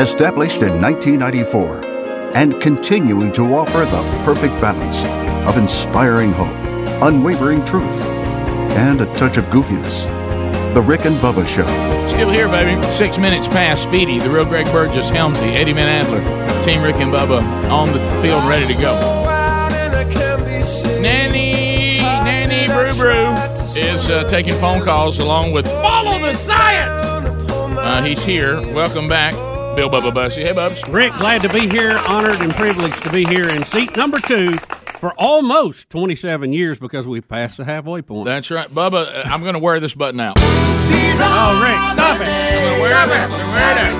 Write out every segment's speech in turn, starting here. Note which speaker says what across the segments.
Speaker 1: Established in 1994 and continuing to offer the perfect balance of inspiring hope, unwavering truth, and a touch of goofiness. The Rick and Bubba Show.
Speaker 2: Still here, baby. Six minutes past Speedy. The real Greg Burgess, Helmsy, Eddie Van Adler, Team Rick and Bubba on the field ready to go. Nanny, Nanny Brew Brew is uh, taking phone calls along with Follow the Science. Uh, he's here. Welcome back, Bill Bubba Bussy. Hey, Bubs.
Speaker 3: Rick, glad to be here, honored and privileged to be here in seat number two for almost 27 years because we passed the halfway point.
Speaker 2: That's right. Bubba, uh, I'm going to wear this button out.
Speaker 3: oh, Rick, stop it.
Speaker 2: We're wearing it. We're wearing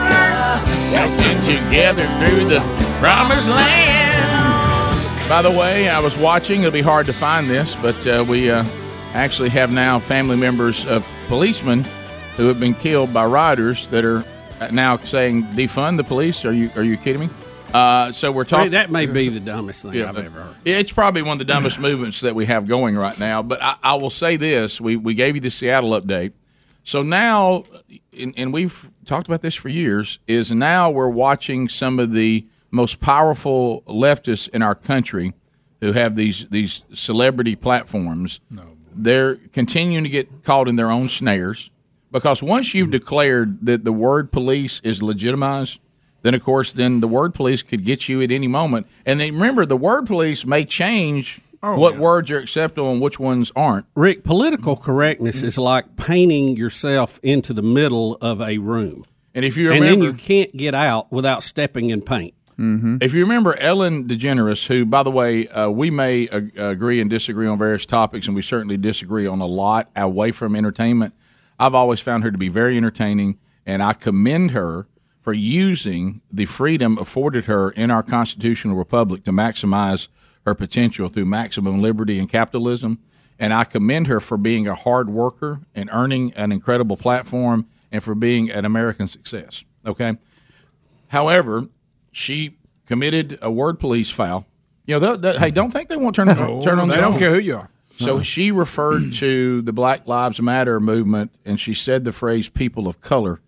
Speaker 2: it. Walking together through the promised land. By the way, I was watching. It'll be hard to find this, but uh, we uh, actually have now family members of policemen who have been killed by riders that are uh, now saying defund the police. Are you Are you kidding me? Uh, so we're
Speaker 3: Rick,
Speaker 2: talking.
Speaker 3: that may be the dumbest thing I've
Speaker 2: Yeah, uh,
Speaker 3: ever heard.
Speaker 2: It's probably one of the dumbest movements that we have going right now. But I, I will say this: we we gave you the Seattle update, so now, and, and we've talked about this for years. Is now we're watching some of the most powerful leftists in our country, who have these these celebrity platforms. No. They're continuing to get caught in their own snares because once you've declared that the word police is legitimized, then of course then the word police could get you at any moment. And then remember, the word police may change what words are acceptable and which ones aren't.
Speaker 3: Rick, political correctness is like painting yourself into the middle of a room,
Speaker 2: And if you
Speaker 3: and then you
Speaker 2: remember,
Speaker 3: can't get out without stepping in paint.
Speaker 2: if you remember Ellen DeGeneres, who by the way uh, we may ag- agree and disagree on various topics, and we certainly disagree on a lot away from entertainment. I've always found her to be very entertaining, and I commend her for using the freedom afforded her in our constitutional republic to maximize her potential through maximum liberty and capitalism. And I commend her for being a hard worker and earning an incredible platform and for being an American success. Okay. However, she committed a word police foul. You know, they'll- they'll- hey, don't think they won't turn, turn on
Speaker 4: They
Speaker 2: their
Speaker 4: don't
Speaker 2: own.
Speaker 4: care who you are.
Speaker 2: So she referred to the Black Lives Matter movement, and she said the phrase "people of color,"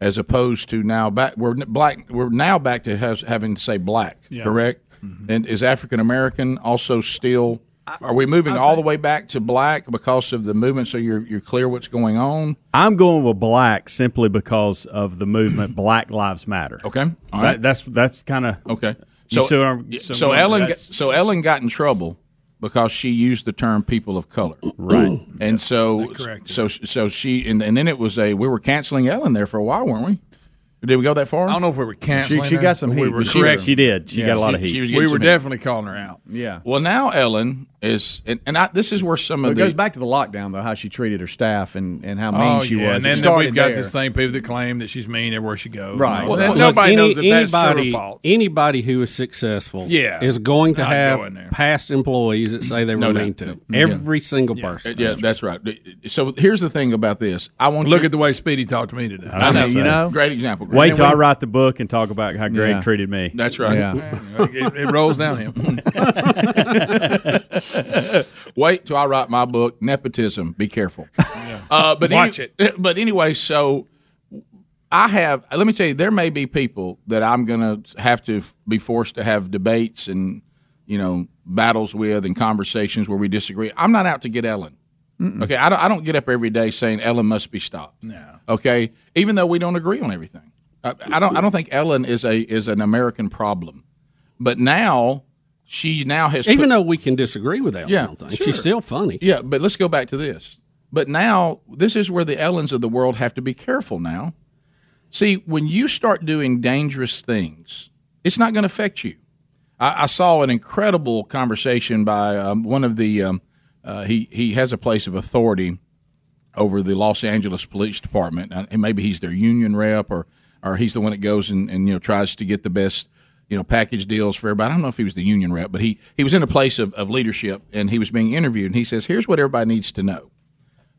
Speaker 2: as opposed to now back we're n- black we're now back to has, having to say black. Correct? And is African American also still? Are we moving all the way back to black because of the movement? So you're you're clear what's going on.
Speaker 5: I'm going with black simply because of the movement Black Lives Matter.
Speaker 2: Okay, all
Speaker 5: That-
Speaker 2: right,
Speaker 5: that's that's kind of
Speaker 2: okay. So
Speaker 5: You see what I'm-
Speaker 2: so,
Speaker 5: so
Speaker 2: Ellen got,
Speaker 5: that's-
Speaker 2: so Ellen got in trouble because she used the term "people of color."
Speaker 5: right.
Speaker 2: And so, so, so she, and, and then it was a, we were canceling Ellen there for a while, weren't we? Did we go that far?
Speaker 4: I don't know if we were
Speaker 5: She,
Speaker 4: canceling.
Speaker 5: she
Speaker 4: her,
Speaker 5: got some
Speaker 4: but
Speaker 5: heat.
Speaker 4: We were
Speaker 5: she,
Speaker 4: correct.
Speaker 5: she did. She got a lot of heat.
Speaker 2: She was
Speaker 4: we
Speaker 2: getting
Speaker 4: were
Speaker 2: some hate.
Speaker 4: definitely calling her out.
Speaker 5: yeah.
Speaker 2: Well, now Ellen is, and, and I, this is where some
Speaker 6: But
Speaker 2: of
Speaker 6: it
Speaker 2: the,
Speaker 6: goes back to the lockdown, though, how she treated her staff and, and how mean
Speaker 4: Oh,
Speaker 6: she
Speaker 4: yeah,
Speaker 6: was.
Speaker 4: And
Speaker 6: It
Speaker 4: then,
Speaker 6: started
Speaker 4: we've got
Speaker 6: there.
Speaker 4: this thing people that claim that she's mean everywhere she goes. And
Speaker 6: Right.
Speaker 4: all
Speaker 6: Well,
Speaker 4: that.
Speaker 6: look,
Speaker 4: nobody
Speaker 3: any-
Speaker 4: knows if that's true
Speaker 3: anybody,
Speaker 4: or false.
Speaker 3: Anybody who is successful
Speaker 4: Yeah.
Speaker 3: is going to
Speaker 4: I'd go
Speaker 3: have
Speaker 4: in there.
Speaker 3: past employees that say they were
Speaker 2: No doubt.
Speaker 3: mean to them.
Speaker 2: Yeah.
Speaker 3: Every single person.
Speaker 2: yeah, that's right. So here's the thing about this. I want
Speaker 4: Look
Speaker 2: you,
Speaker 4: at the way Speedy talked to me today.
Speaker 5: I know.
Speaker 6: You know?
Speaker 2: great example. Great
Speaker 5: Wait till I write the book and talk about how Greg
Speaker 6: Yeah.
Speaker 5: treated me.
Speaker 2: That's right.
Speaker 6: Yeah.
Speaker 4: it, it rolls down him.
Speaker 2: Wait till I write my book, Nepotism. Be careful. Uh, but
Speaker 4: Watch
Speaker 2: it. But anyway, so I have. Let me tell you, there may be people that I'm going to have to f- be forced to have debates and you know battles with and conversations where we disagree. I'm not out to get Ellen. Okay, I don't, I don't get up every day saying Ellen must be stopped. No. Okay, even though we don't agree on everything, I, I don't. I don't think Ellen is a is an American problem. But now she now has put-
Speaker 3: Even though we can disagree with that,
Speaker 2: Yeah,
Speaker 3: I don't think.
Speaker 2: sure.
Speaker 3: She's still funny.
Speaker 2: yeah, but let's go back to this. But now, this is where the Ellens of the world have to be careful now. See, when you start doing dangerous things, it's not going to affect you. I, I saw an incredible conversation by um, one of the, um, uh, he, he has a place of authority over the Los Angeles Police Department. Uh, And maybe he's their union rep or, or he's the one that goes and, and, you know, tries to get the best, you know, package deals for everybody. I don't know if he was the union rep, but he, he was in a place of, of leadership and he was being interviewed. And he says, here's what everybody needs to know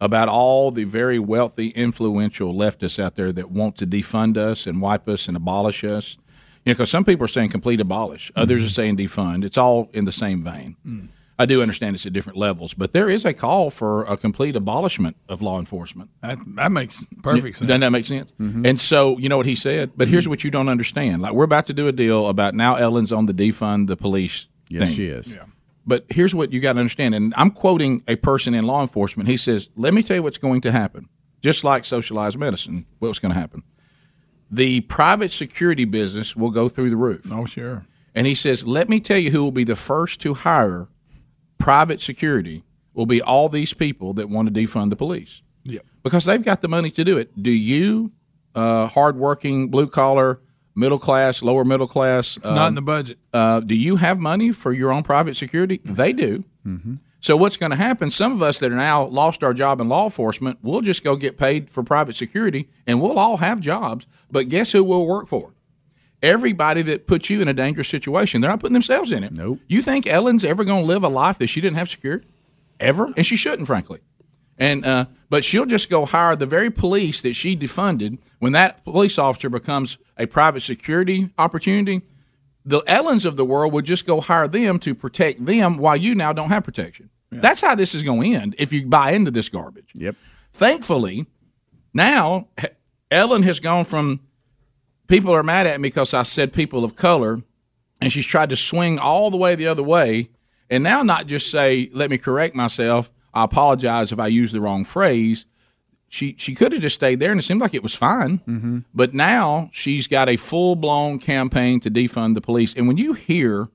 Speaker 2: about all the very wealthy, influential leftists out there that want to defund us and wipe us and abolish us. You know, because some people are saying complete abolish, others are saying defund. It's all in the same vein. I do understand it's at different levels, but there is a call for a complete abolishment of law enforcement.
Speaker 4: That, that makes perfect sense.
Speaker 2: Doesn't that make sense? And so you know what he said. But here's what you don't understand: like we're about to do a deal about now Ellen's on the defund the police.
Speaker 6: Yes,
Speaker 2: thing.
Speaker 6: she is.
Speaker 2: But here's what you got to understand, and I'm quoting a person in law enforcement. He says, "Let me tell you what's going to happen." Just like socialized medicine, what's going to happen? The private security business will go through the roof.
Speaker 4: Oh, sure.
Speaker 2: And he says, Let me tell you who will be the first to hire private security will be all these people that want to defund the police.
Speaker 4: Yep.
Speaker 2: Because they've got the money to do it. Do you, uh, hardworking, blue collar, middle class, lower middle class,
Speaker 4: It's not in the budget.
Speaker 2: uh, do you have money for your own private security? They do.
Speaker 4: mm-hmm.
Speaker 2: So what's going to happen? Some of us that are now lost our job in law enforcement, we'll just go get paid for private security, and we'll all have jobs. But guess who we'll work for? Everybody that puts you in a dangerous situation, they're not putting themselves in it.
Speaker 6: Nope.
Speaker 2: You think Ellen's ever going to live a life that she didn't have secured? Ever? And she shouldn't, frankly. And uh, but she'll just go hire the very police that she defunded. When that police officer becomes a private security opportunity, the Ellens of the world would just go hire them to protect them while you now don't have protection. That's how this is going to end if you buy into this garbage.
Speaker 6: Yep.
Speaker 2: Thankfully, now he- Ellen has gone from people are mad at me because I said people of color, and she's tried to swing all the way the other way, and now not just say, let me correct myself. I apologize if I used the wrong phrase. She, she could have just stayed there and it seemed like it was fine. But now she's got a full blown campaign to defund the police. And when you hear,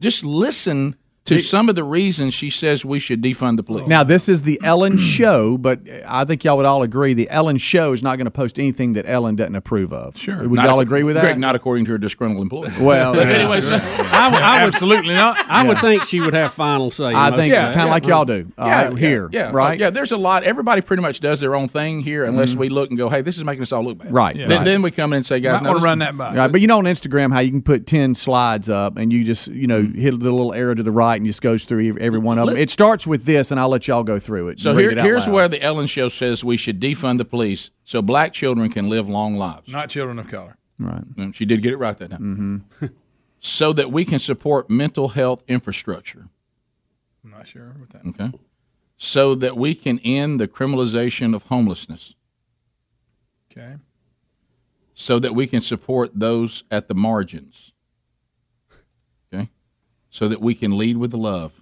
Speaker 2: just listen to some of the reasons she says we should defund the police.
Speaker 6: Now this is the Ellen show, but I think y'all would all agree the Ellen show is not going to post anything that Ellen doesn't approve of. Sure. Oh, Would
Speaker 2: Not
Speaker 6: y'all
Speaker 2: ac-
Speaker 6: agree with that?
Speaker 2: Greg, not according to her disgruntled employee.
Speaker 6: Well,
Speaker 2: but
Speaker 6: yeah.
Speaker 2: anyway, so-
Speaker 3: I, would- I would,
Speaker 4: Absolutely not.
Speaker 3: I would think she would have final say. in
Speaker 6: I
Speaker 3: most
Speaker 6: think
Speaker 3: of
Speaker 6: kind of
Speaker 3: that.
Speaker 6: like y'all do.
Speaker 2: uh,
Speaker 6: All right, here,
Speaker 2: yeah,
Speaker 6: right? Mm-hmm.
Speaker 2: Yeah, there's a lot. Everybody pretty much does their own thing here, unless we look and go, "Hey, this is making us all look bad."
Speaker 6: Right,
Speaker 2: Then,
Speaker 6: right.
Speaker 2: then we come in and say, "Guys,
Speaker 4: Might
Speaker 2: no,
Speaker 4: want
Speaker 2: this-
Speaker 4: to run that by.
Speaker 6: Right, but you know on Instagram how you can put ten slides up and you just you know
Speaker 2: Mm-hmm.
Speaker 6: hit the little arrow to the right and just goes through every- every one of them. It starts with this, and I'll let y'all go through it.
Speaker 2: So
Speaker 6: and read
Speaker 2: here,
Speaker 6: it out
Speaker 2: here's
Speaker 6: loud.
Speaker 2: where the Ellen Show says we should defund the police so black children can live long lives.
Speaker 4: Not children of color.
Speaker 2: Mm, She did get it right that time.
Speaker 5: Mm-hmm.
Speaker 2: so that we can support mental health infrastructure.
Speaker 4: I'm not sure what that.
Speaker 2: Okay. So that we can end the criminalization of homelessness.
Speaker 4: Okay.
Speaker 2: so that we can support those at the margins. Okay, so that we can lead with love.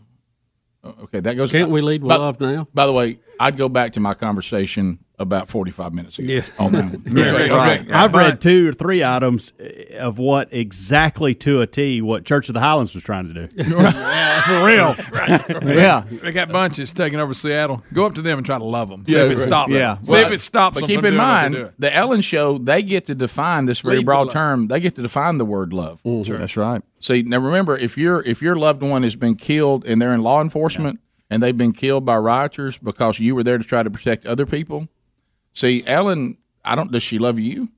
Speaker 2: O- Okay, that goes.
Speaker 3: Can't we lead with
Speaker 2: But-
Speaker 3: love now?
Speaker 2: By the way, I'd go back to my conversation about forty-five minutes ago.
Speaker 3: Yeah.
Speaker 2: on that one.
Speaker 4: Okay,
Speaker 5: Right.
Speaker 4: okay.
Speaker 5: I've read two or three items eh, of what exactly to a T what Church of the Highlands was trying to do.
Speaker 3: For real.
Speaker 6: Yeah,
Speaker 4: They got bunches taking over Seattle. Go up to them and try to love them. See
Speaker 2: Yeah,
Speaker 4: if it
Speaker 2: right.
Speaker 4: stops.
Speaker 6: Yeah.
Speaker 4: See if it stops.
Speaker 2: But
Speaker 4: them
Speaker 2: keep
Speaker 4: from
Speaker 2: in
Speaker 4: doing what they're
Speaker 2: mind,
Speaker 4: doing.
Speaker 2: the Ellen Show they get to define this very
Speaker 4: Lead with
Speaker 2: broad
Speaker 4: love. Mm-hmm.
Speaker 2: term. They get to define the word love.
Speaker 6: that's right.
Speaker 2: See, now remember, if your if your loved one has been killed and they're in law enforcement and they've been killed by rioters because you were there to try to protect other people, see, Ellen, I don't. Does she love you?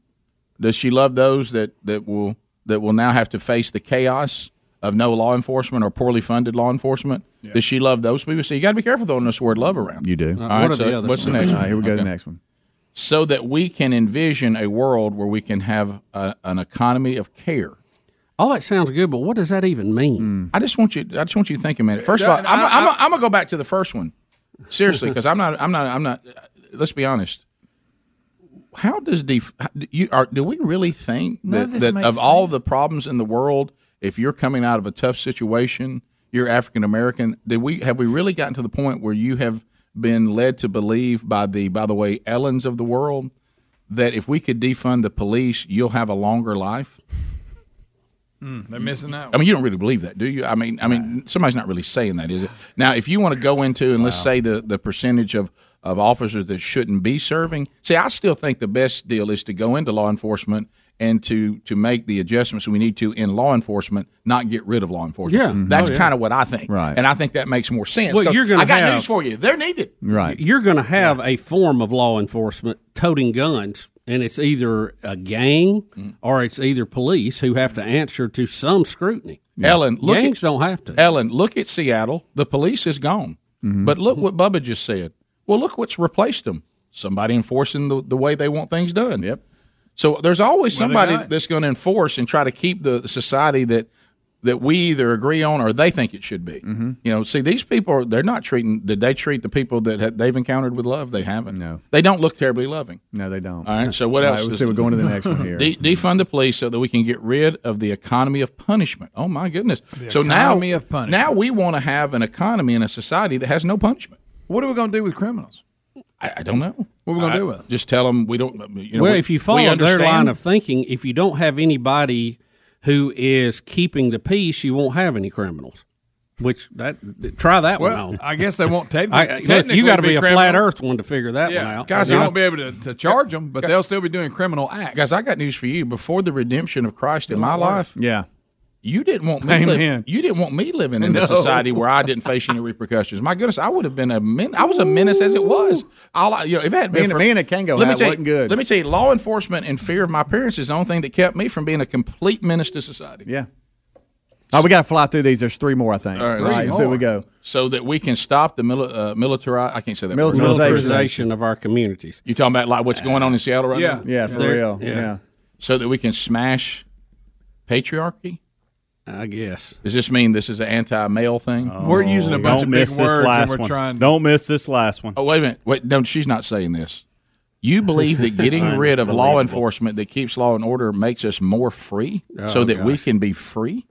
Speaker 2: Does she love those that that will that will now have to face the chaos of no law enforcement or poorly funded law enforcement? Does she love those people? So you got to be careful throwing this word love around.
Speaker 6: You do.
Speaker 2: All
Speaker 3: Uh, What are
Speaker 2: so
Speaker 3: the others?
Speaker 2: what's the next?
Speaker 6: All right, here we go to
Speaker 2: Okay.
Speaker 6: the next one.
Speaker 2: So that we can envision a world where we can have a, an economy of care. Hmm.
Speaker 3: All that sounds good, but what does that even mean?
Speaker 2: I just want you. I just want you to think a minute. First of all, I'm,
Speaker 4: I-
Speaker 2: I'm, I'm, gonna go back to the first one, seriously, because I'm not. I'm not. I'm not. Let's be honest. How does def- how- do you are? Do we really think that, that of all the problems in the world, if you're coming out of a tough situation, you're African American? Did we have we really gotten to the point where you have been led to believe by the by the way Ellens of the world that if we could defund the police, you'll have a longer life?
Speaker 4: Mm, They're missing out.
Speaker 2: I mean, you don't really believe that, do you? I mean, I mean, somebody's not really saying that, is it? Now, if you want to go into and let's say the the percentage of of officers that shouldn't be serving, see, I still think the best deal is to go into law enforcement and to to make the adjustments we need to in law enforcement, not get rid of law enforcement.
Speaker 3: Yeah. Mhm.
Speaker 2: that's kind of what I think,
Speaker 6: Right.
Speaker 2: And I think that makes more sense.
Speaker 3: Well,
Speaker 2: 'cause
Speaker 3: you're gonna
Speaker 2: I got
Speaker 3: have-
Speaker 2: news for you; they're needed.
Speaker 6: Right.
Speaker 3: You're going to have a form of law enforcement toting guns, and it's either a gang or it's either police who have to answer to some scrutiny.
Speaker 2: Ellen, look at,
Speaker 3: Gangs don't have to.
Speaker 2: Ellen, look at Seattle. The police is gone.
Speaker 6: Mm-hmm.
Speaker 2: But look what Bubba just said. Well, look what's replaced them. Somebody enforcing the, the way they want things done.
Speaker 6: Yep.
Speaker 2: So there's always somebody
Speaker 4: got it.
Speaker 2: that's going to enforce and try to keep the society that that we either agree on or they think it should be.
Speaker 6: Mm-hmm.
Speaker 2: You know, see, these people are, they're not treating. Did they treat the people that ha- they've encountered with love? They haven't.
Speaker 6: No.
Speaker 2: they don't look terribly loving.
Speaker 6: No, they don't.
Speaker 2: All right. So what
Speaker 6: All right,
Speaker 2: else?
Speaker 6: let's
Speaker 2: is-
Speaker 6: see. We're going to the next one here.
Speaker 2: De- defund the police so that we can get rid of the economy of punishment. Oh my goodness! so
Speaker 4: economy
Speaker 2: now,
Speaker 4: of punishment.
Speaker 2: now we want to have an economy in a society that has no punishment.
Speaker 4: What are we going to do with criminals?
Speaker 2: I, I don't know.
Speaker 4: What are we going
Speaker 2: I-
Speaker 4: to do with them?
Speaker 2: Just tell them we don't. You know,
Speaker 3: well,
Speaker 2: we-
Speaker 3: if you
Speaker 2: we
Speaker 3: follow their
Speaker 2: understand.
Speaker 3: line of thinking, if you don't have anybody who is keeping the peace, you won't have any criminals. Which that try that
Speaker 4: Well,
Speaker 3: one on.
Speaker 4: I guess they won't take.
Speaker 3: I,
Speaker 4: technically
Speaker 3: you got to be, a flat
Speaker 4: criminals.
Speaker 3: Earth one to figure that one
Speaker 4: Yeah,
Speaker 3: out.
Speaker 4: guys,
Speaker 3: You
Speaker 4: I
Speaker 3: know?
Speaker 4: won't be able to, to charge them, but they'll still be doing criminal acts.
Speaker 2: guys, I got news for you. Before the redemption of Christ in my life,
Speaker 6: yeah.
Speaker 2: you didn't want me.
Speaker 6: Amen.
Speaker 2: Live, you didn't want me living in a society where I didn't face any repercussions. My goodness, I would have been a men. I was a menace as it was. All I, you know, if it had been
Speaker 6: Being a-
Speaker 2: for,
Speaker 6: being a Kango
Speaker 2: let me
Speaker 6: hat
Speaker 2: tell you-
Speaker 6: wasn't good.
Speaker 2: Let me tell you, law enforcement and fear of my parents is the only thing that kept me from being a complete menace to society.
Speaker 6: Yeah. Oh, we got to fly through these. There's three more, I think.
Speaker 2: All right,
Speaker 6: right,
Speaker 2: let's
Speaker 6: so we go.
Speaker 2: So that we can stop the mili- uh, militarized. I can't say that. word.
Speaker 6: Militarization.
Speaker 3: militarization of our communities.
Speaker 2: You talking about like what's going on in Seattle right
Speaker 4: Yeah.
Speaker 2: now?
Speaker 6: Yeah, for
Speaker 3: There-
Speaker 6: real.
Speaker 3: yeah.
Speaker 6: Yeah.
Speaker 2: So that we can smash patriarchy.
Speaker 3: I guess.
Speaker 2: Does this mean this is an anti-male thing? Oh,
Speaker 4: we're using a bunch
Speaker 5: Don't
Speaker 4: of big
Speaker 5: miss
Speaker 4: words,
Speaker 5: this
Speaker 4: and
Speaker 5: last
Speaker 4: we're
Speaker 5: one.
Speaker 4: trying.
Speaker 5: Don't miss this last one.
Speaker 2: Oh, wait a minute. Wait, no, she's not saying this. You believe that getting rid of law enforcement that keeps law and order makes us more free,
Speaker 4: Oh,
Speaker 2: so that we can be free.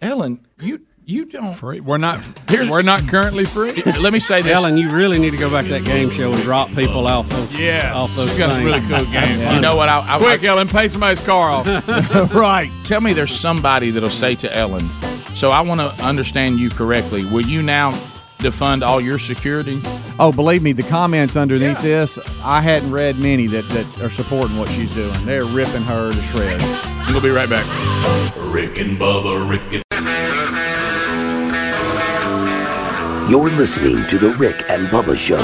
Speaker 2: Ellen, you you don't.
Speaker 4: Free. We're not. we're not currently free.
Speaker 2: Let me say this.
Speaker 3: Ellen, you really need to go back to that game show and drop people off those.
Speaker 4: Yeah,
Speaker 3: off those
Speaker 4: she's got a
Speaker 3: things.
Speaker 4: really cool game.
Speaker 2: you know what? I, I,
Speaker 4: Quick, Ellen, pay somebody's car off.
Speaker 2: right. Tell me there's somebody that'll say to Ellen, so I want to understand you correctly. Will you now defund all your security?
Speaker 6: Oh, believe me, the comments underneath this, I hadn't read many that, that are supporting what she's doing. They're ripping her to shreds.
Speaker 2: We'll be right back.
Speaker 7: Rick and Bubba, Rick and
Speaker 8: You're listening to The Rick and Bubba Show.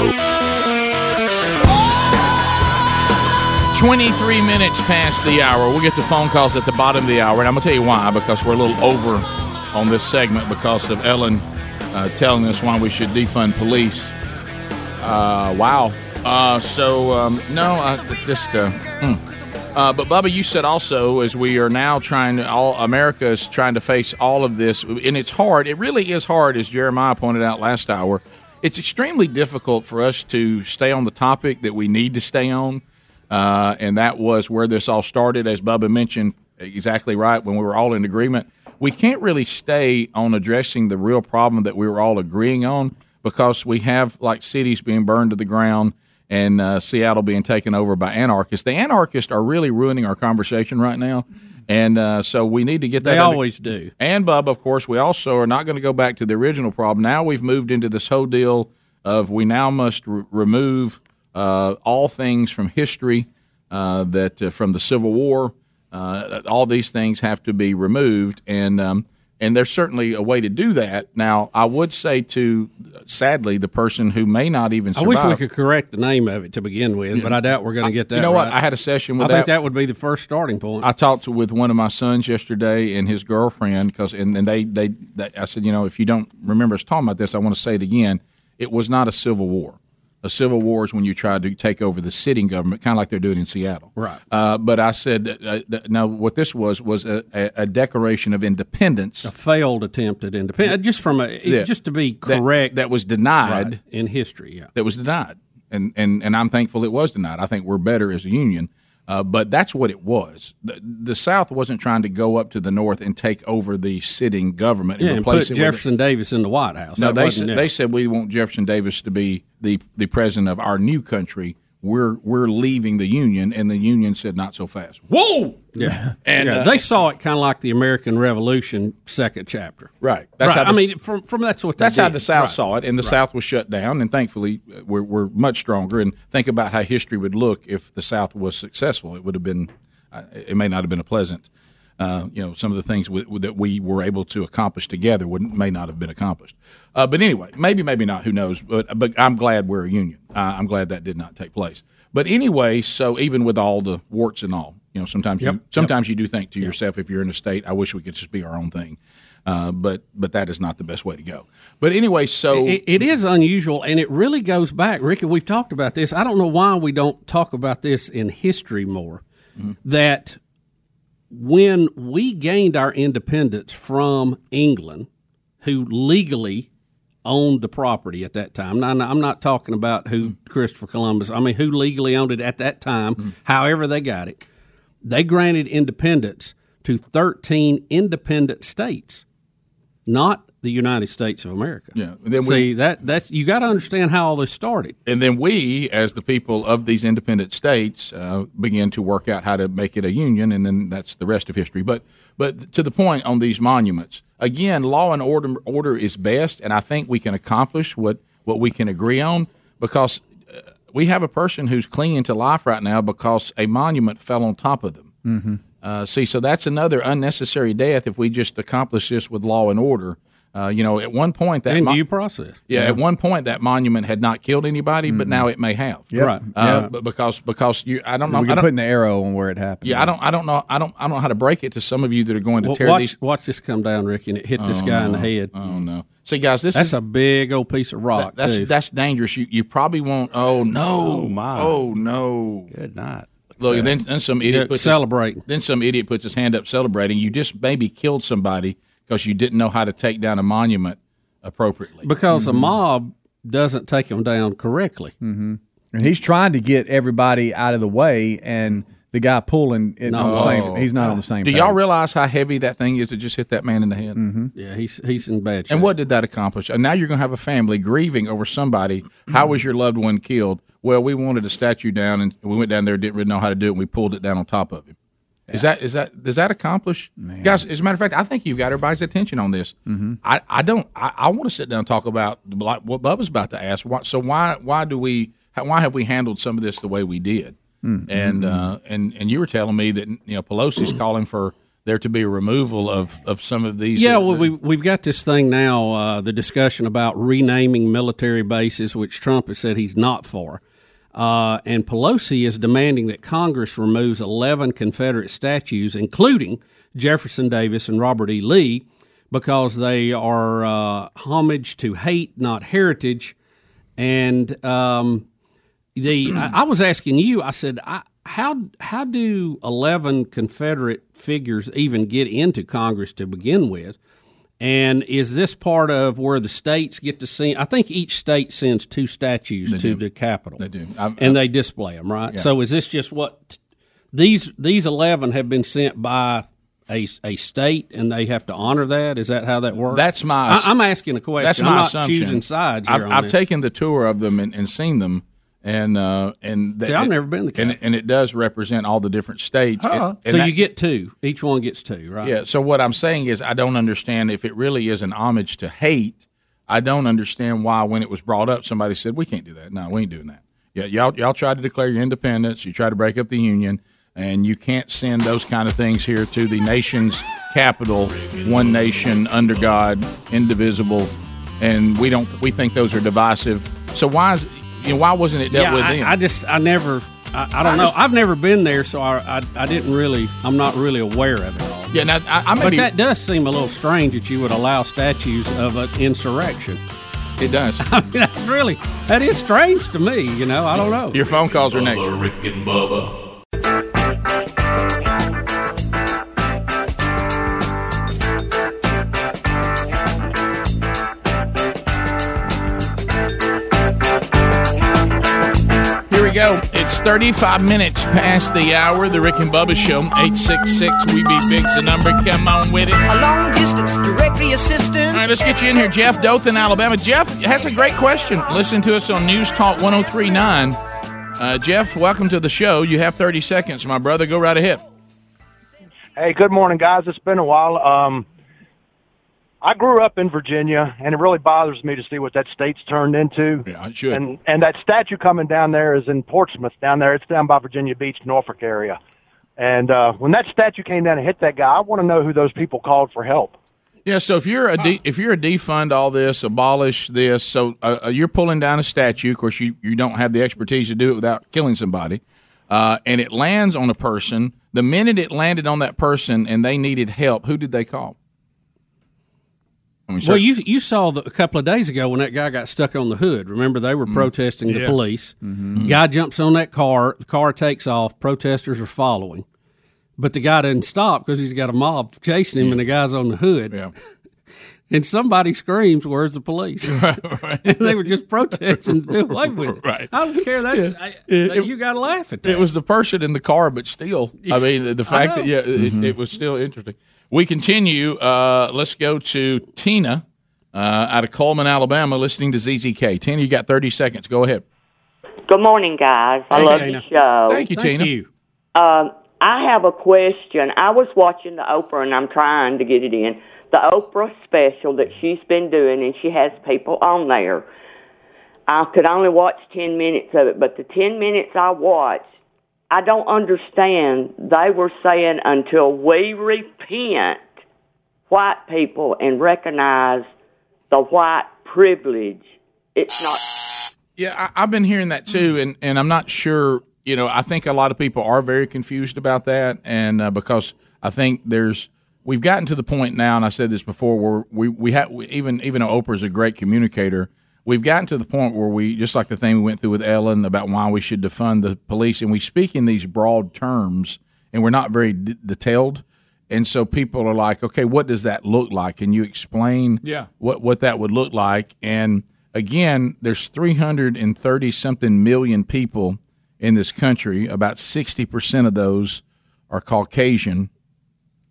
Speaker 2: 23 minutes past the hour. We'll get to phone calls at the bottom of the hour, and I'm going to tell you why because we're a little over on this segment because of Ellen uh, telling us why we should defund police. Uh, wow. Uh, so, um, no, I just. Uh, mm. Uh, but Bubba, you said also as we are now trying to all America is trying to face all of this, and it's hard. It really is hard, as Jeremiah pointed out last hour. It's extremely difficult for us to stay on the topic that we need to stay on, uh, and that was where this all started. As Bubba mentioned, exactly right when we were all in agreement, we can't really stay on addressing the real problem that we were all agreeing on because we have like cities being burned to the ground and uh, Seattle being taken over by anarchists. The anarchists are really ruining our conversation right now, and uh, so we need to get that.
Speaker 3: They
Speaker 2: under-
Speaker 3: always do.
Speaker 2: and Bub, of course, we also are not going to go back to the original problem. Now we've moved into this whole deal of we now must r remove uh, all things from history uh, that uh, from the Civil War. Uh, all these things have to be removed, and um, and there's certainly a way to do that. Now, I would say to sadly the person who may not even
Speaker 3: I
Speaker 2: survive.
Speaker 3: wish we could correct the name of it to begin with, but I doubt we're going to get that.
Speaker 2: You know what?
Speaker 3: right.
Speaker 2: I had a session with
Speaker 3: I think that would be the first starting point.
Speaker 2: I talked to, with one of my sons yesterday and his girlfriend because and, and they, they they I said you know if you don't remember us talking about this I want to say it again it was not a civil war a civil war is when you try to take over the sitting government kind of like they're doing in Seattle
Speaker 3: Right.
Speaker 2: uh, but I said uh, th- now what this was was a, a, a declaration of independence
Speaker 3: a failed attempt at independence, just from a
Speaker 2: Yeah.
Speaker 3: just to be
Speaker 2: that,
Speaker 3: correct
Speaker 2: that was denied
Speaker 3: right, in history. Yeah,
Speaker 2: that was denied, and and and I'm thankful it was denied. I think we're better as a union, uh, but that's what it was. The, the South wasn't trying to go up to the North and take over the sitting government and
Speaker 3: yeah, and
Speaker 2: replace
Speaker 3: put
Speaker 2: it. with-
Speaker 3: Jefferson Davis in the White House.
Speaker 2: no,
Speaker 3: That
Speaker 2: they
Speaker 3: wasn't
Speaker 2: said,
Speaker 3: it.
Speaker 2: they said we want Jefferson Davis to be the the president of our new country. We're we're leaving the union, and the union said not so fast. Whoa!
Speaker 3: yeah.
Speaker 2: And
Speaker 3: Yeah,
Speaker 2: uh,
Speaker 3: they saw it kind of like the American Revolution second chapter.
Speaker 2: right, that's
Speaker 3: right.
Speaker 2: how
Speaker 3: I
Speaker 2: the-
Speaker 3: mean, from from that's what they
Speaker 2: That's
Speaker 3: did.
Speaker 2: how the South
Speaker 3: Right.
Speaker 2: saw it, and the South was shut down. And thankfully, uh, we're, we're much stronger. And think about how history would look if the South was successful. It would have been, uh, it may not have been a pleasant. Uh, you know, some of the things w- w- that we were able to accomplish together would, may not have been accomplished. Uh, but anyway, maybe, maybe not. Who knows? But but I'm glad we're a union. Uh, I'm glad that did not take place. But anyway, so even with all the warts and all, you know, sometimes you sometimes you do think to yourself, if you're in a state, I wish we could just be our own thing. Uh, but but that is not the best way to go. But anyway, so
Speaker 3: It, it is unusual, and it really goes back, Ricky. We've talked about this.
Speaker 2: Mm-hmm.
Speaker 3: I don't know why we don't talk about this in history more. That when we gained our independence from England, who legally owned the property at that time. Now, now, I'm not talking about who
Speaker 2: Mm-hmm.
Speaker 3: Christopher Columbus, I mean, who legally owned it at that time, however they got it. They granted independence to 13 independent states, not the United States of America.
Speaker 2: Yeah, and then we-
Speaker 3: See, that that's you got to understand how all this started.
Speaker 2: And then we, as the people of these independent states, uh, begin to work out how to make it a union, and then that's the rest of history. But, but to the point on these monuments, again, law and order, order is best, and I think we can accomplish what, what we can agree on because uh, we have a person who's clinging to life right now because a monument fell on top of them. Uh, see, so that's another unnecessary death if we just accomplish this with law and order. Uh, you know, at one point that
Speaker 3: And
Speaker 2: mon-
Speaker 3: due process.
Speaker 2: yeah, at one point that monument had not killed anybody, but now it may have.
Speaker 3: Right.
Speaker 2: Uh, but because because you, I don't know.
Speaker 6: We
Speaker 2: I
Speaker 6: can
Speaker 2: don't,
Speaker 6: put an arrow on where it happened.
Speaker 2: yeah, I don't. I don't know. I don't. I don't know how to break it to some of you that are going to
Speaker 3: Well,
Speaker 2: tear
Speaker 3: watch,
Speaker 2: these.
Speaker 3: watch this come down, Ricky, and it hit this guy in the head.
Speaker 2: Oh no! See, guys, this
Speaker 3: That's
Speaker 2: is
Speaker 3: a big old piece of rock.
Speaker 2: that's
Speaker 3: too.
Speaker 2: that's dangerous. You you probably won't. Oh no! Oh
Speaker 5: my.
Speaker 2: no!
Speaker 5: Good night.
Speaker 2: Look, then, then some idiot
Speaker 3: Yeah,
Speaker 2: puts his-
Speaker 3: celebrating.
Speaker 2: then some idiot puts his hand up celebrating. You just maybe killed somebody because you didn't know how to take down a monument appropriately.
Speaker 3: because a mob doesn't take them down correctly.
Speaker 6: Mm-hmm. And he's trying to get everybody out of the way, and the guy pulling it on the
Speaker 3: Oh,
Speaker 6: same. He's not on the same.
Speaker 2: Do y'all
Speaker 6: page. Mm-hmm.
Speaker 2: realize how heavy that thing is to just hit that man in the head?
Speaker 3: Yeah, he's he's in bad shape.
Speaker 2: And what did that accomplish? And now you're going to have a family grieving over somebody. How was your loved one killed? Well, we wanted a statue down, and we went down there, didn't really know how to do it, and we pulled it down on top of him. Is that is that does that accomplish, guys? As a matter of fact, I think you've got everybody's attention on this. I, I don't. I, I want to sit down and talk about the- like what Bubba's about to ask. Why, so why why do we how- why have we handled some of this the way we did? And uh, and and you were telling me that you know Pelosi's calling for there to be a removal of of some of these.
Speaker 3: Yeah, well, we we've got this thing now. Uh, the discussion about renaming military bases, which Trump has said he's not for, uh, and Pelosi is demanding that Congress removes eleven Confederate statues, including Jefferson Davis and Robert E. Lee, because they are uh, homage to hate, not heritage, and. Um, the I, I was asking you. I said, I, how how do eleven Confederate figures even get into Congress to begin with? And is this part of where the states get to send? I think each state sends two statues to the Capitol. They
Speaker 2: do. I'm-
Speaker 3: and they display them, right? So is this just what these these eleven have been sent by a, a state, and they have to honor that? Is that how that works?
Speaker 2: That's my
Speaker 3: I, am asking a question.
Speaker 2: That's my
Speaker 3: I'm not
Speaker 2: assumption.
Speaker 3: choosing sides. Here
Speaker 2: I've,
Speaker 3: on
Speaker 2: I've
Speaker 3: this.
Speaker 2: taken the tour of them and, and seen them, and uh, and that-
Speaker 3: See, I've never been to
Speaker 2: and,
Speaker 3: California.
Speaker 2: and it does represent all the different states. And- and
Speaker 3: so
Speaker 2: that-
Speaker 3: you get two. Each one gets two, right?
Speaker 2: yeah. So what I'm saying is, I don't understand if it really is an homage to hate. I don't understand why when it was brought up, somebody said we can't do that. No, we ain't doing that. Yeah, y'all y'all tried to declare your independence. You tried to break up the union. And you can't send those kind of things here to the nation's capital, one nation under God, indivisible, and we don't. We think those are divisive. So why is you know why wasn't it dealt
Speaker 3: yeah,
Speaker 2: with
Speaker 3: I,
Speaker 2: then?
Speaker 3: I just, I never, I, I don't know. I've never been there, so I, I, I didn't really, I'm not really aware of it all.
Speaker 2: yeah, now I, I may
Speaker 3: But
Speaker 2: be,
Speaker 3: that does seem a little strange that you would allow statues of an insurrection.
Speaker 2: it does.
Speaker 3: I mean, that's really, that is strange to me. You know, I don't know.
Speaker 2: Your phone calls are next.
Speaker 7: Bubba, Rick and Bubba.
Speaker 2: Here we go. It's 35 minutes past the hour. The Rick and Bubba Show, 866 We Be Big's the number. Come on with it. All
Speaker 9: A long distance directory assistance.
Speaker 2: right, let's get you in here. Jeff Dothan, Alabama. Jeff has a great question. Listen to us on News Talk 1039. Uh, Jeff, welcome to the show. You have 30 seconds, my brother. Go right ahead.
Speaker 10: Hey, good morning, guys. It's been a while. Um, I grew up in Virginia, and it really bothers me to see what that state's turned into.
Speaker 2: Yeah, it should.
Speaker 10: And and that statue coming down there is in Portsmouth, down there. It's down by Virginia Beach, Norfolk area. And uh, when that statue came down and hit that guy, I want to know who those people called for help.
Speaker 2: Yeah, so if you're a de- if you're a defund all this, abolish this. So uh, uh, you're pulling down a statue. Of course, you you don't have the expertise to do it without killing somebody, uh, and it lands on a person. The minute it landed on that person and they needed help, who did they call? I mean, so,
Speaker 3: well, you you saw the, a couple of days ago when that guy got stuck on the hood. Remember, they
Speaker 2: Mm-hmm.
Speaker 3: were protesting the police. Guy jumps on that car. The car takes off. Protesters are following. but the guy doesn't stop because he's got a mob chasing him, and the guy's on the hood.
Speaker 2: Yeah.
Speaker 3: And somebody screams, "Where's the police?" And they were just protesting to do away with it.
Speaker 2: Right.
Speaker 3: I don't care. That's I,
Speaker 2: It-
Speaker 3: you got to laugh at that.
Speaker 2: It was the person in the car, but still, I mean, the fact that
Speaker 3: know.
Speaker 2: yeah, it, it was still interesting. We continue. Uh, let's go to Tina uh, out of Coleman, Alabama, listening to ZZK. Tina, you got thirty seconds. Go ahead.
Speaker 11: Good morning, guys. I
Speaker 2: Thank you,
Speaker 11: love
Speaker 2: Tina.
Speaker 11: the show.
Speaker 2: Oh, Thank you, Tina.
Speaker 11: Um, I have a question. I was watching the Oprah, and I'm trying to get it in the Oprah special that she's been doing, and she has people on there. I could only watch ten minutes of it, but the ten minutes I watched, I don't understand. They were saying until we repent, white people, and recognize the white privilege, it's not
Speaker 2: Yeah, I, I've been hearing that too, and, and I'm not sure. You know, I think a lot of people are very confused about that, and uh, because I think there's we've gotten to the point now, and I said this before, where we we have even even though Oprah's a great communicator, we've gotten to the point where we just like the thing we went through with Ellen about why we should defund the police, and we speak in these broad terms, and we're not very d- detailed, and so people are like, okay, what does that look like? Can you explain?
Speaker 4: Yeah.
Speaker 2: what what that would look like. And again, there's 330 something million people in this country. About 60 percent of those are Caucasian,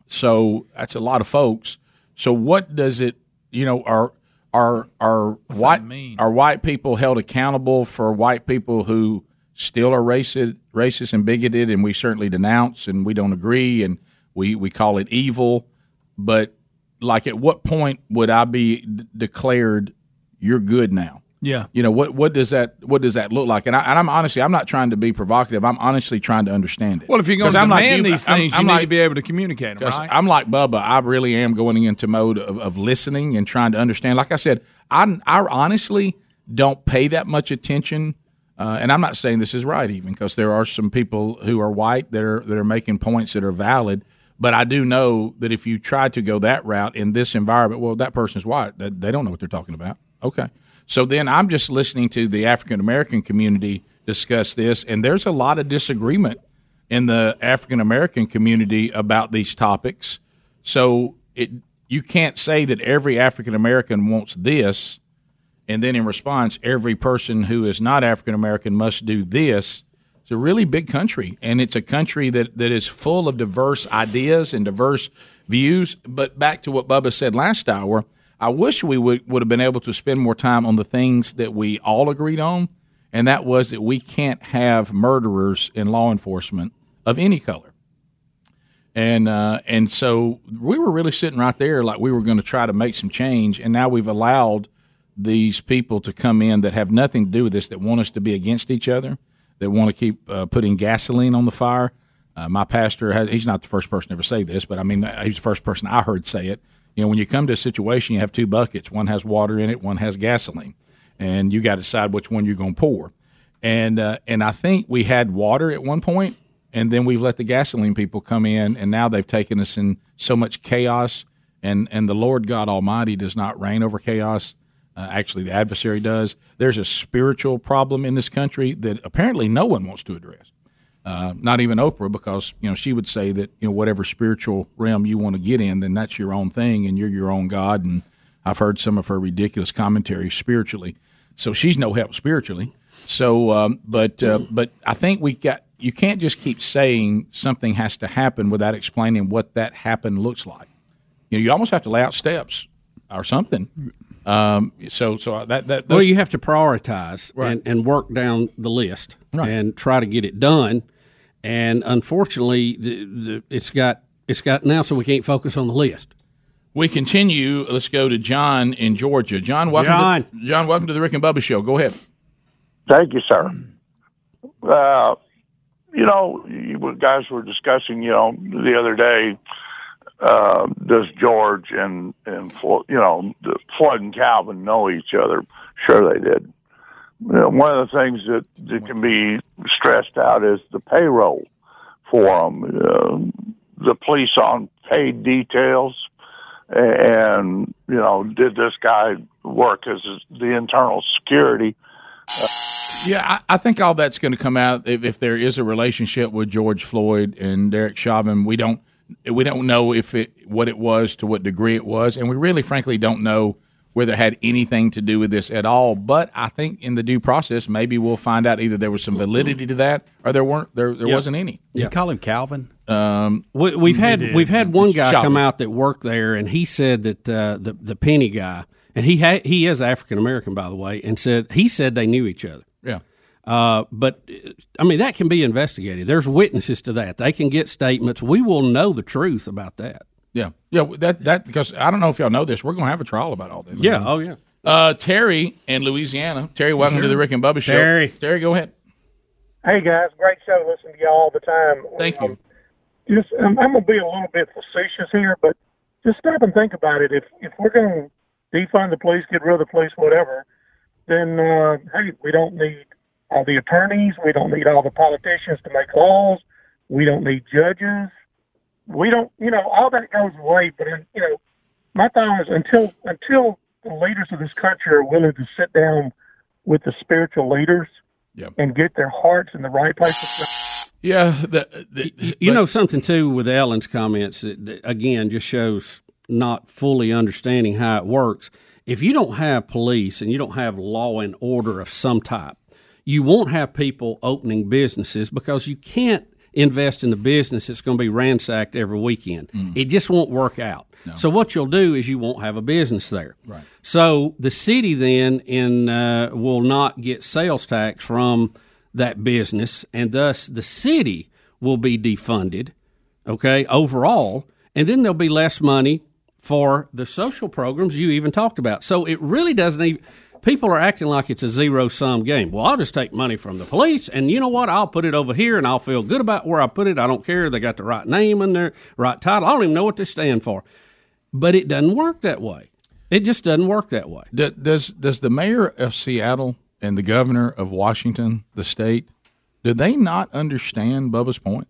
Speaker 2: so that's a lot of folks. So what does it? You know, are are are
Speaker 4: What's
Speaker 2: white
Speaker 4: that mean?
Speaker 2: are white people held accountable for white people who still are racist, racist and bigoted, and we certainly denounce and we don't agree and we we call it evil. But like, at what point would I be d- declared you're good now?
Speaker 4: Yeah.
Speaker 2: You know what? What does that? What does that look like? And, I, and I'm honestly, I'm not trying to be provocative. I'm honestly trying to understand it.
Speaker 4: Well, if you're going
Speaker 2: 'Cause
Speaker 4: to
Speaker 2: I'm
Speaker 4: demand
Speaker 2: like you,
Speaker 4: these
Speaker 2: I'm-
Speaker 4: things,
Speaker 2: I'm
Speaker 4: you need
Speaker 2: like-
Speaker 4: to be able to communicate them,
Speaker 2: 'Cause
Speaker 4: right?
Speaker 2: I'm like Bubba. I really am going into mode of, of listening and trying to understand. Like I said, I, I honestly don't pay that much attention. Uh, and I'm not saying this is right, even because there are some people who are white that are that are making points that are valid. But I do know that if you try to go that route in this environment, well, that person's white. That they don't know what they're talking about. Okay. So then I'm just listening to the African American community discuss this, and there's a lot of disagreement in the African American community about these topics. So it you can't say that every African American wants this, and then in response, every person who is not African American must do this. It's a really big country, and it's a country that, that is full of diverse ideas and diverse views. But back to what Bubba said last hour, I wish we would, would have been able to spend more time on the things that we all agreed on, and that was that we can't have murderers in law enforcement of any color and uh, and so we were really sitting right there, like we were going to try to make some change, and now we've allowed these people to come in that have nothing to do with this, that want us to be against each other, that want to keep uh, putting gasoline on the fire. Uh, my pastor, has, he's not the first person to ever say this, but I mean, uh, he's the first person I heard say it. You know, when you come to a situation, you have two buckets. One has water in it, one has gasoline, and you got to decide which one you're going to pour. And uh, and I think we had water at one point, and then we've let the gasoline people come in, and now they've taken us in so much chaos. And and the Lord God Almighty does not reign over chaos. Uh, actually, the adversary does. There's a spiritual problem in this country that apparently no one wants to address. Uh, not even Oprah, because you know she would say that you know whatever spiritual realm you want to get in, then that's your own thing, and you're your own God. And I've heard some of her ridiculous commentary spiritually, so she's no help spiritually. So, um, but uh, but I think we got you can't just keep saying something has to happen without explaining what that happen looks like. You know, you almost have to lay out steps or something. Um, so so that that
Speaker 3: well,
Speaker 2: those-
Speaker 3: you have to prioritize and, and work down the list and try to get it done. And unfortunately, the, the, it's got it's got now, so we can't focus on the list.
Speaker 2: we continue. Let's go to John in Georgia. John, welcome. To, John, welcome to the Rick and Bubba Show. Go ahead.
Speaker 12: Thank you, sir. Uh, you know, you guys were discussing, you know, the other day, uh, does George and, and, Flo- you know, the Flood and Calvin know each other? Sure they did. You know, one of the things that, that can be stressed out is the payroll for them, uh, the police on paid details. And, you know, did this guy work as the internal security?
Speaker 2: Yeah, I, I think all that's going to come out if, if there is a relationship with George Floyd and Derek Chauvin. We don't we don't know if it what it was to what degree it was, and we really, frankly, don't know whether it had anything to do with this at all. But I think in the due process, maybe we'll find out either there was some validity to that or there weren't there there
Speaker 3: Yeah.
Speaker 2: wasn't any.
Speaker 3: You Yeah.
Speaker 2: call
Speaker 5: him Calvin?
Speaker 2: Um,
Speaker 3: we, we've had we've had one guy
Speaker 2: Chauvin.
Speaker 3: come out that worked there, and he said that uh, the the penny guy, and he ha- he is African American by the way, and said he said they knew each other.
Speaker 2: Yeah.
Speaker 3: Uh, but uh, I mean that can be investigated. There's witnesses to that. They can get statements. We will know the truth about that.
Speaker 2: Yeah, yeah. That that because I don't know if y'all know this. We're going to have a trial about all this.
Speaker 3: Yeah. Oh yeah.
Speaker 2: Uh, Terry in Louisiana. Terry, welcome to the Rick and Bubba show.
Speaker 3: Terry.
Speaker 2: Terry, go ahead.
Speaker 13: Hey guys, great show. Listen to y'all all the time.
Speaker 2: Thank you.
Speaker 13: Just, um, I'm going to be a little bit facetious here, but just stop and think about it. If if we're going to defund the police, get rid of the police, whatever, then uh, hey, we don't need all the attorneys. We don't need all the politicians to make laws. We don't need judges. We don't, you know, all that goes away. But in, you know, my thought is until until the leaders of this country are willing to sit down with the spiritual leaders and get their hearts in the right place.
Speaker 2: Yeah,
Speaker 3: you, you know something too with Ellen's comments. That, that, again, just shows not fully understanding how it works. If you don't have police and you don't have law and order of some type, you won't have people opening businesses because you can't invest in a business that's going to be ransacked every weekend. It just won't work out. So what you'll do is you won't have a business there. Right. So the city then in uh, will not get sales tax from that business, and thus the city will be defunded. Okay, overall, and then there'll be less money for the social programs you even talked about. So it really doesn't even. People are acting like it's a zero sum game. Well, I'll just take money from the police, and you know what? I'll put it over here, and I'll feel good about where I put it. I don't care. They got the right name and their right title. I don't even know what they stand for. But it doesn't work that way. It just doesn't work that way.
Speaker 2: Do- does does the mayor of Seattle and the governor of Washington, the state, do they not understand Bubba's point?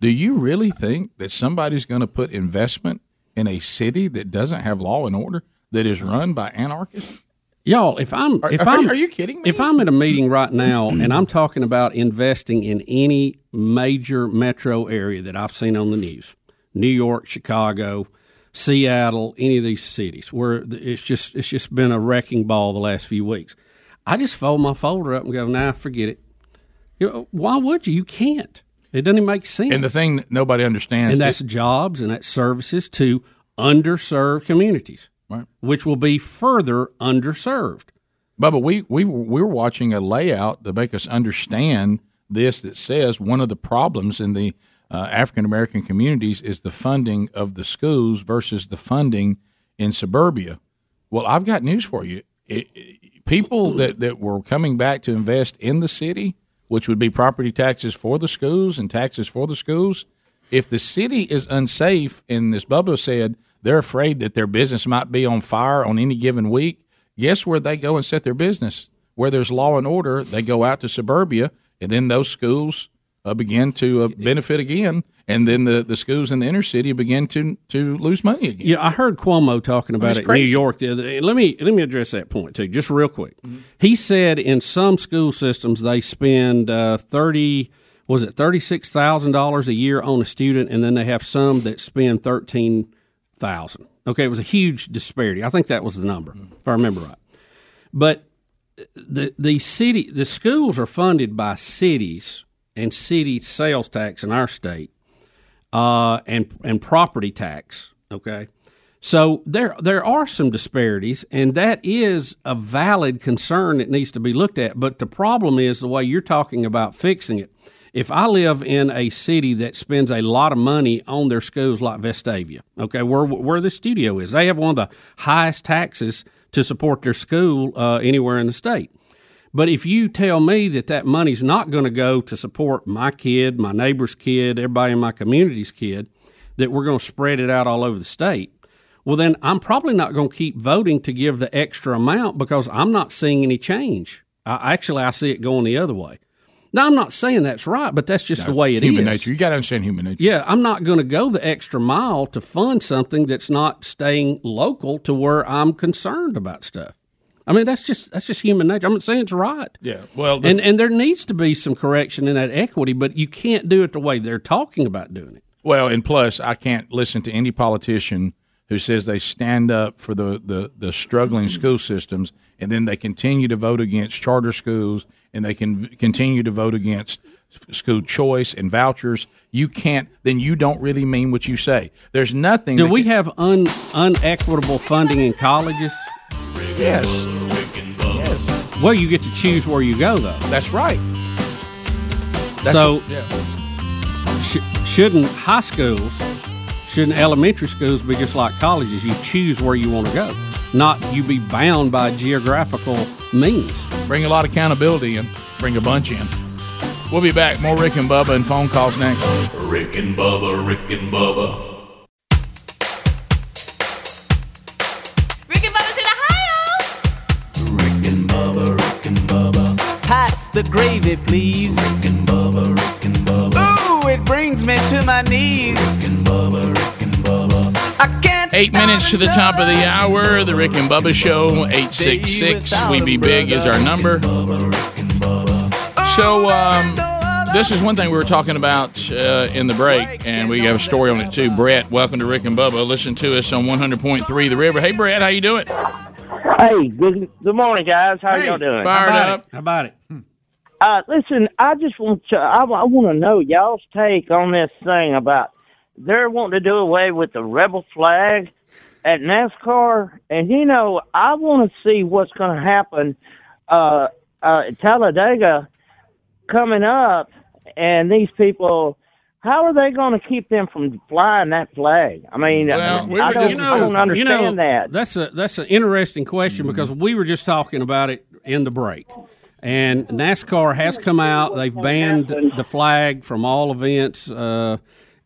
Speaker 2: Do you really think that somebody's going to put investment in a city that doesn't have law and order that is run by anarchists?
Speaker 3: Y'all, if I'm
Speaker 2: Are-
Speaker 3: if
Speaker 2: are-
Speaker 3: I'm
Speaker 2: are you kidding
Speaker 3: me? If I'm at a meeting right now and I'm talking about investing in any major metro area that I've seen on the news, New York, Chicago, Seattle, any of these cities where th- it's just it's just been a wrecking ball the last few weeks, I just fold my folder up and go, nah, forget it. You know, why would you? You can't. It doesn't even make sense.
Speaker 2: And the thing that nobody understands,
Speaker 3: And that's jobs and that's services to underserved communities,
Speaker 2: Right.
Speaker 3: which will be further underserved.
Speaker 2: Bubba, we we we're watching a layout to make us understand this that says one of the problems in the uh, African American communities is the funding of the schools versus the funding in suburbia. Well, I've got news for you. It, it- people that, that were coming back to invest in the city, which would be property taxes for the schools and taxes for the schools, if the city is unsafe, and this Bubba said they're afraid that their business might be on fire on any given week, guess where they go and set their business? Where there's law and order, they go out to suburbia, and then those schools uh, begin to uh, benefit again, and then the, the schools in the inner city begin to to lose money again.
Speaker 3: Yeah, I heard Cuomo talking about
Speaker 2: That's
Speaker 3: it in New
Speaker 2: crazy.
Speaker 3: York the other day. Let me let me address that point too, just real quick. He said in some school systems they spend uh, thirty was it thirty six thousand dollars a year on a student, and then they have some that spend thirteen thousand. Okay, it was a huge disparity. I think that was the number, if I remember right. But the the city the schools are funded by cities and city sales tax in our state uh, and and property tax. Okay, so there there are some disparities, and that is a valid concern that needs to be looked at. But the problem is the way you're talking about fixing it. If I live in a city that spends a lot of money on their schools, like Vestavia, okay, where where the studio is, they have one of the highest taxes to support their school uh, anywhere in the state. But if you tell me that that money's not going to go to support my kid, my neighbor's kid, everybody in my community's kid, that we're going to spread it out all over the state, well, then I'm probably not going to keep voting to give the extra amount because I'm not seeing any change. I, actually, I see it going the other way. Now, I'm not saying that's right, but that's just the way it is.
Speaker 2: human nature. You got to understand human nature.
Speaker 3: Yeah, I'm not going to go the extra mile to fund something that's not staying local to where I'm concerned about stuff. I mean, that's just that's just human nature. I'm not saying it's right.
Speaker 2: Yeah. Well,
Speaker 3: and and there needs to be some correction in that equity, but you can't do it the way they're talking about doing it.
Speaker 2: Well, and plus, I can't listen to any politician who says they stand up for the, the, the struggling school systems and then they continue to vote against charter schools and they can continue to vote against f- school choice and vouchers. You can't, then you don't really mean what you say. There's nothing.
Speaker 3: Do
Speaker 2: that
Speaker 3: we
Speaker 2: can-
Speaker 3: have un unequitable funding in colleges?
Speaker 2: Yes.
Speaker 3: Well, you get to choose where you go, though.
Speaker 2: That's right.
Speaker 3: so,
Speaker 2: yeah.
Speaker 3: sh- shouldn't high schools, shouldn't elementary schools be just like colleges? You choose where you want to go, not you be bound by geographical means.
Speaker 2: Bring a lot of accountability in, bring a bunch in. We'll be back. More Rick and Bubba and phone calls next.
Speaker 7: Rick and Bubba, Rick and Bubba,
Speaker 14: Rick and Bubba's in Ohio.
Speaker 15: Pass the gravy, please. Rick and Bubba, Rick and Bubba. Ooh, it brings me to my knees. Rick and Bubba, Rick and Bubba. I can't.
Speaker 2: Eight minutes to the top of the hour. The Rick and Bubba Show, 866. We Be Big is our number. So, um, this is one thing we were talking about uh, in the break, and we have a story on it too. Brett, welcome to Rick and Bubba. Listen to us on 100.3 The River. Hey, Brett, how you doing?
Speaker 16: Hey, good, good morning, guys. How
Speaker 2: Hey,
Speaker 16: y'all doing?
Speaker 2: fired How about up.
Speaker 3: How about it? Hmm.
Speaker 16: Uh, listen, I just want to I, want to know y'all's take on this thing about they're wanting to do away with the rebel flag at NASCAR, and you know I want to see what's going to happen uh, uh, at Talladega coming up, and these people. How are they going to keep them from flying that flag? I mean,
Speaker 3: Well, we
Speaker 16: I,
Speaker 3: were
Speaker 16: don't,
Speaker 3: just
Speaker 16: I don't understand
Speaker 3: you know,
Speaker 16: that.
Speaker 3: That's a that's an interesting question because we were just talking about it in the break. And NASCAR has come out; they've banned the flag from all events, uh,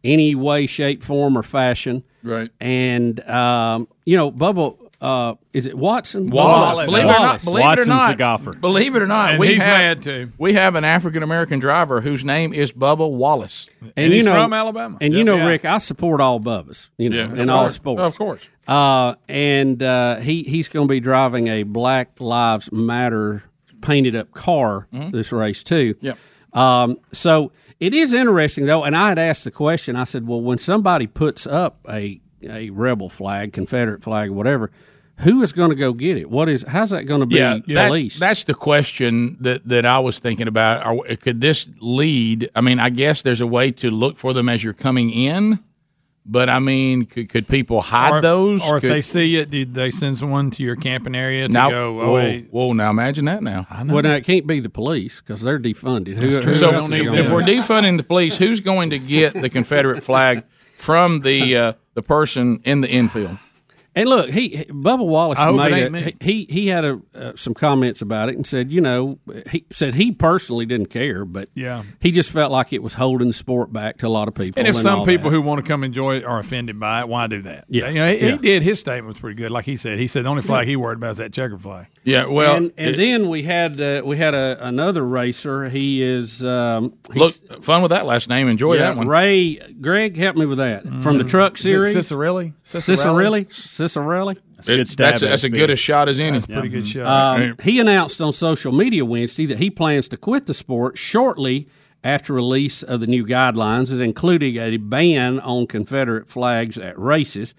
Speaker 3: any way, shape, form, or fashion.
Speaker 2: Right.
Speaker 3: And um, you know, Bubba, uh, is it Watson?
Speaker 2: Wallace. Believe it or not,
Speaker 3: Wallace.
Speaker 2: believe it or not, Believe it or not,
Speaker 3: And
Speaker 2: we
Speaker 3: he's
Speaker 2: have,
Speaker 3: mad,
Speaker 4: too.
Speaker 2: We have an African American driver whose name is Bubba Wallace,
Speaker 3: And you know, Rick, I support all Bubba's, you know,
Speaker 2: Yeah,
Speaker 3: in
Speaker 2: of
Speaker 3: all
Speaker 2: course.
Speaker 3: sports,
Speaker 2: Of course.
Speaker 3: Uh, and uh, he he's going to be driving a Black Lives Matter painted up car
Speaker 2: Mhm.
Speaker 3: this race too.
Speaker 2: Yep.
Speaker 3: Um, so it is interesting though, and I had asked the question. I said, well, when somebody puts up a a rebel flag, Confederate flag, whatever. Who is going to go get it? What is? How's that going to be
Speaker 2: that-
Speaker 3: policed?
Speaker 2: that's the question that, that I was thinking about. Are, could this lead? I mean, I guess there's a way to look for them as you're coming in, but I mean, could, could people hide
Speaker 4: or if,
Speaker 2: those?
Speaker 4: Or if
Speaker 2: Could-
Speaker 4: they see it, did they send someone to your camping area to
Speaker 2: now,
Speaker 4: go?
Speaker 2: whoa,
Speaker 4: Oh, hey,
Speaker 2: whoa, now imagine that now. I
Speaker 3: Well, now it can't be the police because they're defunded. Who- who
Speaker 2: so
Speaker 3: else is gonna
Speaker 2: if
Speaker 3: do
Speaker 2: we're
Speaker 3: it?
Speaker 2: defunding the police, who's going to get the Confederate flag from the uh, the person in the infield?
Speaker 3: And look, he he- Bubba Wallace
Speaker 2: I hope it ain't
Speaker 3: made
Speaker 2: me.
Speaker 3: it. He he had a, uh, some comments about it and said, you know, he said he personally didn't care, but
Speaker 4: Yeah.
Speaker 3: he just felt like it was holding the sport back to a lot of people.
Speaker 4: And if some
Speaker 3: all
Speaker 4: people
Speaker 3: that.
Speaker 4: who want to come enjoy it are offended by it, why do that?
Speaker 3: Yeah.
Speaker 4: You know, he, he
Speaker 3: Yeah.
Speaker 4: did. His statement was pretty good. Like he said, he said the only flag he worried about is that checker flag.
Speaker 3: and, and then we had uh, we had a, another racer. He is um,
Speaker 2: Look,
Speaker 3: he's-
Speaker 2: fun with that last name. Enjoy
Speaker 3: Yeah,
Speaker 2: that one.
Speaker 3: Ray, Greg, help me with that from the
Speaker 2: Mm.
Speaker 3: truck
Speaker 2: Is it
Speaker 3: series.
Speaker 2: Cicerelli?
Speaker 3: Cicerelli, Cicerelli.
Speaker 2: That's a good It- stab that's a- at that's it, a good Bill. a shot as any. That's a pretty good shot.
Speaker 3: Um, he announced on social media Wednesday that he plans to quit the sport shortly after release of the new guidelines, that including a ban on Confederate flags at races.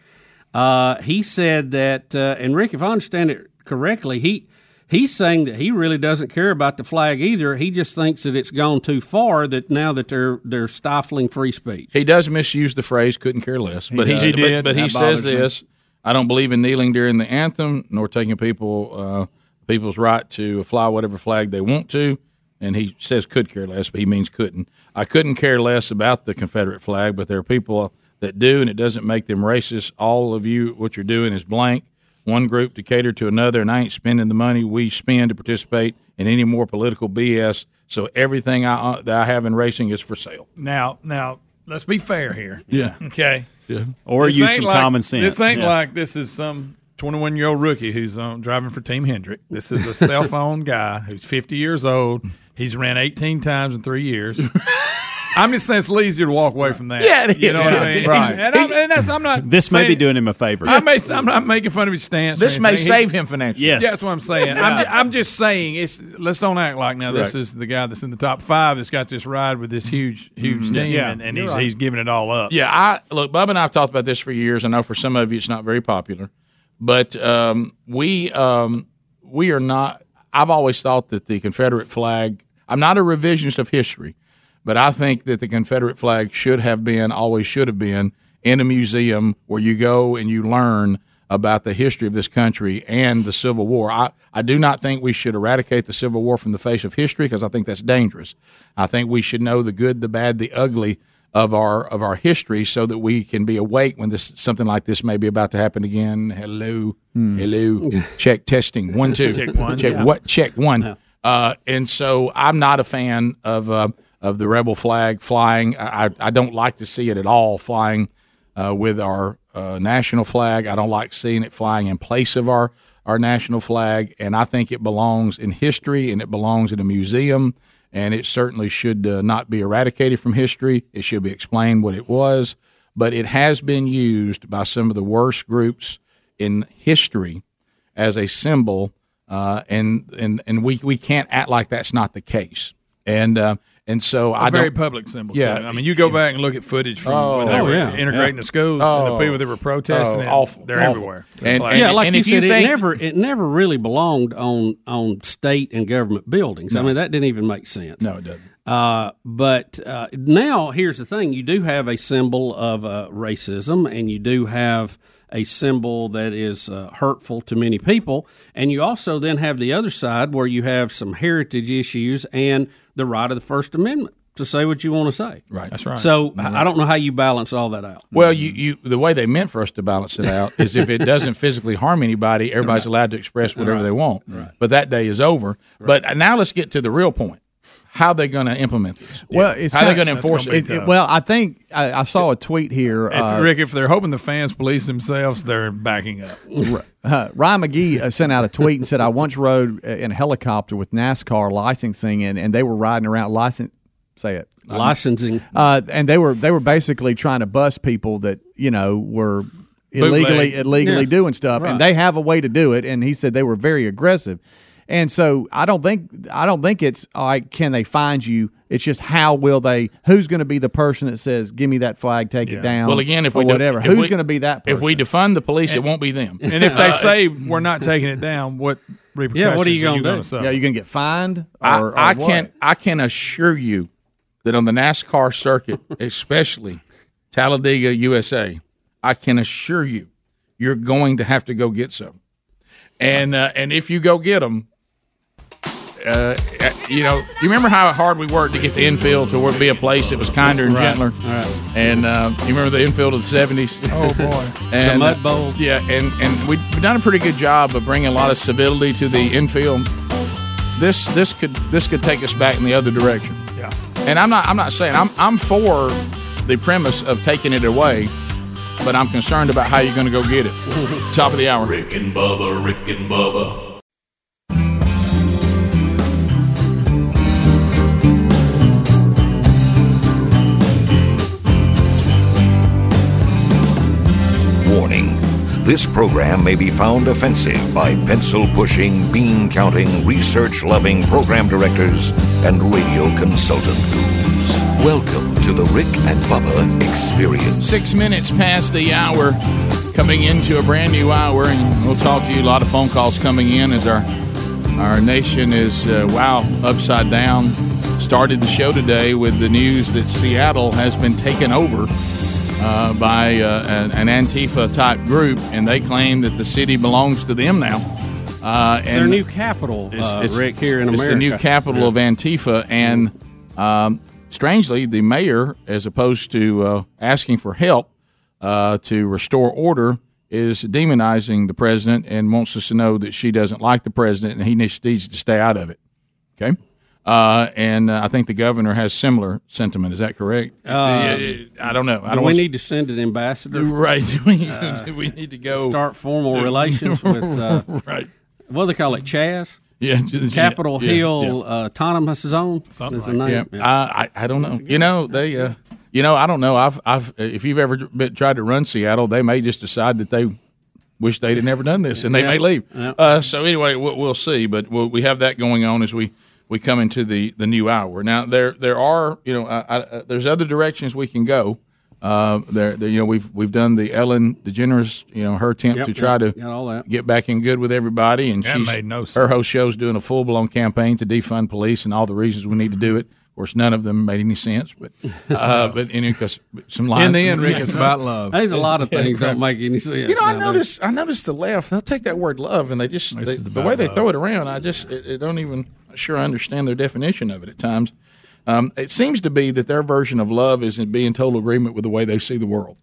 Speaker 3: Uh, he said that, uh, and Rick, if I understand it correctly, he he's saying that he really doesn't care about the flag either. He just thinks that it's gone too far. That now that they're they're stifling free speech.
Speaker 2: He does misuse the phrase "couldn't care less,"
Speaker 3: He
Speaker 2: but he,
Speaker 3: does. He did.
Speaker 2: But, but he
Speaker 3: That
Speaker 2: says
Speaker 3: bothers me.
Speaker 2: this: "I don't believe in kneeling during the anthem, nor taking people uh, people's right to fly whatever flag they want to." And he says "could care less," but he means couldn't. I couldn't care less about the Confederate flag, but there are people that do, and it doesn't make them racist. All of you, what you're doing is blank. One group to cater to another, and I ain't spending the money we spend to participate in any more political BS. So everything I, uh, that I have in racing is for sale.
Speaker 4: Now, now, let's be fair here.
Speaker 2: Yeah.
Speaker 4: Okay.
Speaker 2: Yeah.
Speaker 5: Or
Speaker 4: This
Speaker 5: use
Speaker 4: ain't
Speaker 5: some
Speaker 4: like-
Speaker 5: common sense.
Speaker 4: This ain't
Speaker 5: Yeah.
Speaker 4: like this is some 21 year old rookie who's um, driving for Team Hendrick. This is a cell phone guy who's 50 years old. He's ran 18 times in three years. I'm just saying it's a little easier to walk away from that.
Speaker 2: Yeah, it
Speaker 4: You know
Speaker 2: is.
Speaker 4: what I mean?
Speaker 5: Right.
Speaker 4: And, I'm, and that's, I'm not.
Speaker 5: This may
Speaker 4: saying-
Speaker 5: be doing him a favor.
Speaker 4: I may, I'm not making fun of his stance. or
Speaker 2: This may
Speaker 4: anything.
Speaker 2: save him financially.
Speaker 4: Yeah,
Speaker 2: Yes.
Speaker 4: that's what I'm saying. I'm, ju- I'm just saying it's. Let's don't act like now. This
Speaker 2: Right.
Speaker 4: is the guy that's in the top five that's got this ride with this huge, huge
Speaker 2: Mhm.
Speaker 4: team,
Speaker 2: Yeah.
Speaker 4: and, and
Speaker 2: You're
Speaker 4: he's
Speaker 2: right.
Speaker 4: he's giving it all up.
Speaker 2: Yeah, I look. Bub and I have talked about this for years. I know for some of you it's not very popular, but um, we um, we are not. I've always thought that the Confederate flag. I'm not a revisionist of history, but I think that the Confederate flag should have been, always should have been, in a museum where you go and you learn about the history of this country and the Civil War. I, I do not think we should eradicate the Civil War from the face of history because I think that's dangerous. I think we should know the good, the bad, the ugly of our of our history so that we can be awake when this something like this may be about to happen again. Hello, hello. check testing one two.
Speaker 4: Hmm. Check one.
Speaker 2: Check
Speaker 4: Yeah.
Speaker 2: what? Check one. Uh, and so I'm not a fan of uh, of the rebel flag flying. I, I I don't like to see it at all flying uh, with our uh, national flag. I don't like seeing it flying in place of our our national flag, and I think it belongs in history and it belongs in a museum. And it certainly should uh, not be eradicated from history. It should be explained what it was, but it has been used by some of the worst groups in history as a symbol, uh, and and and we we can't act like that's not the case. And uh, and so
Speaker 4: A
Speaker 2: I
Speaker 4: very
Speaker 2: don't,
Speaker 4: public symbol.
Speaker 2: Yeah.
Speaker 4: too. I mean, you go back and look at footage from when they
Speaker 2: Oh,
Speaker 4: were
Speaker 2: yeah.
Speaker 4: integrating
Speaker 2: Yeah.
Speaker 4: the schools and
Speaker 2: Oh.
Speaker 4: the people that were protesting.
Speaker 2: Oh,
Speaker 4: it,
Speaker 2: awful,
Speaker 4: They're
Speaker 2: awful.
Speaker 4: everywhere.
Speaker 2: And-
Speaker 4: It's
Speaker 3: yeah, like
Speaker 2: and
Speaker 3: you
Speaker 2: if
Speaker 3: said,
Speaker 2: you
Speaker 3: it
Speaker 2: think-
Speaker 3: never it never really belonged on on state and government buildings. I
Speaker 2: No.
Speaker 3: mean, that didn't even make sense.
Speaker 2: No, it doesn't.
Speaker 3: Uh, but uh, now here's the thing: you do have a symbol of uh, racism, and you do have a symbol that is uh, hurtful to many people, and you also then have the other side where you have some heritage issues and the right of the First Amendment to say what you want to say.
Speaker 2: Right, that's right. Mm-hmm.
Speaker 3: So I I don't know how you balance all that out.
Speaker 2: Well, you, you
Speaker 6: Mm-hmm.
Speaker 2: the way they meant for us to balance it out is if it doesn't physically harm anybody, everybody's allowed to express whatever they want. But that day is over. But now let's get to the real point. How are they going to implement this?
Speaker 6: Well, it's
Speaker 2: how are they
Speaker 6: kinda-
Speaker 2: going to enforce it?
Speaker 6: It- it- Well, I think I, I saw a tweet here.
Speaker 4: If,
Speaker 6: uh,
Speaker 4: Rick, if they're hoping the fans police themselves, they're backing up.
Speaker 6: uh, Ryan McGee uh, sent out a tweet and said, "I once rode uh, in a helicopter with NASCAR licensing, and, and they were riding around license. Say it,
Speaker 3: Licensing.
Speaker 6: Uh, and they were they were basically trying to bust people that you know were illegally
Speaker 5: Bootleg.
Speaker 6: illegally
Speaker 5: Yeah.
Speaker 6: doing stuff,
Speaker 5: Right.
Speaker 6: and they have a way to do it. And he said they were very aggressive, and so I don't think I don't think it's like can they find you. It's just how will they? Who's going to be the person that says, "Give me that flag, take it down"?
Speaker 2: Well, again, if
Speaker 6: or
Speaker 2: we do-
Speaker 6: whatever,
Speaker 2: if
Speaker 6: who's
Speaker 2: we-
Speaker 6: going to be that? person?
Speaker 2: if we defund the police, it won't be them.
Speaker 4: And if they
Speaker 2: Uh,
Speaker 4: say we're not taking it down, what repercussions are you going to suffer?
Speaker 6: Yeah, you're going to get fined.
Speaker 2: I,
Speaker 6: Or,
Speaker 2: I
Speaker 6: or what?
Speaker 2: can I can assure you that on the NASCAR circuit, especially Talladega, USA, I can assure you you're going to have to go get some, and uh, and if you go get them. Uh, you know, you remember how hard we worked to get the infield to where- be a place that was kinder and
Speaker 3: Right.
Speaker 2: gentler. And uh, you remember the infield of the seventies?
Speaker 4: Oh, boy.
Speaker 2: and
Speaker 3: The Mud
Speaker 2: Bowl. Yeah, and and we've done a pretty good job of bringing a lot of civility to the infield. This this could this could take us back in the other direction.
Speaker 4: Yeah.
Speaker 2: And I'm not I'm not saying I'm I'm for the premise of taking it away, but I'm concerned about how you're going to go get it. Top of the hour.
Speaker 7: Rick and Bubba, Rick and Bubba,
Speaker 17: Warning this program may be found offensive by pencil pushing, bean counting, research loving program directors and radio consultant gurus. Welcome to the Rick and Bubba Experience.
Speaker 2: Six minutes past the hour, coming into a brand new hour, and we'll talk to you. A lot of phone calls coming in as our our nation is uh, wow upside down. Started the show today with the news that Seattle has been taken over uh, by uh, an, an Antifa type group, and they claim that the city belongs to them now. Uh,
Speaker 3: It's their new capital, uh, Rick, here in
Speaker 2: it's
Speaker 3: America.
Speaker 2: the new capital of Antifa, and um, strangely, the mayor, as opposed to uh, asking for help uh, to restore order, is demonizing the president and wants us to know that she doesn't like the president and he needs needs to stay out of it. Okay, uh, and uh, I think the governor has similar sentiment. Is that correct?
Speaker 3: Uh,
Speaker 2: I don't know. I
Speaker 3: do
Speaker 2: don't
Speaker 3: we
Speaker 2: want-
Speaker 3: need to send an ambassador?
Speaker 2: Right. Do we- do we need to go
Speaker 3: start formal relations with? Uh,
Speaker 2: Right.
Speaker 3: What do they call it? Chaz.
Speaker 2: Yeah, yeah,
Speaker 3: Capitol
Speaker 2: yeah,
Speaker 3: Hill
Speaker 2: yeah.
Speaker 3: uh, Autonomous Zone. Something is the name.
Speaker 2: Yeah, I, I I don't know. You know they. Uh, you know I don't know. I've I've if you've ever been, tried to run Seattle, they may just decide that they wish they'd have never done this, and they
Speaker 3: Yeah.
Speaker 2: may leave.
Speaker 3: Yeah.
Speaker 2: Uh, so anyway, we'll, we'll see. But we'll, we have that going on as we, we come into the, the new hour. Now there there are you know I, I, uh, there's other directions we can go. Uh, there, there you know we've we've done the Ellen DeGeneres you know her attempt
Speaker 3: Yep,
Speaker 2: to try
Speaker 3: yep,
Speaker 2: to
Speaker 3: got all that.
Speaker 2: get back in good with everybody, and
Speaker 3: That
Speaker 2: she's
Speaker 3: made no sense.
Speaker 2: her host show's doing a full blown campaign to defund police and all the reasons we need to do it. Of course, none of them made any sense, but uh, but anyway, 'cause some lines
Speaker 4: In the end, Rick, it's about love.
Speaker 3: There's a lot of
Speaker 2: Yeah,
Speaker 3: things
Speaker 2: right.
Speaker 3: don't make any sense.
Speaker 2: You know, I
Speaker 3: nowadays.
Speaker 2: notice I notice the left. They'll take that word love, and they just
Speaker 3: This
Speaker 2: they,
Speaker 3: is
Speaker 2: the
Speaker 3: about
Speaker 2: way they
Speaker 3: love.
Speaker 2: throw it around. I just it, it don't even I'm sure I understand their definition of it at times. Um, it seems to be that their version of love is in be in total agreement with the way they see the world.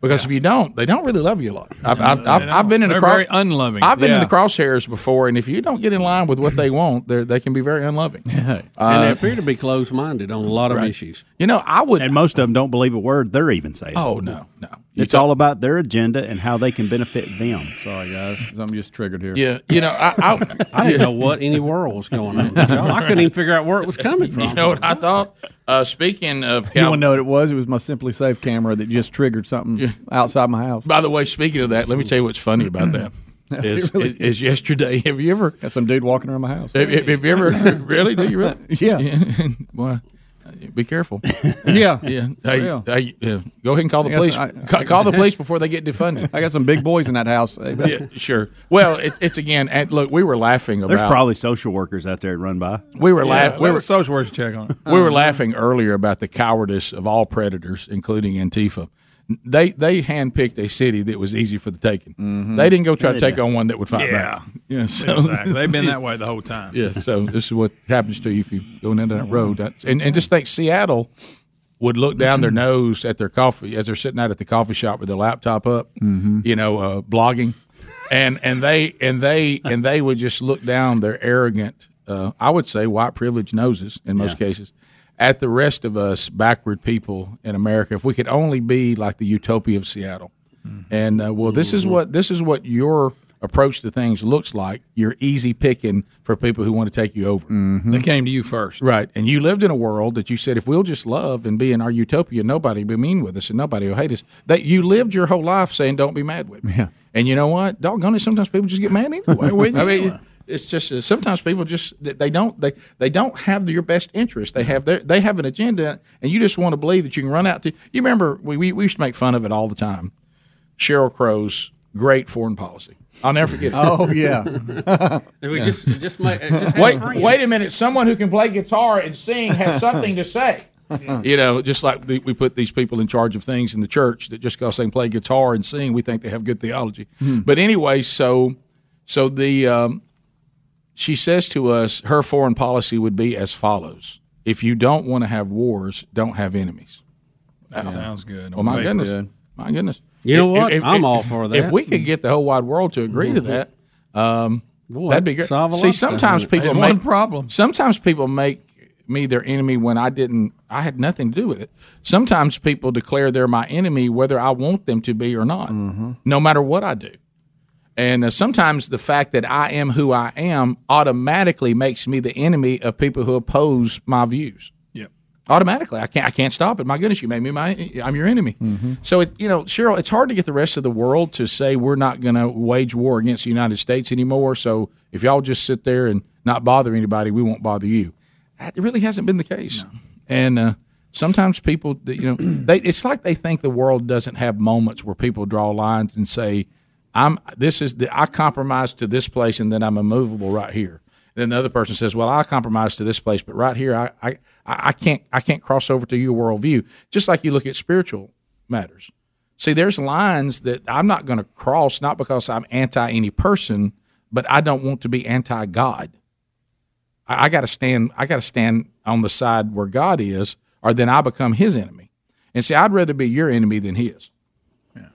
Speaker 2: Because if you don't, they don't really love you a lot. I've, I've,
Speaker 4: they
Speaker 2: I've, I've been in the
Speaker 4: They're
Speaker 2: cross,
Speaker 4: very unloving.
Speaker 2: I've been in
Speaker 4: Yeah.
Speaker 2: the crosshairs before, and if you don't get in line with what they want, they're- they can be very unloving.
Speaker 3: and they
Speaker 2: Uh,
Speaker 3: appear to be closed-minded on a lot of
Speaker 2: Right.
Speaker 3: issues.
Speaker 2: You know, I would.
Speaker 5: And most of them don't believe a word they're even saying.
Speaker 2: Oh, no, no.
Speaker 5: It's all about their agenda and how they can benefit them.
Speaker 4: Sorry, guys. Something just triggered here.
Speaker 2: Yeah, you know, I I,
Speaker 3: I didn't know what any world was going on. I couldn't even figure out where it was coming from.
Speaker 2: You know what I thought? Uh, speaking of
Speaker 6: You
Speaker 2: Cal-
Speaker 6: want to know what it was? It was my Simply Safe camera that just triggered something outside my house.
Speaker 2: By the way, speaking of that, let me tell you what's funny about that. Is,
Speaker 6: Really?
Speaker 2: is, is yesterday? Have you ever
Speaker 6: got some dude walking around my house?
Speaker 2: Have, have- have you ever really? Do you really?
Speaker 6: Yeah.
Speaker 2: Boy, be careful.
Speaker 6: Yeah.
Speaker 2: yeah. Hey,
Speaker 6: Yeah.
Speaker 2: hey, yeah. Go ahead and call the
Speaker 6: I
Speaker 2: police.
Speaker 6: guess I-
Speaker 2: Ca- call the police before they get defunded.
Speaker 6: I got some big boys in that house. eh? Hey, but-
Speaker 2: Yeah, sure. Well, it, it's again. And look, we were laughing about.
Speaker 5: There's probably social workers out there that run by.
Speaker 2: we were laughing. We
Speaker 4: Where
Speaker 2: were
Speaker 4: were social workers check on it?
Speaker 2: we were laughing earlier about the cowardice of all predators, including Antifa. They they handpicked a city that was easy for the taking.
Speaker 3: Uh-huh.
Speaker 2: They didn't go try to take on one that would fight
Speaker 4: Mm-hmm. yeah.
Speaker 2: back. Yeah, so-
Speaker 4: exactly. They've been that way the whole time.
Speaker 2: Yeah, so this is what happens to you if you go down that road. That's- And, and just think Seattle would look down their nose at their coffee as they're sitting out at the coffee shop with their laptop up,
Speaker 7: Mm-hmm.
Speaker 2: you know, uh, blogging, and and they and they and they would just look down their arrogant, uh, I would say white privileged noses in most cases. At the rest of us backward people in America, if we could only be like the utopia of Seattle, and uh, well, this is what this is what your approach to things looks like. You're easy picking for people who want to take you over.
Speaker 4: They came to you first.
Speaker 2: Right. And you lived in a world that you said, if we'll just love and be in our utopia, nobody will be mean with us and nobody will hate us. That you lived your whole life saying, don't be mad with me. Yeah. And you know what? Doggone it, sometimes people just get mad anyway.
Speaker 4: With
Speaker 2: I
Speaker 4: you.
Speaker 2: mean, it's just uh, sometimes people just they- they don't they they don't have your best interest. They have their they have an agenda, and you just want to believe that you can run out to. You remember we we, we used to make fun of it all the time. Cheryl Crow's great foreign policy. I'll never forget it.
Speaker 6: Oh, yeah.
Speaker 3: If we just just make just have
Speaker 2: wait,
Speaker 3: friends.
Speaker 2: wait a minute. Someone who can play guitar and sing has something to say. You know, just like we we put these people in charge of things in the church that just because they play guitar and sing, we think they have good theology.
Speaker 3: Hmm.
Speaker 2: But anyway, so so the um, she says to us, her foreign policy would be as follows: If you don't want to have wars, don't have enemies.
Speaker 4: That sounds good.
Speaker 2: Well, my
Speaker 4: Okay.
Speaker 2: goodness, my goodness.
Speaker 3: You know what? I'm all for that. Mm-hmm.
Speaker 2: If we could get the whole wide world to agree to that, um,
Speaker 3: Boy,
Speaker 2: that'd be great.
Speaker 3: solve a
Speaker 2: See,
Speaker 3: lot,
Speaker 2: sometimes
Speaker 3: doesn't it?
Speaker 2: people
Speaker 4: There's
Speaker 2: make
Speaker 4: one problem.
Speaker 2: Sometimes people make me their enemy when I didn't. I had nothing to do with it. Sometimes people declare they're my enemy whether I want them to be or not,
Speaker 3: Mm-hmm.
Speaker 2: no matter what I do. And uh, sometimes the fact that I am who I am automatically makes me the enemy of people who oppose my views
Speaker 4: Yep.
Speaker 2: automatically. I can't. I can't stop it. My goodness, you made me my. I'm your enemy. So it, you know, Cheryl, it's hard to get the rest of the world to say we're not going to wage war against the United States anymore. So if y'all just sit there and not bother anybody, we won't bother you. That really hasn't been the case. And uh, sometimes people, you know, they, it's like they think the world doesn't have moments where people draw lines and say, "I'm this is the, I compromise to this place, and then I'm immovable right here." Then the other person says, "Well, I compromise to this place, but right here, I, I, I can't, I can't cross over to your worldview." Just like you look at spiritual matters. See, there's lines that I'm not going to cross, not because I'm anti any person, but I don't want to be anti God. I, I got to stand. I got to stand on the side where God is, or then I become His enemy. And see, I'd rather be your enemy than His.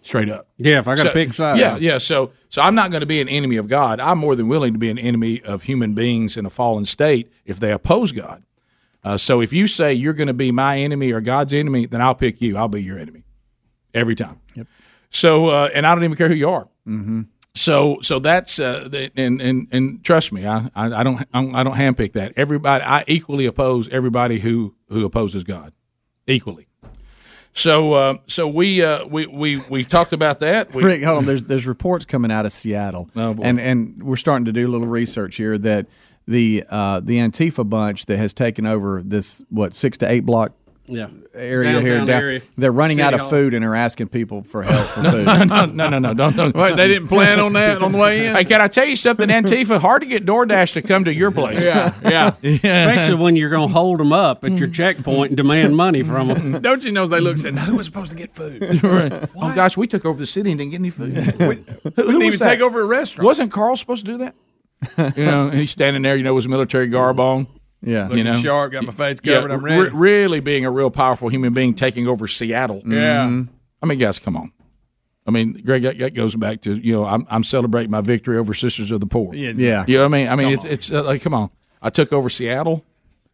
Speaker 2: Straight up.
Speaker 3: Yeah, if I got
Speaker 2: So-
Speaker 3: to pick sides.
Speaker 2: Yeah, yeah. So, so I'm not going to be an enemy of God. I'm more than willing to be an enemy of human beings in a fallen state if they oppose God. Uh, so, if you say you're going to be my enemy or God's enemy, then I'll pick you. I'll be your enemy every time. Yep. So, uh, and I don't even care who you are. Mm-hmm. So so that's uh, th- and and and trust me, I I, I don't I don't- I don't handpick that. Everybody, I equally oppose everybody who who opposes God, equally. So uh, so we uh, we we we talked about that. We,
Speaker 6: Rick, hold on. There's there's reports coming out of Seattle,
Speaker 2: Oh, boy.
Speaker 6: and and we're starting to do a little research here that the uh, the Antifa bunch that has taken over this what six to eight block
Speaker 3: Yeah.
Speaker 6: area here, down, they're running out of food and are asking people for help for
Speaker 2: No,
Speaker 6: food.
Speaker 2: no, no, no, no, no, don't, don't.
Speaker 6: Wait, they didn't plan on that on the way in?
Speaker 2: Hey, can I tell you something, Antifa? Hard to get DoorDash to come to your place.
Speaker 3: yeah. Especially when you're going to hold them up at your checkpoint and demand money from them.
Speaker 4: Don't you know they look said, no, we're supposed to get food.
Speaker 2: Oh gosh, we took over the city and didn't get any food. Who, who
Speaker 4: Didn't
Speaker 2: was
Speaker 4: even
Speaker 2: that?
Speaker 4: take over a restaurant.
Speaker 2: Wasn't Carl supposed to do that? you know, and he's standing there, you know, with his military garb on.
Speaker 6: Yeah.
Speaker 2: you
Speaker 4: Looking
Speaker 2: know,
Speaker 4: sharp, got my face covered, I'm ready.
Speaker 2: re- really being a real powerful human being taking over Seattle.
Speaker 4: Yeah.
Speaker 2: Mhm. I mean, guys, come on. I mean, Greg, that, that goes back to you know, I'm, I'm celebrating my victory over Sisters of the Poor.
Speaker 4: Yeah, exactly.
Speaker 2: You know what I mean? I mean,
Speaker 4: Come
Speaker 2: it's, it's uh, like, come on, I took over Seattle.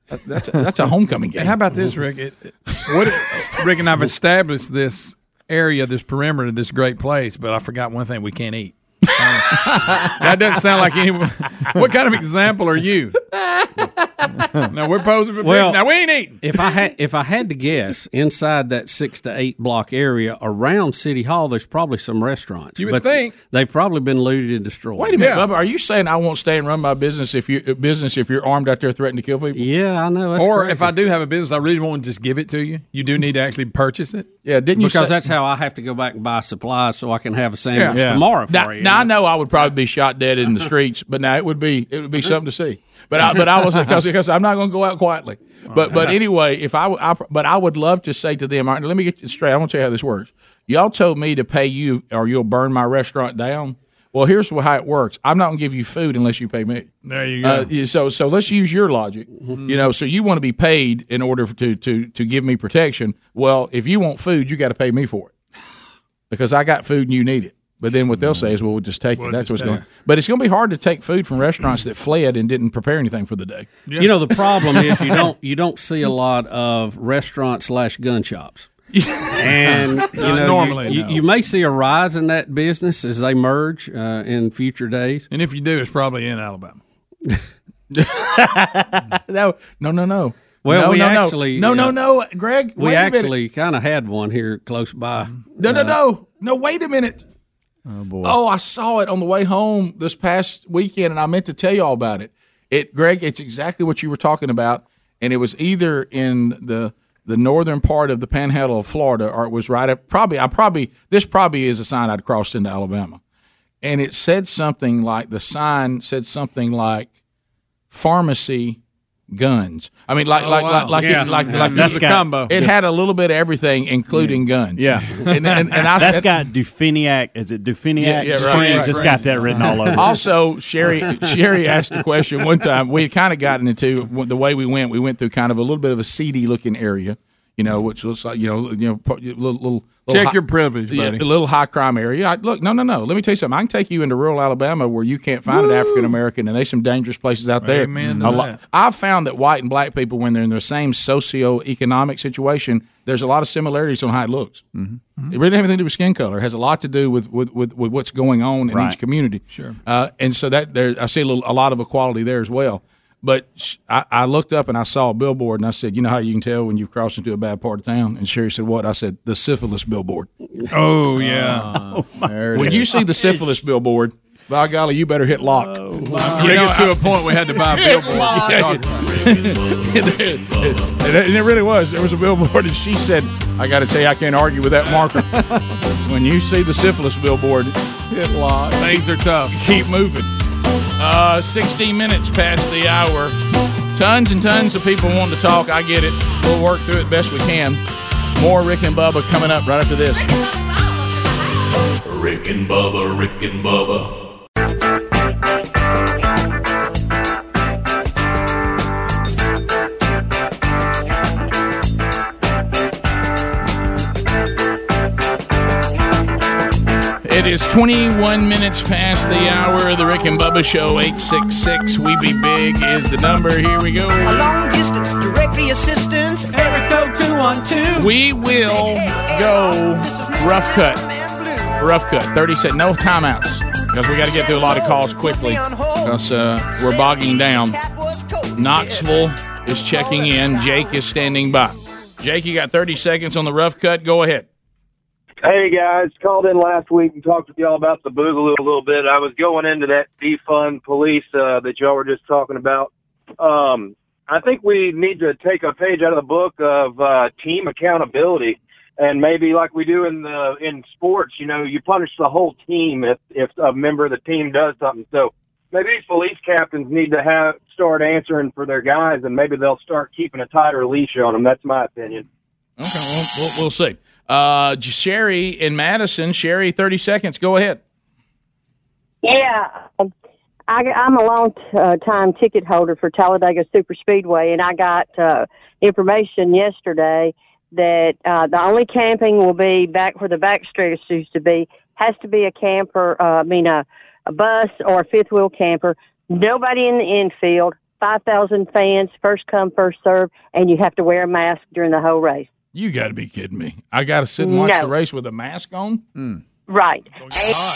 Speaker 2: That- That's a, that's a homecoming game.
Speaker 4: And how about this, Rick? It, it- what if- Rick and I've established this area, this perimeter, this great place, but I forgot one thing: we can't eat. Uh, that doesn't sound like anyone. What kind of example are you? no, we're posing for
Speaker 3: Well,
Speaker 4: well, Now we ain't eating.
Speaker 3: if I had if I had to guess, inside that six to eight block area around City Hall, there's probably some restaurants.
Speaker 2: You would
Speaker 3: but
Speaker 2: think.
Speaker 3: they've probably been looted and destroyed.
Speaker 2: Wait a minute, Bubba. Are you saying I won't stay and run my business if you business if you're armed out there threatening to kill people?
Speaker 3: Yeah, I know.
Speaker 4: or if I do have a business, I really won't just give it to you. You do need to actually purchase it.
Speaker 2: Yeah, didn't you
Speaker 3: because
Speaker 2: say-
Speaker 3: that's how I have to go back and buy supplies so I can have a sandwich tomorrow for
Speaker 2: now,
Speaker 3: you.
Speaker 2: now I know I would probably be shot dead in the streets, but now it would be it would be something to see. But I, but I was because because I'm not going to go out quietly. But but anyway, if I, w- I pr- but I would love to say to them, all right, let me get this straight. I want to tell you how this works. Y'all told me to pay you, or you'll burn my restaurant down. Well, here's wh- how it works. I'm not going to give you food unless you pay me.
Speaker 4: There you
Speaker 2: Uh, yeah, so so let's use your logic.
Speaker 3: Mm-hmm.
Speaker 2: You know, so you want to be paid in order to to to give me protection. Well, if you want food, you got to pay me for it because I got food and you need it. But then what they'll say is, "Well, we'll just take
Speaker 3: Mm-hmm. We'll
Speaker 2: it." That's what's
Speaker 3: just take
Speaker 2: going.
Speaker 3: it.
Speaker 2: But it's going to be hard to take food from restaurants that fled and didn't prepare anything for the day.
Speaker 3: You know the problem is you don't you don't see a lot of restaurant slash gun shops. and you
Speaker 4: Not
Speaker 3: know, you-
Speaker 4: normally,
Speaker 3: you,
Speaker 4: no.
Speaker 3: you may see a rise in that business as they merge uh, in future days.
Speaker 4: And if you do, it's probably in Alabama.
Speaker 2: no, no, no, no.
Speaker 3: Well,
Speaker 2: no,
Speaker 3: we
Speaker 2: no, no.
Speaker 3: actually
Speaker 2: no, no,
Speaker 3: uh,
Speaker 2: no, Greg.
Speaker 3: We
Speaker 2: wait a minute.
Speaker 3: actually kind of had one here close by.
Speaker 2: no, no,
Speaker 3: Uh,
Speaker 2: no, no. Wait a minute. Oh boy. Oh, I saw it on the way home this past weekend, and I meant to tell you all about it. It, Greg, it's exactly what you were talking about, and it was either in the the northern part of the Panhandle of Florida, or it was right up. Probably, I probably this probably is a sign I'd crossed into Alabama, and it said something like the sign said something like pharmacy guns. I mean, like
Speaker 4: Oh,
Speaker 2: like,
Speaker 4: wow.
Speaker 2: like like
Speaker 4: Yeah.
Speaker 2: it, like
Speaker 4: Yeah.
Speaker 2: like
Speaker 4: That's
Speaker 2: it-
Speaker 4: got- combo.
Speaker 2: It
Speaker 4: Yeah.
Speaker 2: had a little bit of everything, including guns.
Speaker 5: Yeah,
Speaker 2: and, and, and I
Speaker 5: that's got Dufiniac. Is it Dufiniac? Springs. It's got that written all over. it.
Speaker 2: Also, Sherry Sherry asked a question one time. We had kind of gotten into the way we went. We went through kind of a little bit of a seedy looking area, you know, which looks like you know, you know, part- little little. little
Speaker 4: Check your privilege,
Speaker 2: yeah,
Speaker 4: buddy.
Speaker 2: a little high crime area. I, look, no, no, no. Let me tell you something. I can take you into rural Alabama where you can't find an African American, and there's some dangerous places out there.
Speaker 4: Amen to
Speaker 2: A lo-
Speaker 4: that.
Speaker 2: I've found that white and black people, when they're in the same socioeconomic situation, there's a lot of similarities on how it looks. It really doesn't have anything to do with skin color. It has a lot to do with with, with, with what's going on in each
Speaker 4: Right.
Speaker 2: community. Sure. Uh, and so that there, I see a, little, a lot of equality there as well. But sh- I, I looked up and I saw a billboard and I said, you know how you can tell when you cross into a bad part of town? And Sherry said, what? I said, the syphilis billboard.
Speaker 4: Oh yeah.
Speaker 2: When you see the syphilis billboard, by golly, you better hit lock.
Speaker 4: Bring us to a point we had to buy billboards.
Speaker 2: and, it, and it really was. There was a billboard, and she said, "I got to tell you, I can't argue with that marker." when you see the syphilis billboard, hit lock.
Speaker 4: Things are tough.
Speaker 2: Keep moving. Uh, 16 minutes past the hour. Tons and tons of people want to talk. I get it. We'll work through it best we can. More Rick and Bubba coming up right after this.
Speaker 7: Rick and Bubba, Rick and Bubba,
Speaker 2: It is 21 minutes past the hour of the Rick and Bubba Show. 866 We Be Big is the number. Here we go.
Speaker 9: A long distance directory assistance. Eric code 212.
Speaker 2: We will go rough cut. Rough cut. 30 seconds. No timeouts. because we got to get through a lot of calls quickly because uh, we're bogging down. Knoxville is checking in. Jake is standing by. Jake, you got 30 seconds on the rough cut. Go ahead.
Speaker 18: Hey guys, called in last week and talked with y'all about the Boogaloo a little bit. I was going into that defund police uh, that y'all were just talking about. Um, I think we need to take a page out of the book of uh, team accountability, and maybe like we do in the in sports, you know, you punish the whole team if if a member of the team does something. So maybe these police captains need to have start answering for their guys, and maybe they'll start keeping a tighter leash on them. That's my opinion.
Speaker 2: Okay, we'll, we'll, we'll see. Uh, Sherry in Madison. Sherry, 30 seconds. Go ahead.
Speaker 19: Yeah. Um, I, I'm a long uh, time ticket holder for Talladega Super Speedway, and I got uh, information yesterday that uh, the only camping will be back where the back streets used to be has to be a camper. Uh, I mean, a, a bus or a fifth wheel camper. Nobody in the infield. Five thousand fans, first come, first serve, and you have to wear a mask during the whole race.
Speaker 2: You got to be kidding me. I got to sit and watch
Speaker 19: No.
Speaker 2: the race with a mask on? Hmm.
Speaker 19: Right.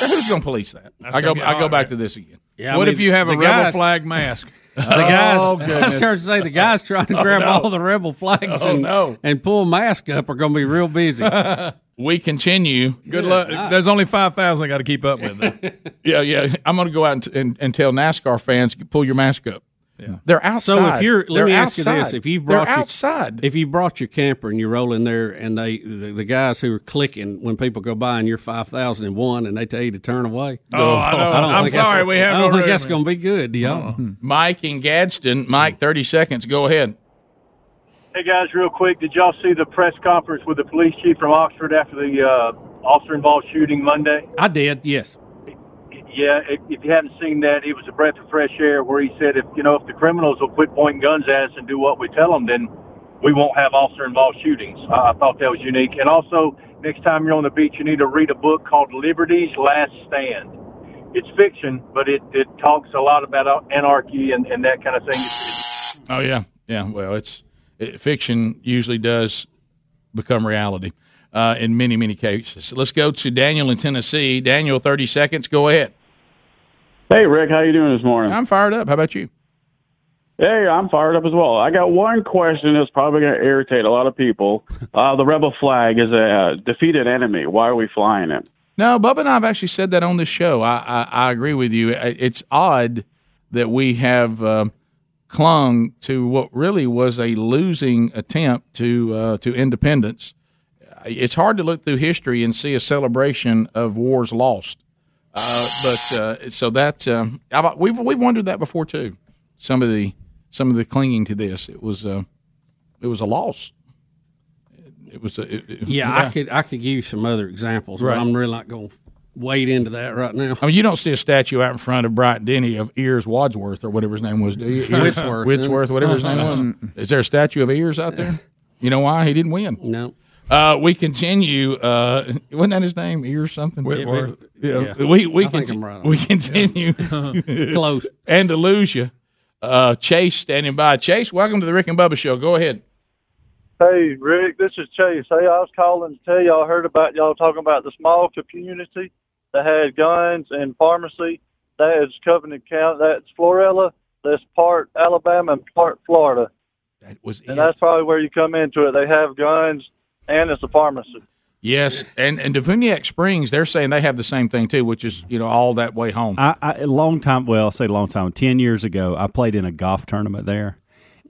Speaker 2: Who's going to police that?
Speaker 4: That's
Speaker 2: I go,
Speaker 4: gonna get
Speaker 2: I go
Speaker 4: hard,
Speaker 2: back to this again.
Speaker 4: Yeah, I What mean, if you have a the rebel guys- flag mask?
Speaker 3: The guys,
Speaker 4: Oh,
Speaker 3: I was
Speaker 4: goodness.
Speaker 3: trying to say the guys trying to
Speaker 4: Oh,
Speaker 3: grab
Speaker 4: no.
Speaker 3: all the rebel flags
Speaker 4: Oh,
Speaker 3: and,
Speaker 4: no.
Speaker 3: and pull mask up are going to be real busy.
Speaker 2: we continue.
Speaker 4: Good luck. There's only five thousand I got to keep up with.
Speaker 2: Yeah, yeah. I'm going to go out and, and, and tell NASCAR fans, pull your mask up. Yeah. They're outside.
Speaker 3: So if you're, let
Speaker 2: They're
Speaker 3: me ask you this:
Speaker 2: outside.
Speaker 3: if you've
Speaker 2: They're
Speaker 3: brought your,
Speaker 2: outside,
Speaker 3: if you brought your camper and you roll in there, and they the, the guys who are clicking when people go by and you're five thousand and one, and they tell you to turn away.
Speaker 2: Oh, I know. I'm
Speaker 3: think that's-
Speaker 2: sorry, we have
Speaker 3: I don't
Speaker 2: no
Speaker 3: think
Speaker 2: room.
Speaker 3: that's going to be good, y'all.
Speaker 2: Uh-huh. Mike in Gadsden. Mike, 30 seconds. Go ahead.
Speaker 20: Hey guys, real quick, did y'all see the press conference with the police chief from Oxford after the uh, officer involved shooting Monday?
Speaker 3: I did. Yes.
Speaker 20: Yeah, if, if you haven't seen that, it was a breath of fresh air where he said, if you know, if the criminals will quit pointing guns at us and do what we tell them, then we won't have officer involved shootings. I, I thought that was unique. And also, next time you're on the beach, you need to read a book called Liberty's Last Stand. It's fiction, but it, it talks a lot about uh, anarchy and, and that kind of thing. It's,
Speaker 2: Oh yeah, yeah. Well, it's it, fiction usually does become reality uh, in many many cases. Let's go to Daniel in Tennessee. Daniel, thirty seconds. Go ahead.
Speaker 21: Hey Rick, how you doing this morning?
Speaker 2: I'm fired up. How about you?
Speaker 21: Hey, I'm fired up as well. I got one question that's probably going to irritate a lot of people. Uh, the rebel flag is a uh, defeated enemy. Why are we flying it?
Speaker 2: No, Bubba and I have actually said that on this show. I I, I agree with you. I- It's odd that we have um clung to what really was a losing attempt to uh, to independence. It's hard to look through history and see a celebration of wars lost. Uh, but uh, so that um, I've- we've we've wondered that before too. Some of the some of the clinging to this, it was uh, it was a loss. It was a, it- it-
Speaker 3: Yeah, I could I could give you some other examples,
Speaker 2: Right.
Speaker 3: but I'm really not going to wade into that right now.
Speaker 2: I mean, you don't see a statue out in front of Bright Denny of Ears Wadsworth or whatever his name was, do you? Ears-
Speaker 3: Whitsworth. Mm-hmm.
Speaker 2: Whitsworth, whatever his name was. Is there a statue of Ears out there? You know why? He didn't win.
Speaker 3: No.
Speaker 2: Uh, we continue. Uh, wasn't that his name? Ears something?
Speaker 3: Whitworth.
Speaker 2: Yeah.
Speaker 3: Yeah.
Speaker 2: We, we,
Speaker 3: I think
Speaker 2: conti-
Speaker 3: I'm right on
Speaker 2: we
Speaker 3: that.
Speaker 2: continue.
Speaker 3: Yeah. Close.
Speaker 2: Andalusia. Uh, Chase standing by. Chase, welcome to the Rick and Bubba Show. Go ahead.
Speaker 22: Hey, Rick, this is Chase. Hey, I was calling to tell y'all I heard about y'all talking about the small community that had guns and pharmacy. That is Covington County. That's Florella. That's part Alabama and part Florida.
Speaker 2: That was
Speaker 22: and that's probably where you come into it. They have guns and it's a pharmacy.
Speaker 2: Yes. And, and Davuniac Springs, they're saying they have the same thing too, which is, you know, all that way home.
Speaker 5: I, I a long time. Well, I say long time. Ten years ago, I played in a golf tournament there,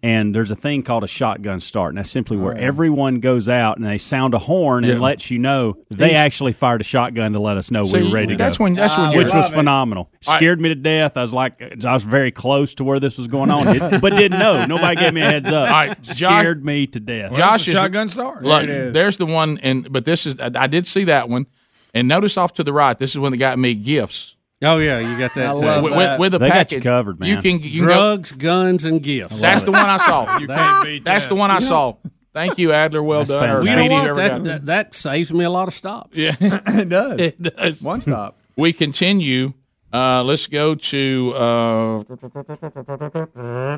Speaker 5: and there's a thing called a shotgun start, and that's simply where
Speaker 6: Oh.
Speaker 5: everyone goes out and they sound a horn
Speaker 6: Yeah.
Speaker 5: and lets you know they
Speaker 6: These-
Speaker 5: actually fired a shotgun to let us know
Speaker 6: See,
Speaker 5: we were ready to
Speaker 6: that's
Speaker 5: go. Ah,
Speaker 6: when- that's when you're-
Speaker 5: which was
Speaker 6: Love it.
Speaker 5: phenomenal.
Speaker 6: All right.
Speaker 5: Scared me to death. I was like, I was very close to where this was going on, did- but didn't know. Nobody gave me a heads up.
Speaker 2: All right, Josh-
Speaker 5: Scared me to death.
Speaker 2: Josh is Look, there's the one, and but this is I, I did see that one, and notice off to the right, this is when they got me gifts.
Speaker 3: Oh yeah, you got that.
Speaker 2: I
Speaker 3: too.
Speaker 2: love With- with- that. with a They got package, you covered, man. you can- you can go-
Speaker 3: drugs, guns, and gifts.
Speaker 2: That's the one I saw.
Speaker 3: You can't beat
Speaker 2: That's
Speaker 3: that.
Speaker 2: the one I
Speaker 3: You know-
Speaker 2: saw. Thank you, Adler. Well
Speaker 3: That's
Speaker 2: done. or
Speaker 3: fantastic.
Speaker 2: Speedy,
Speaker 3: You know what?
Speaker 2: whoever got
Speaker 3: That,
Speaker 2: it.
Speaker 3: that, that saves me a lot of stops.
Speaker 2: Yeah, it
Speaker 6: does.
Speaker 2: It does. One
Speaker 6: stop.
Speaker 2: We continue. Uh, let's go to uh, uh,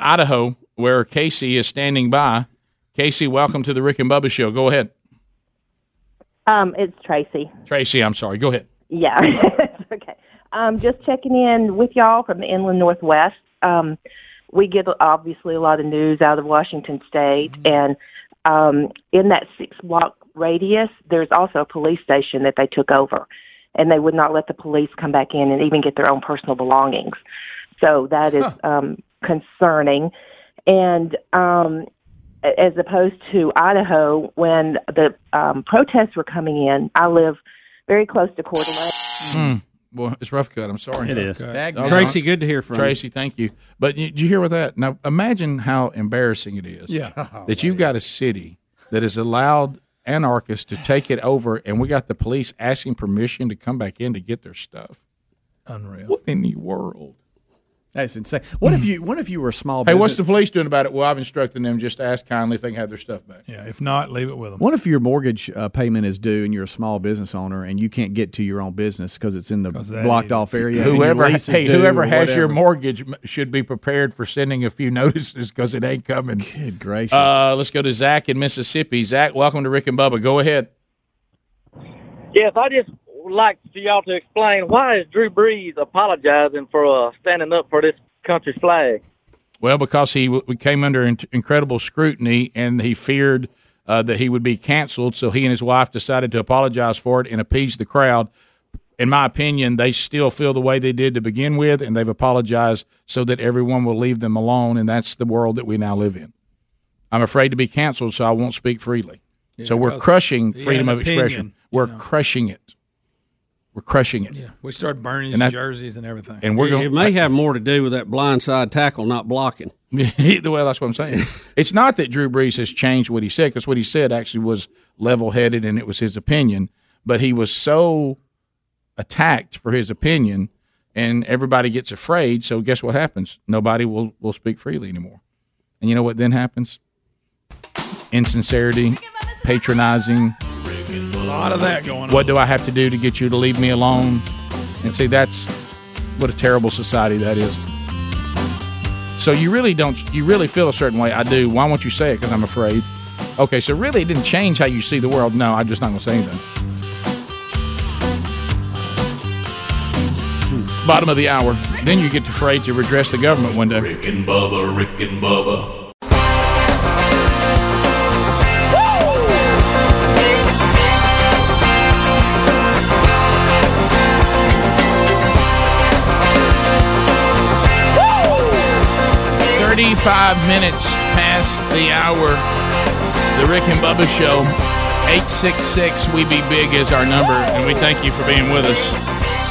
Speaker 2: Idaho, where Casey is standing by. Casey, welcome to the Rick and Bubba Show. Go ahead,
Speaker 1: Um, it's Tracy.
Speaker 2: Tracy. I'm sorry. Go ahead.
Speaker 1: Yeah, it's okay. Um, just checking in with y'all from the Inland Northwest. Um, we get obviously a lot of news out of Washington State, and um, in that six block radius, there's also a police station that they took over, and they would not let the police come back in and even get their own personal belongings. So that is um, concerning. And um, a- as opposed to Idaho, when the um, protests were coming in, I live very close to Coeur d'Alene.
Speaker 2: Hmm. Well, it's rough cut. I'm sorry.
Speaker 3: It is.
Speaker 2: Cut.
Speaker 3: Dag- Tracy, good to hear from you.
Speaker 2: Tracy, thank you. But you, you hear with that? Now, imagine how embarrassing it is.
Speaker 3: Yeah.
Speaker 2: that you've got a city that has allowed anarchists to take it over, and we got the police asking permission to come back in to get their stuff.
Speaker 4: Unreal.
Speaker 2: What in the world?
Speaker 6: That's insane. What if you? What if you were a small?
Speaker 2: Hey, what's the
Speaker 6: business-
Speaker 2: police doing about it? Well, I've instructed them just to ask kindly if they can have their stuff back.
Speaker 4: Yeah, if not, leave it with them.
Speaker 6: What if your mortgage uh, payment is due and you're a small business owner and you can't get to your own business because it's in the blocked off area? and your
Speaker 2: Whoever,
Speaker 6: lease is
Speaker 2: hey,
Speaker 6: due
Speaker 2: whoever
Speaker 6: or
Speaker 2: has your
Speaker 6: whatever?
Speaker 2: mortgage m- should be prepared for sending a few notices because it ain't coming. Good
Speaker 6: gracious!
Speaker 2: Uh, let's go to Zach in Mississippi. Zach, welcome to Rick and Bubba. Go ahead.
Speaker 8: Yes, I just would like for y'all to explain why is Drew Brees apologizing for uh, standing up for this country's flag?
Speaker 2: Well, because he w- we came under in- incredible scrutiny and he feared uh, that he would be canceled, so he and his wife decided to apologize for it and appease the crowd. In my opinion, they still feel the way they did to begin with, and they've apologized so that everyone will leave them alone, and that's the world that we now live in. I'm afraid to be canceled, so I won't speak freely. so
Speaker 4: Yeah,
Speaker 2: we're
Speaker 4: 'cause
Speaker 2: crushing
Speaker 4: he had
Speaker 2: freedom
Speaker 4: an
Speaker 2: of expression.
Speaker 4: opinion,
Speaker 2: We're crushing it. We're crushing it.
Speaker 4: Yeah, we started burning
Speaker 2: And
Speaker 4: his
Speaker 2: that-
Speaker 4: jerseys and everything.
Speaker 2: And we're
Speaker 3: It-
Speaker 2: gonna-
Speaker 3: It may have more to do with that blindside tackle not blocking.
Speaker 2: well, that's what I'm saying. it's not that Drew Brees has changed what he said, because what he said actually was level headed and it was his opinion. But he was so attacked for his opinion, and everybody gets afraid. So guess what happens? Nobody will will speak freely anymore. And you know what then happens? Insincerity, patronizing.
Speaker 4: A lot of that going on.
Speaker 2: What do I have to do to get you to leave me alone? And see, that's what a terrible society that is. So you really don't, you really feel a certain way. I do. Why won't you say it? Because I'm afraid. Okay, so really it didn't change how you see the world. No, I'm just not going to say anything. Bottom of the hour. Then you get afraid to redress the government one day.
Speaker 7: Rick and Bubba, Rick and Bubba.
Speaker 2: Thirty-five minutes past the hour. The Rick and Bubba Show. 866 We Be Big is our number, and we thank you for being with us.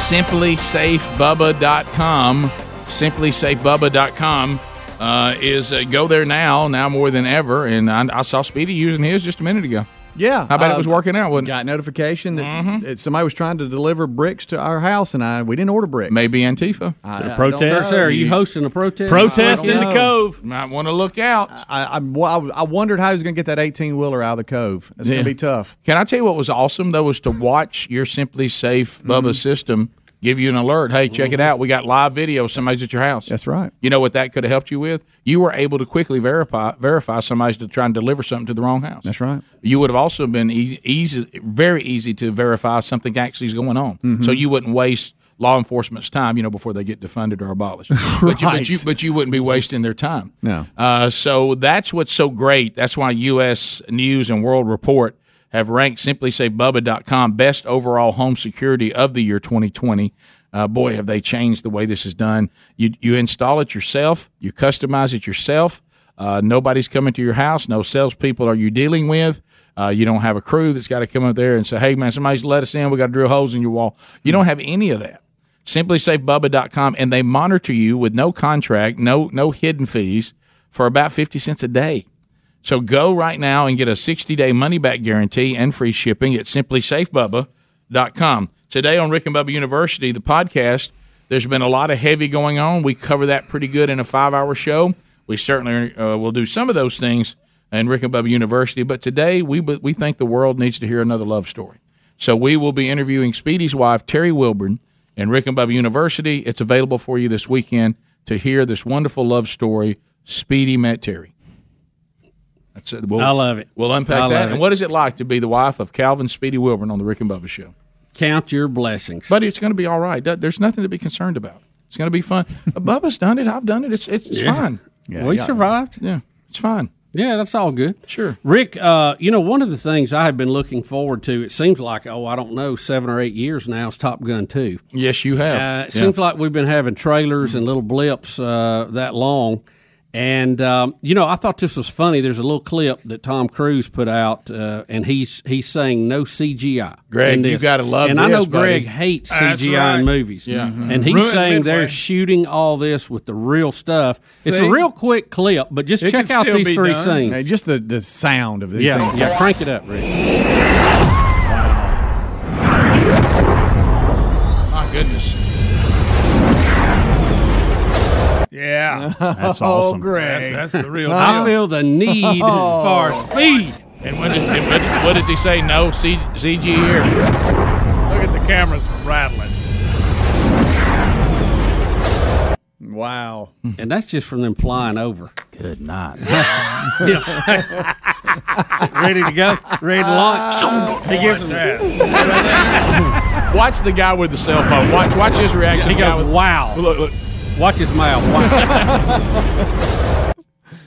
Speaker 2: SimplySafeBubba.com. SimplySafeBubba.com uh, is uh, go there now, now more than ever. And I, I saw Speedy using his just a minute ago.
Speaker 6: Yeah,
Speaker 2: How about it was
Speaker 6: working
Speaker 2: out? Wasn't
Speaker 6: got notification that,
Speaker 3: Mm-hmm.
Speaker 6: that somebody was trying to deliver bricks to our house, and I we didn't order bricks.
Speaker 2: Maybe Antifa.
Speaker 6: I,
Speaker 3: Is it a
Speaker 6: I
Speaker 3: protest?
Speaker 6: Uh, don't know.
Speaker 3: Sir, are you hosting a protest?
Speaker 6: Protest in the cove.
Speaker 2: Might want to look out.
Speaker 6: I, I, well, I, I wondered how he was going to get that eighteen wheeler out of the cove. It's
Speaker 2: Yeah.
Speaker 6: going to be tough.
Speaker 2: Can I tell you what was awesome though was to watch your Simply Safe Bubba
Speaker 6: Mm-hmm.
Speaker 2: system give you an alert. Hey, check it out! We got live video. Somebody's at your house. That's
Speaker 6: right.
Speaker 2: You know what that could have helped you with? You were able to quickly verify verify somebody's to try and deliver something to the wrong house.
Speaker 6: That's right.
Speaker 2: You would have also been ea- easy, very easy to verify something actually is going on.
Speaker 6: Mhm.
Speaker 2: So you wouldn't waste law enforcement's time, you know, before they get defunded or abolished. but, you, but you but you wouldn't be wasting their time.
Speaker 6: No.
Speaker 2: Uh, so that's what's so great. That's why U.S. News and World Report have ranked simplysafebubba.com best overall home security of the year 2020. Uh, boy, have they changed the way this is done. You, you install it yourself, you customize it yourself. Uh, nobody's coming to your house. No salespeople are you dealing with. Uh, you don't have a crew that's got to come up there and say, hey, man, somebody's let us in. We got to drill holes in your wall. You don't have any of that. SimplySafeBubba.com, and they monitor you with no contract, no no hidden fees for about 50 cents a day. So go right now and get a 60 day money back guarantee and free shipping at simplysafebubba.com. Today on Rick and Bubba University, the podcast, there's been a lot of heavy going on. We cover that pretty good in a five hour show. We certainly uh, will do some of those things in Rick and Bubba University, but today we, we think the world needs to hear another love story. So we will be interviewing Speedy's wife, Terry Wilburn, in Rick and Bubba University. It's available for you this weekend to hear this wonderful love story, Speedy met Terry. That's it. We'll,
Speaker 3: I love it.
Speaker 2: We'll unpack
Speaker 3: I love
Speaker 2: that. And
Speaker 3: it.
Speaker 2: what is it like to be the wife of Calvin Speedy Wilburn on the Rick and Bubba Show?
Speaker 3: Count your blessings.
Speaker 2: But it's going to be all right. Th- There's nothing to be concerned about. It's going to be fun. Bubba's done it. I've done it. It's it's
Speaker 3: Yeah.
Speaker 2: fine.
Speaker 3: Yeah, We yeah. survived.
Speaker 2: Yeah, it's fine.
Speaker 3: Yeah, that's all good.
Speaker 2: Sure.
Speaker 3: Rick, uh, you know, one of the things I have been looking forward to, it seems like, oh, I don't know, seven or eight years now, is Top Gun 2.
Speaker 2: Yes, you have.
Speaker 3: Uh, it
Speaker 2: Yeah.
Speaker 3: seems like we've been having trailers and little blips uh, that long. And, um, you know, I thought this was funny. There's a little clip that Tom Cruise put out, uh, and he's he's saying no CGI.
Speaker 2: Greg,
Speaker 3: in
Speaker 2: you
Speaker 3: this.
Speaker 2: gotta love
Speaker 3: And I
Speaker 2: this,
Speaker 3: know
Speaker 2: buddy.
Speaker 3: Greg hates
Speaker 2: That's
Speaker 3: CGI in
Speaker 2: right.
Speaker 3: movies.
Speaker 2: Yeah. Mhm.
Speaker 3: And he's
Speaker 2: Ruined
Speaker 3: saying
Speaker 2: Midway.
Speaker 3: they're shooting all this with the real stuff. It's
Speaker 6: See?
Speaker 3: a real quick clip, but just
Speaker 6: It
Speaker 3: check
Speaker 6: can
Speaker 3: out
Speaker 6: still
Speaker 3: these
Speaker 6: be
Speaker 3: three
Speaker 6: done.
Speaker 3: scenes.
Speaker 6: Hey, just the, the sound of these
Speaker 3: Yeah,
Speaker 6: things.
Speaker 3: yeah, crank it up, Rick.
Speaker 2: My goodness.
Speaker 4: Yeah,
Speaker 2: That's awesome. Oh.
Speaker 4: That's, that's the real.
Speaker 3: Oh, I
Speaker 4: deal.
Speaker 3: feel the need for speed.
Speaker 2: And what, is, and what, what does he say? No C, CG here.
Speaker 4: Look at the cameras rattling.
Speaker 6: Wow.
Speaker 3: And that's just from them flying over.
Speaker 5: Good night.
Speaker 3: Ready to go? Ready to launch? he gives them
Speaker 2: Watch the guy with the cell phone. Watch watch his reaction.
Speaker 3: He
Speaker 2: The guy
Speaker 3: goes,
Speaker 2: with-
Speaker 3: wow.
Speaker 2: Look, look.
Speaker 3: Watch his mouth.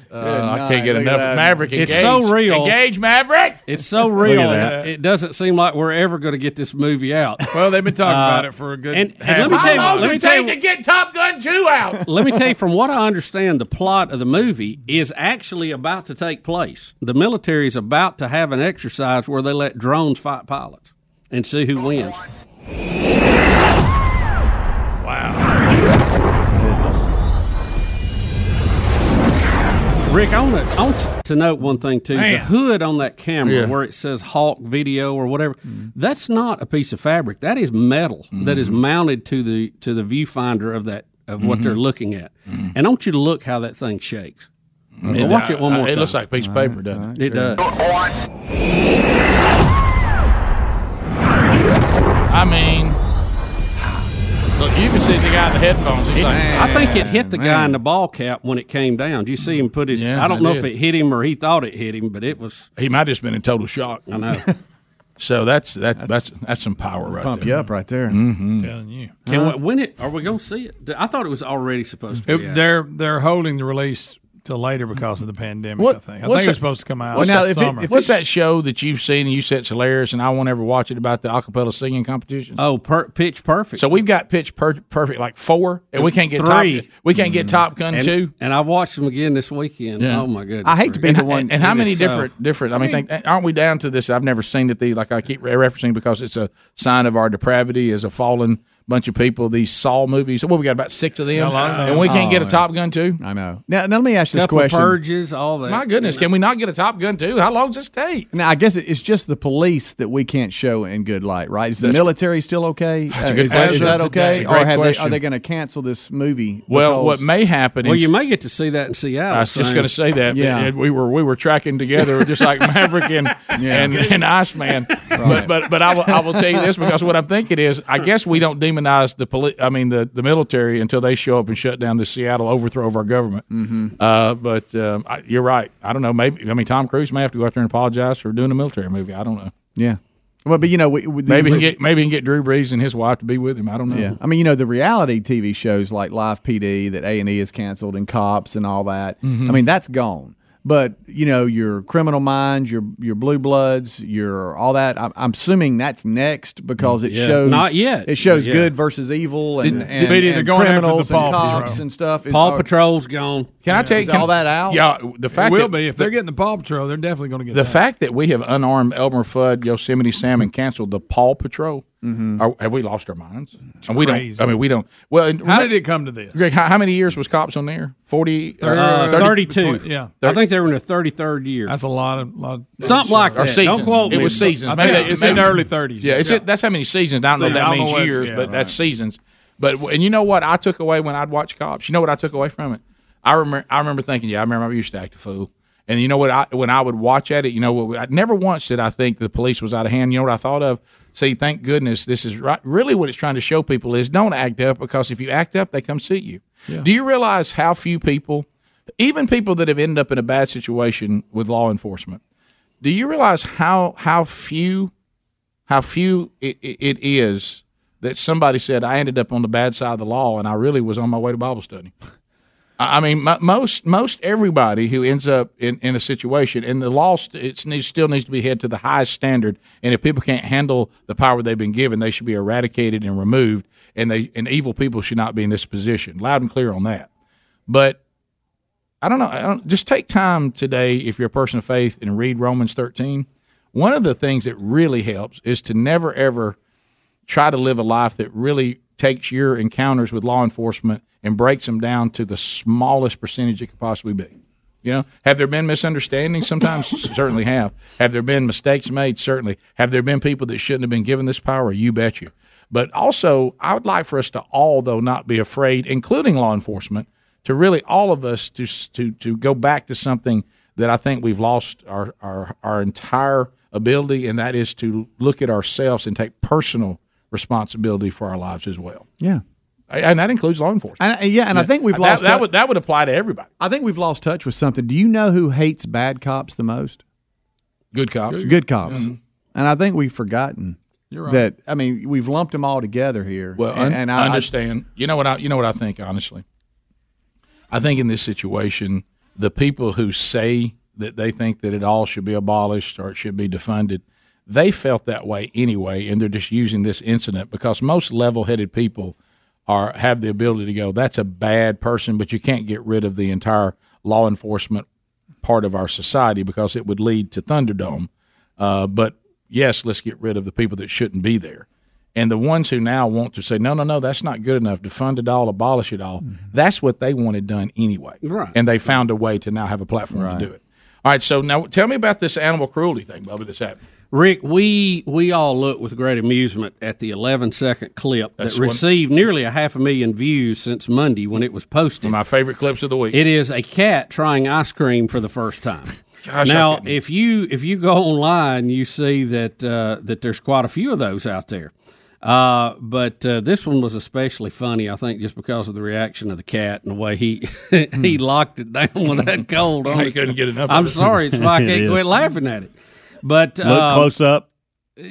Speaker 3: Wow.
Speaker 2: Uh, I can't get enough. of Maverick engage.
Speaker 3: It's so real.
Speaker 2: Engage Maverick.
Speaker 3: It's so
Speaker 2: Look
Speaker 3: real.
Speaker 2: at that.
Speaker 3: It doesn't seem like we're ever going to get this movie out.
Speaker 4: Well, they've been talking
Speaker 3: Uh,
Speaker 4: about it for a good.
Speaker 3: and- and
Speaker 4: half
Speaker 3: let me
Speaker 4: hour.
Speaker 3: tell you- How long let me does it tell take
Speaker 2: to
Speaker 3: you-
Speaker 2: get Top Gun 2 out.
Speaker 3: Let me tell you, from what I understand, the plot of the movie is actually about to take place. The military is about to have an exercise where they let drones fight pilots and see who wins. Wow. Rick, I want, to, I want you to note one thing too. The
Speaker 4: Man.
Speaker 3: hood on that camera,
Speaker 4: Yeah.
Speaker 3: where it says Hawk Video or whatever, that's not a piece of fabric. That is metal that
Speaker 2: Mm-hmm.
Speaker 3: is mounted to the to the viewfinder of that of what
Speaker 2: Mhm.
Speaker 3: they're looking at.
Speaker 2: Mm-hmm.
Speaker 3: And I want you to look how that thing shakes. Well, watch it one more
Speaker 2: It
Speaker 3: time.
Speaker 2: looks like a piece of paper, doesn't it?
Speaker 3: It does.
Speaker 2: I mean, look, you can see the guy in the headphones. He's like,
Speaker 3: I think it hit the guy in the ball cap when it came down. Do you see him put his?
Speaker 2: Yeah,
Speaker 3: I don't
Speaker 2: I
Speaker 3: know
Speaker 2: did.
Speaker 3: if it hit him or he thought it hit him, but it was.
Speaker 2: He might have just been in total shock.
Speaker 3: I know.
Speaker 2: So that's that, that's, that's some power right
Speaker 6: Pump
Speaker 2: there.
Speaker 6: you up right there.
Speaker 2: Mhm.
Speaker 4: telling you.
Speaker 3: Can we, when it are we going to see it? I thought it was already supposed to
Speaker 4: It-
Speaker 3: be. out.
Speaker 4: they're they're holding the release till later because of the pandemic. I think. I think
Speaker 2: what's
Speaker 4: it
Speaker 2: that-
Speaker 4: was supposed to come out
Speaker 2: What's,
Speaker 4: this
Speaker 2: that,
Speaker 4: summer.
Speaker 2: what's that show that you've seen and you said it's hilarious and I won't ever watch it about the acapella singing competition?
Speaker 3: Oh, per, Pitch Perfect.
Speaker 2: So we've got Pitch per- Perfect like four, and we can't get
Speaker 3: Three. Mm-hmm.
Speaker 2: Top. We can't get Top Gun
Speaker 3: and,
Speaker 2: two.
Speaker 3: And I watched them again this weekend.
Speaker 2: Yeah.
Speaker 3: Oh my goodness!
Speaker 2: I hate to be
Speaker 3: Rick.
Speaker 2: the one. And, how
Speaker 3: It
Speaker 2: many
Speaker 3: is so-
Speaker 2: different different? I mean, think, aren't we down to this? I've never seen that. The like I keep re- referencing because it's a sign of our depravity as a fallen bunch of people. These Saw movies. Well, we got about six of them,
Speaker 6: A lot of them.
Speaker 2: and we can't
Speaker 6: Oh,
Speaker 2: get a
Speaker 6: yeah.
Speaker 2: Top Gun two.
Speaker 6: I know. Now, now let me ask this
Speaker 3: Couple
Speaker 6: question.
Speaker 3: purges, all that.
Speaker 2: My goodness, can we not get a Top Gun two? How long does this take?
Speaker 6: Now, I guess it- it's just the police that we can't show in good light, right? Is the
Speaker 2: That's-
Speaker 6: military still okay?
Speaker 2: That's a
Speaker 6: Uh,
Speaker 2: good
Speaker 6: is, that, is
Speaker 2: question.
Speaker 6: that
Speaker 2: That's a
Speaker 6: okay?
Speaker 2: great
Speaker 6: Or have they, are
Speaker 2: question.
Speaker 6: they going to cancel this movie?
Speaker 2: Well, what
Speaker 6: because-
Speaker 2: may happen?
Speaker 3: Well,
Speaker 2: is-
Speaker 3: you may get to see that in Seattle.
Speaker 2: I was just
Speaker 3: soon.
Speaker 2: going to say that.
Speaker 3: Yeah.
Speaker 2: Yeah. We were we were tracking together just like Maverick and
Speaker 3: Yeah.
Speaker 2: and, and Iceman. But but but I will I will tell you this because what I'm thinking is I guess we don't demonize the poli- I mean the, the military until they show up and shut down the Seattle overthrow of our government.
Speaker 4: Mm-hmm.
Speaker 2: Uh, but um, I, you're right. I don't know. Maybe I mean Tom Cruise may have to go out there and apologize for doing a military movie. I don't know.
Speaker 6: Yeah. Well, but you know, we, we, the-
Speaker 2: Maybe he can get maybe he can get Drew Brees and his wife to be with him. I don't know.
Speaker 6: Yeah, I mean, you know, the reality TV shows like Live PD that A and E is canceled and Cops and all that.
Speaker 3: Mm-hmm.
Speaker 2: Mhm.
Speaker 6: I mean, that's gone. But you know, your Criminal Minds, your your Blue Bloods, your all that. I'm, I'm assuming that's next because it
Speaker 3: Mm, Yeah.
Speaker 6: shows
Speaker 3: Not yet,
Speaker 6: It shows
Speaker 3: but yeah.
Speaker 6: good versus evil and,
Speaker 3: Did-
Speaker 6: and,
Speaker 3: did- They're
Speaker 6: and
Speaker 3: going after the
Speaker 6: criminals
Speaker 3: Paw
Speaker 6: and cops
Speaker 3: Patrol.
Speaker 6: and stuff. Is-
Speaker 3: Paw
Speaker 6: are-
Speaker 3: Patrol's gone.
Speaker 2: Can I tell you
Speaker 6: is
Speaker 2: can-
Speaker 6: all that out?
Speaker 2: Yeah, the
Speaker 4: it
Speaker 2: fact
Speaker 4: will
Speaker 2: that-
Speaker 4: be if they're getting the Paw Patrol, they're definitely going to get
Speaker 2: The
Speaker 4: that.
Speaker 2: fact that we have unarmed Elmer Fudd, Yosemite Sam, and canceled the Paw Patrol, are, have we lost our minds? and we
Speaker 4: Mm-hmm. crazy.
Speaker 2: don't. I mean, we don't. Well, and
Speaker 4: How
Speaker 2: remember-
Speaker 4: did it come to this?
Speaker 2: Greg, how, how many years was cops on there? Forty, uh,
Speaker 3: Uh,
Speaker 2: 30
Speaker 3: Thirty-two.
Speaker 2: between-
Speaker 4: yeah.
Speaker 3: I think they were in their thirty-third year.
Speaker 4: That's a lot of lot. Of,
Speaker 3: Something like
Speaker 2: Or
Speaker 3: that.
Speaker 2: seasons.
Speaker 3: Don't quote
Speaker 2: it
Speaker 3: me.
Speaker 2: was seasons.
Speaker 4: I think
Speaker 2: Maybe-
Speaker 4: it's in
Speaker 2: maybe-
Speaker 4: the early 30s.
Speaker 2: Yeah, it's it, that's how many seasons. I don't know if
Speaker 4: Seasons.
Speaker 2: that
Speaker 4: I don't
Speaker 2: means
Speaker 4: know what-
Speaker 2: years,
Speaker 4: yeah,
Speaker 2: but that's seasons. But and you know what I took away when I'd watch cops? You know what I took away from it? I remember I remember thinking, yeah, I remember I used to act a fool. And you know what? I when I would watch at it, you know what? I never once did I think the police was out of hand. You know what I thought of? See, thank goodness this is right, really what it's trying to show people is don't act up because if you act up, they come see you. Do you realize how few people, even people that have ended up in a bad situation with law enforcement, do you realize how how few how few it, it, it is that somebody said I ended up on the bad side of the law and I really was on my way to Bible study. I I mean, mo- most most everybody who ends up in, in a situation, and the law st- it needs, still needs to be held to the highest standard. And if people can't handle the power they've been given, they should be eradicated and removed. And they and evil people should not be in this position. Loud and clear on that. But I don't know. I don't, just take time today if you're a person of faith and read Romans 13. One of the things that really helps is to never ever try to live a life that really takes your encounters with law enforcement and breaks them down to the smallest percentage it could possibly be. You know, have there been misunderstandings? Sometimes certainly have. Have there been mistakes made? Certainly. Have there been people that shouldn't have been given this power? You bet you. But also, I would like for us to all, though, not be afraid, including law enforcement, to really all of us to to to go back to something that I think we've lost our our, our entire ability, and that is to look at ourselves and take personal responsibility for our lives as well.
Speaker 6: Yeah.
Speaker 2: And that includes law enforcement.
Speaker 6: And, yeah, and I think we've
Speaker 2: That-
Speaker 6: lost
Speaker 2: that
Speaker 6: tou-
Speaker 2: would- that would apply to everybody.
Speaker 6: I think we've lost touch with something. Do you know who hates bad cops the most?
Speaker 2: Good cops.
Speaker 6: Good cops.
Speaker 2: Mhm.
Speaker 6: And I think we've forgotten
Speaker 2: You're right.
Speaker 6: that. I mean, we've lumped them all together here.
Speaker 2: Well,
Speaker 6: and,
Speaker 2: un-
Speaker 6: and I, I
Speaker 2: understand. you know what I you know what I think honestly. I think in this situation, the people who say that they think that it all should be abolished or it should be defunded, they felt that way anyway, and they're just using this incident because most level-headed people are have the ability to go, "That's a bad person," but you can't get rid of the entire law enforcement part of our society because it would lead to Thunderdome. Uh, but yes, let's get rid of the people that shouldn't be there. And the ones who now want to say, no, no, no, that's not good enough. Defund it all, abolish it all. That's what they wanted done anyway.
Speaker 3: Right.
Speaker 2: And they found a way to now have a platform to do it. All right. So now tell me about this animal cruelty thing, Bubba, that's happening.
Speaker 3: Rick, we we all look with great amusement at the 11 second clip
Speaker 2: That's
Speaker 3: that
Speaker 2: one-
Speaker 3: received nearly a half a million views since Monday when it was posted.
Speaker 2: my favorite clips of the week.
Speaker 3: It is a cat trying ice cream for the first time.
Speaker 2: Gosh, I
Speaker 3: now,
Speaker 2: couldn't-
Speaker 3: if you if you go online, you see that uh, that there's quite a few of those out there. Uh, but uh, this one was especially funny, I think, just because of the reaction of the cat and the way he he locked it down with that cold on
Speaker 2: He
Speaker 3: it.
Speaker 2: Hmm. couldn't get enough of
Speaker 3: I'm
Speaker 2: it.
Speaker 3: sorry, it's why I
Speaker 2: It
Speaker 3: can't
Speaker 2: is.
Speaker 3: quit laughing at it. But
Speaker 5: Look
Speaker 3: um,
Speaker 5: close up.
Speaker 3: Gosh,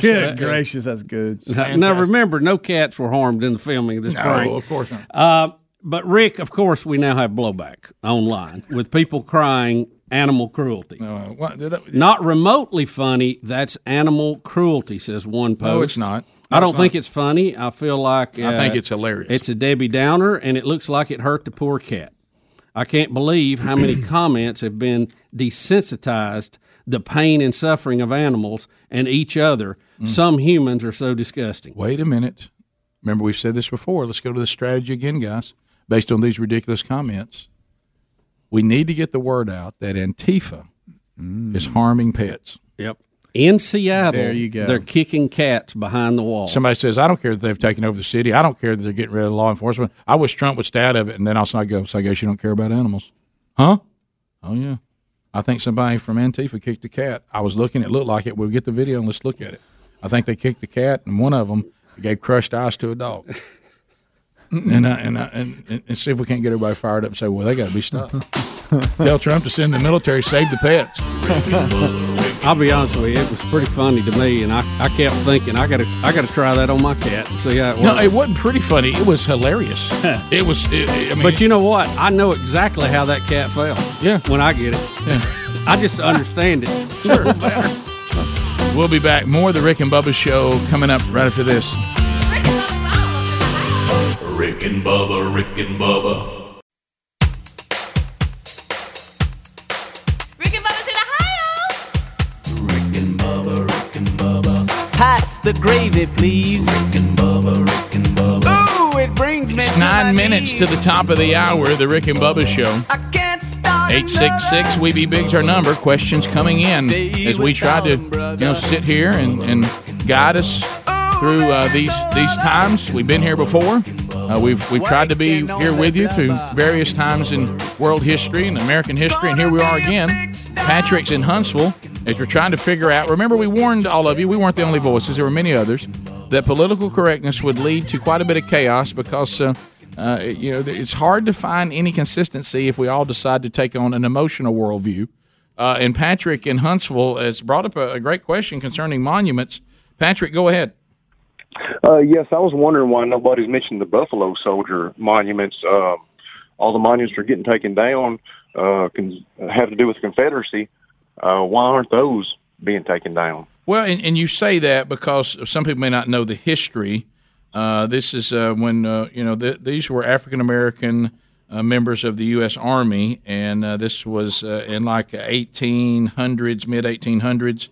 Speaker 6: Goodness
Speaker 3: that-
Speaker 6: gracious, that's good.
Speaker 3: Now, now remember, no cats were harmed in the filming of this
Speaker 6: No,
Speaker 3: prank.
Speaker 6: of course not.
Speaker 3: Uh, but Rick, of course, we now have blowback online with people crying animal cruelty.
Speaker 2: Uh, what- that-
Speaker 3: not remotely funny. That's animal cruelty, says one post.
Speaker 2: No, it's not. No,
Speaker 3: I don't
Speaker 2: it's
Speaker 3: think
Speaker 2: not.
Speaker 3: it's funny. I feel like uh,
Speaker 2: I think it's hilarious.
Speaker 3: It's a Debbie Downer, and it looks like it hurt the poor cat. I can't believe how many comments have been desensitized the pain and suffering of animals and each other.
Speaker 2: Mm.
Speaker 3: Some humans are so disgusting.
Speaker 2: Wait a minute. Remember, we've said this before. Let's go to the strategy again, guys. Based on these ridiculous comments, we need to get the word out that Antifa is harming pets.
Speaker 3: Yep. In Seattle,
Speaker 2: There you go.
Speaker 3: they're kicking cats behind the wall.
Speaker 2: Somebody says, I don't care that they've taken over the city. I don't care that they're getting rid of law enforcement. I wish Trump would stay out of it. And then also I go, so I guess you don't care about animals. Huh? Oh, yeah. I think somebody from Antifa kicked a cat. I was looking. It looked like it. We'll get the video and let's look at it. I think they kicked a cat, and one of them gave crushed ice to a dog. And, uh, I, and, I, and, and- and see if we can't get everybody fired up and say, well, they got to be stopped. Tell Trump to send the military, save the pets.
Speaker 3: I'll be honest with you, it was pretty funny to me, and I, I kept thinking I gotta I gotta try that on my cat and see how it works.
Speaker 2: No, it wasn't pretty funny. It was hilarious. it was. It, I mean,
Speaker 3: but you know what? I know exactly how that cat felt. Yeah. When I get it, I just understand it. Sure.
Speaker 2: We'll be back. More of the Rick and Bubba show coming up right after this.
Speaker 7: Rick and Bubba, Rick and Bubba,
Speaker 14: Rick and Bubba's in Ohio.
Speaker 15: Pass the gravy, please. Ooh, it brings me
Speaker 2: It's
Speaker 15: to my
Speaker 2: nine minutes
Speaker 15: knees.
Speaker 2: to the top of the hour, the Rick and Bubba show.
Speaker 15: I can't start
Speaker 2: 866 We Be Big's our number. Questions coming in as we try to you know sit here and, and guide us through uh, these these times. We've been here before. Uh, we've we've tried to be here with you through various times in world history and American history, and here we are again. Patrick's in Huntsville as we're trying to figure out. Remember, we warned all of you. We weren't the only voices. There were many others that political correctness would lead to quite a bit of chaos because. Uh, uh, you know, it's hard to find any consistency if we all decide to take on an emotional worldview Uh, and Patrick in Huntsville has brought up a, a great question concerning monuments. Patrick, go ahead.
Speaker 10: Uh, yes, I was wondering why nobody's mentioned the Buffalo Soldier monuments. Um, all the monuments are getting taken down. Uh, can have to do with the Confederacy. Uh, why aren't those being taken down?
Speaker 2: Well, and, and you say that because some people may not know the history. Uh, this is uh, when uh, you know th- these were African American uh, members of the U.S. Army, and uh, this was uh, in like 1800s, mid 1800s,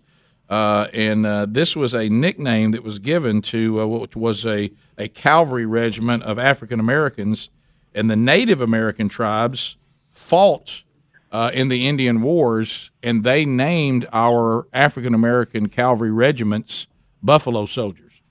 Speaker 2: uh, and uh, this was a nickname that was given to uh, what was a a cavalry regiment of African Americans, and the Native American tribes fought uh, in the Indian Wars, and they named our African American cavalry regiments Buffalo Soldiers.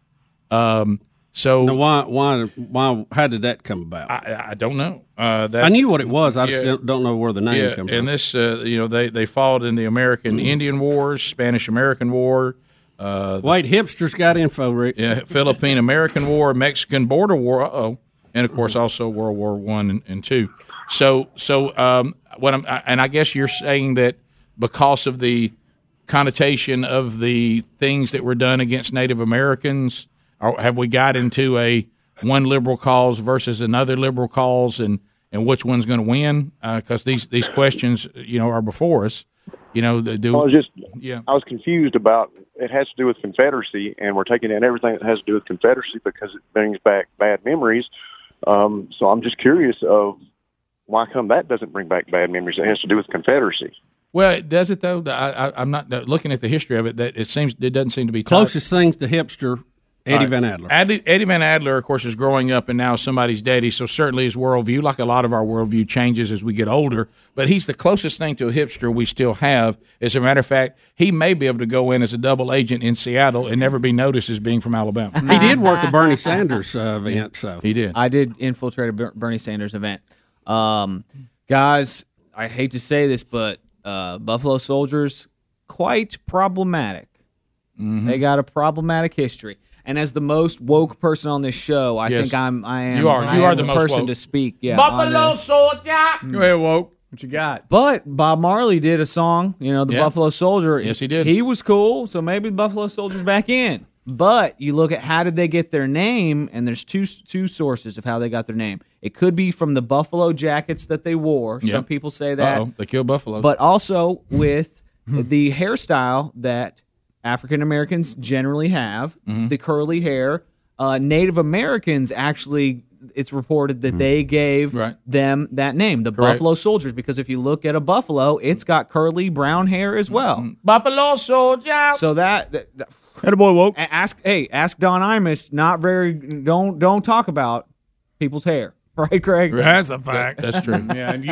Speaker 2: Um, so
Speaker 3: Now, why, why, why, how did that come about?
Speaker 2: I, I don't know. Uh, that,
Speaker 3: I knew what it was. I just
Speaker 2: Yeah.
Speaker 3: don't- don't know where the name Hmm.
Speaker 2: yeah,
Speaker 3: comes
Speaker 2: and this, uh, you know, they they fought in the American Indian Wars, Spanish American War. Uh,
Speaker 3: Wait, hipsters got info, Rick.
Speaker 2: Yeah, Philippine American War, Mexican Border War. Uh oh, and of course also World War One and, and two. So so um, what I'm I- and I guess you're saying that because of the connotation of the things that were done against Native Americans, or have we got into a one liberal cause versus another liberal cause, and and which one's going to win? Because these these questions you know are before us. You know, the- do
Speaker 10: I was just,
Speaker 2: yeah.
Speaker 10: I was confused about it has to do with Confederacy, and we're taking in everything that has to do with Confederacy because it brings back bad memories. Um, so I'm just curious of why come that doesn't bring back bad memories. It has to do with Confederacy.
Speaker 2: Well, it does it though? I, I, I'm not uh, looking at the history of it. That it seems it doesn't seem to be tied-
Speaker 3: Closest things to hipster, Eddie
Speaker 2: All right.
Speaker 3: Van Adler.
Speaker 2: Eddie, Eddie Van Adler, of course, is growing up and now is somebody's daddy. So certainly his worldview, like a lot of our worldview, changes as we get older. But he's the closest thing to a hipster we still have. As a matter of fact, he may be able to go in as a double agent in Seattle and never be noticed as being from Alabama.
Speaker 3: He did work a Bernie Sanders uh, event, so
Speaker 2: he did.
Speaker 23: I did infiltrate a Ber- Bernie Sanders event. Um, guys, I hate to say this, but uh, Buffalo Soldiers quite problematic.
Speaker 4: Mm-hmm.
Speaker 23: They got a problematic history. And as the most woke person on this show, I
Speaker 4: Yes.
Speaker 23: think I'm. I am.
Speaker 4: You are-
Speaker 23: I
Speaker 4: you are
Speaker 23: am
Speaker 4: the most
Speaker 23: person
Speaker 4: woke.
Speaker 23: to speak. Yeah. on
Speaker 4: Buffalo
Speaker 23: this.
Speaker 4: Soldier. Go ahead, woke.
Speaker 6: What you got?
Speaker 23: But Bob Marley did a song, you know, the
Speaker 6: Yeah.
Speaker 23: Buffalo Soldier.
Speaker 6: Yes,
Speaker 23: he did. He was cool, so maybe the Buffalo Soldier's back in. But you look at how did they get their name, and there's two two sources of how they got their name. It could be from the buffalo jackets that they wore.
Speaker 2: Yeah.
Speaker 23: Some people say that,
Speaker 2: Uh-oh, they killed buffalo.
Speaker 23: but also with
Speaker 2: Hmm.
Speaker 23: the hairstyle that African Americans generally have,
Speaker 2: Mm-hmm.
Speaker 23: the curly hair. Uh, Native Americans actually, it's reported that they gave them that name, the
Speaker 2: Hmm. Correct.
Speaker 23: Buffalo Soldiers, because if you look at a buffalo, it's got curly brown hair as well.
Speaker 2: Mm-hmm. Buffalo Soldier.
Speaker 23: So that, that, that
Speaker 6: boy woke.
Speaker 23: Ask hey, ask Don Imus. Not very. Don't don't talk about people's hair, right, Craig?
Speaker 4: That's a fact.
Speaker 2: That's true.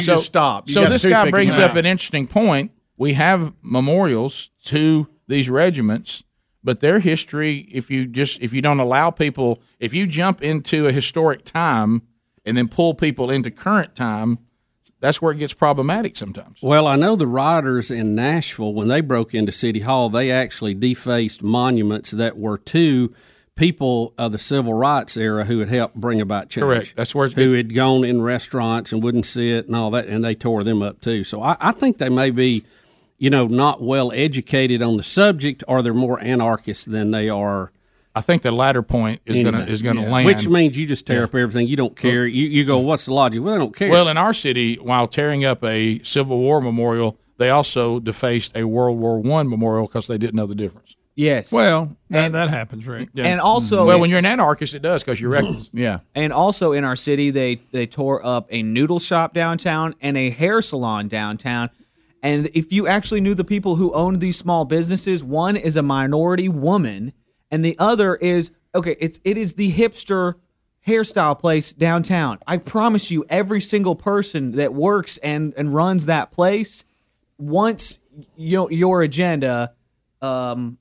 Speaker 4: So-
Speaker 2: so this guy brings up an interesting point. We have memorials to these regiments, but their history, if you just if you don't allow people, if you jump into a historic time and then pull people into current time, that's where it gets problematic sometimes.
Speaker 3: Well, I know the rioters in Nashville, when they broke into City Hall, they actually defaced monuments that were to people of the civil rights era who had helped bring about change.
Speaker 2: Correct. That's where it's
Speaker 3: who had gone in restaurants and wouldn't sit and all that, and they tore them up too. So I, I think they may be, you know, not well educated on the subject, or they're more anarchist than they are.
Speaker 2: I think the latter point is gonna- is gonna land-
Speaker 3: which means you just tear
Speaker 2: Yeah.
Speaker 3: up everything. You don't care. You, you go, what's the logic? Well, they don't care.
Speaker 2: Well, in our city, while tearing up a Civil War memorial, they also defaced a World War One memorial because they didn't know the difference.
Speaker 23: Yes.
Speaker 4: Well, that, that happens, Rick.
Speaker 2: Yeah. Mm-hmm.
Speaker 23: And also-
Speaker 2: well, when you're an anarchist, it does because you're reckless.
Speaker 6: yeah.
Speaker 23: And also in our city, they they tore up a noodle shop downtown and a hair salon downtown. And if you actually knew the people who owned these small businesses, one is a minority woman, and the other is okay. It's it is the hipster hairstyle place downtown. I promise you, every single person that works and and runs that place wants your your agenda. Um,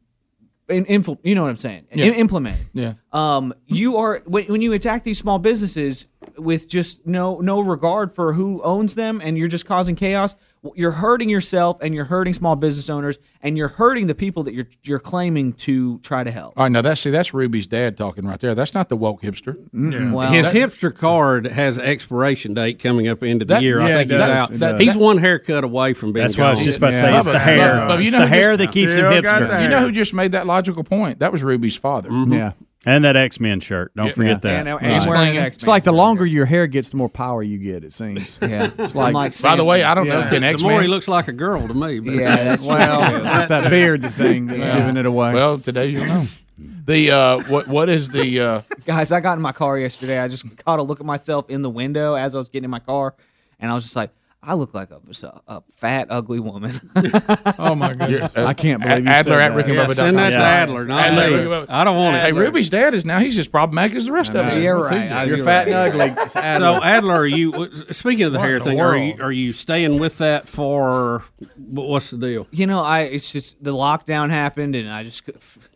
Speaker 23: in, infil- you know what I'm saying?
Speaker 2: Yeah.
Speaker 23: Im- implemented.
Speaker 2: Yeah.
Speaker 23: Um, you are when, when you attack these small businesses with just no no regard for who owns them, and you're just causing chaos. you're hurting yourself and you're hurting small business owners and you're hurting the people that you're you're claiming to try to help.
Speaker 2: All right, now that's see that's Ruby's dad talking right there. That's not the woke hipster.
Speaker 3: Mm-mm. Well, His hipster card has an expiration date coming up end of the
Speaker 2: That-
Speaker 3: year.
Speaker 2: yeah,
Speaker 3: I think
Speaker 2: it
Speaker 3: he's
Speaker 2: does.
Speaker 3: out.
Speaker 2: It does.
Speaker 3: he's one haircut away from being.
Speaker 2: That's what I was
Speaker 3: gone.
Speaker 2: just about to say. Yeah. It's the Bubba, hair. Bubba, Bubba, you It's know the who hair just- that keeps him Still got hipster. Mm-hmm. the
Speaker 5: You
Speaker 2: You
Speaker 5: know
Speaker 2: know who just made that logical point? That was Ruby's father.
Speaker 5: Yeah. And that X Men shirt. Don't
Speaker 2: Yeah.
Speaker 5: forget
Speaker 2: Yeah.
Speaker 5: that.
Speaker 2: And- and He's wearing an X-Men
Speaker 6: It's like the longer your hair gets, the more power you get. It seems.
Speaker 23: Yeah.
Speaker 6: It's
Speaker 3: I'm
Speaker 6: like,
Speaker 3: like
Speaker 2: By the way, I don't
Speaker 3: Yeah.
Speaker 2: know. Can
Speaker 3: The
Speaker 2: X
Speaker 3: more he
Speaker 2: Men?
Speaker 3: looks like a girl to me. But
Speaker 6: Yeah, that's true. Well, it's that beard thing that's giving it away.
Speaker 2: Well, today you know. The uh, what what is the uh,
Speaker 23: Guys, I got in my car yesterday. I just caught a look at myself in the window as I was getting in my car, and I was just like, I look like a, a fat, ugly woman.
Speaker 4: oh my
Speaker 2: You're-
Speaker 4: goodness!
Speaker 2: uh, Adler at Rick and Bubba. Hey, Ruby's dad is now. He's as problematic as the rest of us.
Speaker 3: You're
Speaker 2: Let's see
Speaker 3: right.
Speaker 2: that.
Speaker 3: I-
Speaker 2: You're
Speaker 3: you're
Speaker 2: fat
Speaker 3: right.
Speaker 2: and ugly. It's Adler.
Speaker 3: So Adler, are you speaking of the
Speaker 2: What
Speaker 3: hair
Speaker 2: the
Speaker 3: thing? Are you
Speaker 2: world?
Speaker 3: are you staying with that for what- what's the deal?
Speaker 23: you know, I it's just the lockdown happened, and I just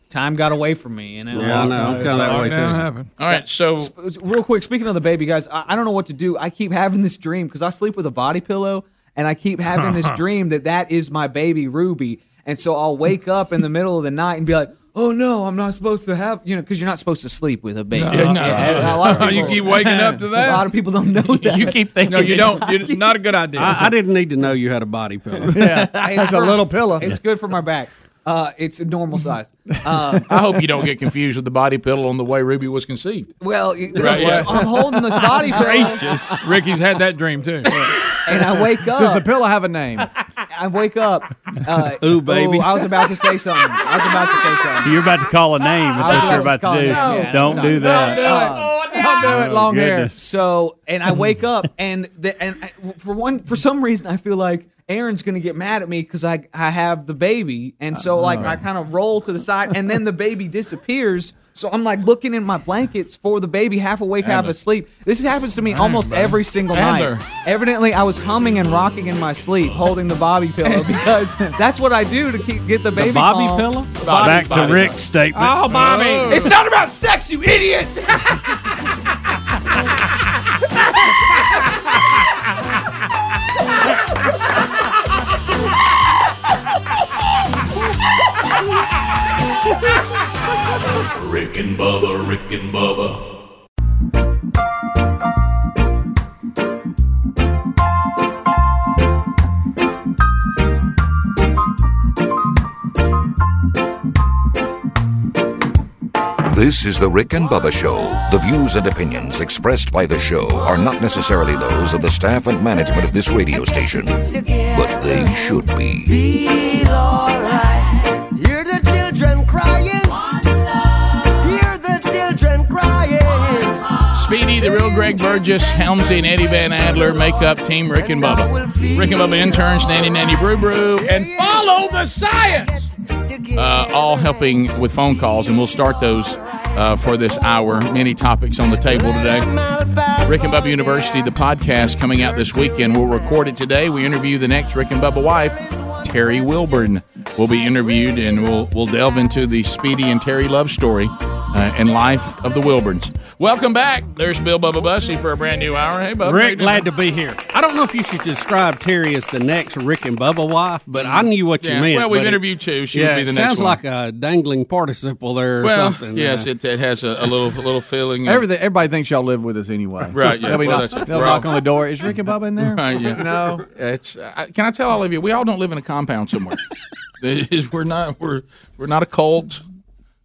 Speaker 23: time got away from me. And it
Speaker 3: Yeah, I know. I'm kinda that way, Lockdown too. happened. All right, so-
Speaker 23: Sp- real quick, speaking of the baby, guys, I, I don't know what to do. I keep having this dream because I sleep with a body pillow, and I keep having this dream that that is my baby Ruby, and so I'll wake up in the middle of the night and be like. Oh no, I'm not supposed to have you know because you're not supposed to sleep with a baby.
Speaker 4: No.
Speaker 23: a lot of
Speaker 4: You
Speaker 23: people-
Speaker 4: keep waking up to that?
Speaker 23: A lot of people don't know that.
Speaker 4: You keep thinking No, you it- don't. You're- not a good idea.
Speaker 3: I, I didn't need to know you had a body pillow.
Speaker 23: It's
Speaker 3: That's a
Speaker 23: for-
Speaker 3: little pillow.
Speaker 23: It's good for my back. Uh, it's a normal size. Uh,
Speaker 2: I hope you don't get confused with the body pillow on the way Ruby was conceived.
Speaker 23: Well, you-
Speaker 2: Right, yeah.
Speaker 23: I'm holding this body pillow,
Speaker 4: Gracious. Ricky's had that dream too.
Speaker 23: and I wake up.
Speaker 4: Does the
Speaker 23: pillow have a name? I wake up. Uh,
Speaker 5: Ooh, baby.
Speaker 23: I was about to say something. I was about to say something.
Speaker 5: You're about to call a name. Is
Speaker 23: I was
Speaker 5: what you're
Speaker 23: about
Speaker 5: about
Speaker 23: to
Speaker 5: to do.
Speaker 23: call a name.
Speaker 5: Don't do that.
Speaker 23: Don't do it.
Speaker 5: Oh,
Speaker 23: Long hair.
Speaker 5: goodness.
Speaker 23: So, and I wake up, and the, and I, for one, for some reason, I feel like Aaron's gonna get mad at me because I I have the baby, and so
Speaker 5: Uh-huh.
Speaker 23: like I kind of roll to the side, and then the baby disappears. So I'm like looking in my blankets for the baby, half awake, half
Speaker 3: Adler.
Speaker 23: asleep. This happens to me
Speaker 3: Dang,
Speaker 23: almost
Speaker 3: bro.
Speaker 23: every single
Speaker 3: Adler.
Speaker 23: night. Evidently, I was humming and rocking in my sleep, holding the bobby pillow because that's what I do to keep get the baby.
Speaker 5: bobby
Speaker 23: calm.
Speaker 5: pillow? Back to Rick's statement.
Speaker 23: Oh, Bobby! It's not about sex, you idiots!
Speaker 7: Rick and Bubba, Rick and Bubba,
Speaker 17: This is the Rick and Bubba Show. The views and opinions expressed by the show are not necessarily those of the staff and management of this radio station, but they should be.
Speaker 9: Feel alright. Hear the children crying. Hear the children crying.
Speaker 2: Speedy, the real Greg Burgess, Helmsy, and Eddie Van Adler make up Team Rick and Bubba. Rick and Bubba interns, Nanny Nanny Brew Brew, and follow the science. uh, all helping with phone calls, and we'll start those uh, for this hour. Many topics on the table today. Rick and Bubba University, the podcast coming out this weekend. We'll record it today. We interview the next Rick and Bubba wife, Terry Wilburn. We'll be interviewed, and we'll we'll delve into the Speedy and Terry love story uh, and life of the Wilburns. Welcome back. There's Bill Bubba Bussy for a brand new hour. Hey, Bubba. how you
Speaker 3: Rick,
Speaker 2: doing?
Speaker 3: glad to be here. I don't know if you should describe Terry as the next Rick and Bubba wife, but I knew what you
Speaker 2: Yeah,
Speaker 3: meant.
Speaker 2: well, we've
Speaker 3: but it-
Speaker 2: interviewed two. She would
Speaker 3: yeah,
Speaker 2: be the
Speaker 3: it
Speaker 2: next
Speaker 3: Sounds
Speaker 2: one.
Speaker 3: like a dangling participle there or
Speaker 2: Well,
Speaker 3: something.
Speaker 2: yes,
Speaker 3: uh,
Speaker 2: it, it has a, a little a little feeling. of-
Speaker 6: Everything, everybody thinks y'all live with us anyway.
Speaker 2: Right, yeah,
Speaker 6: They'll, be
Speaker 2: well,
Speaker 6: knock-
Speaker 2: that's it.
Speaker 6: they'll
Speaker 2: We're
Speaker 6: knock
Speaker 2: all-
Speaker 6: on the door. Is Rick and Bubba in there?
Speaker 2: Right, yeah.
Speaker 6: No.
Speaker 2: It's. I, can I tell all of you? We all don't live in a compound somewhere. It is- we're not. We're we're not a cult.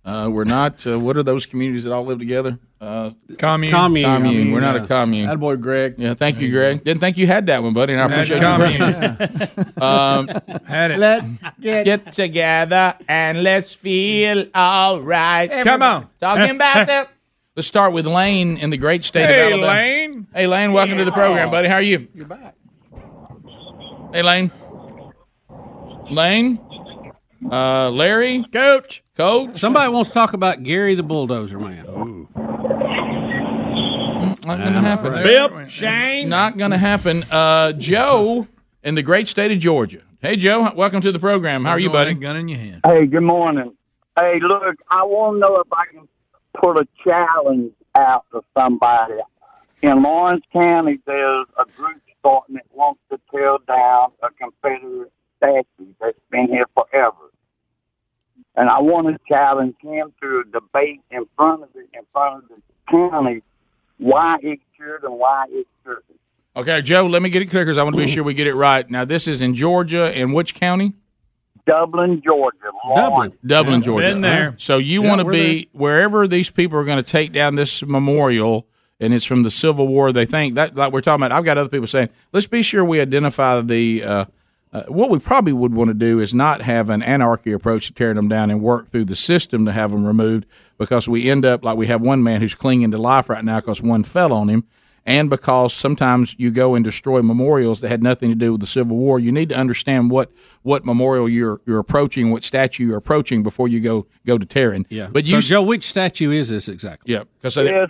Speaker 2: Uh, we're not. Uh, what are those communities that all live together? Uh,
Speaker 4: Commune.
Speaker 2: Commune.
Speaker 4: Commune,
Speaker 2: We're not
Speaker 4: yeah.
Speaker 2: a commune.
Speaker 6: That boy Greg.
Speaker 2: Yeah. Thank you, Greg. Didn't think you had that one, buddy. And I
Speaker 4: Had
Speaker 2: appreciate you. um,
Speaker 4: had it.
Speaker 2: Let's get, together and let's feel all right.
Speaker 4: Come on.
Speaker 2: Talking about that. Let's start with Lane in the great state
Speaker 4: Hey,
Speaker 2: of Alabama.
Speaker 4: Lane.
Speaker 2: Hey, Lane. Welcome to the program, buddy. How are you? You're back. Hey, Lane. Lane. Uh, Larry. Coach. Coach.
Speaker 3: Somebody wants to talk about Gary the Bulldozer Man.
Speaker 2: Not gonna happen.
Speaker 3: Bip.
Speaker 2: Shane. Not gonna happen. Uh, Joe in the great state of Georgia. Hey, Joe. Welcome to the program. How are you, buddy?
Speaker 4: Gun in your hand.
Speaker 24: Hey, good morning. Hey, look, I want to know if I can put a challenge out to somebody. In Lawrence County, there's a group department wants to tear down a Confederate statue that's been here forever. And I want to challenge him to a debate in front of the, in front of the county why it should and why it shouldn't.
Speaker 2: Okay, Joe, let me get it clear because I want to be sure we get it right. Now, this is in Georgia, in which county?
Speaker 24: Dublin, Georgia. Dublin.
Speaker 2: Dublin,
Speaker 24: Yeah,
Speaker 2: Georgia.
Speaker 24: been there.
Speaker 2: Huh? So you
Speaker 24: Yeah,
Speaker 2: want to
Speaker 24: we're
Speaker 2: be wherever these people are going to take down this memorial, and it's from the Civil War. They think that, like we're talking about. I've got other people saying, let's be sure we identify the. Uh, uh, what we probably would want to do is not have an anarchy approach to tearing them down and work through the system to have them removed, because we end up like we have one man who's clinging to life right now because one fell on him. And because sometimes you go and destroy memorials that had nothing to do with the Civil War, you need to understand what what memorial you're you're approaching, what statue you're approaching before you go go to tearing.
Speaker 3: Yeah.
Speaker 2: But
Speaker 3: But
Speaker 2: you-
Speaker 3: you, so, Joe, which statue is this exactly?
Speaker 2: Yeah, because
Speaker 24: Yes.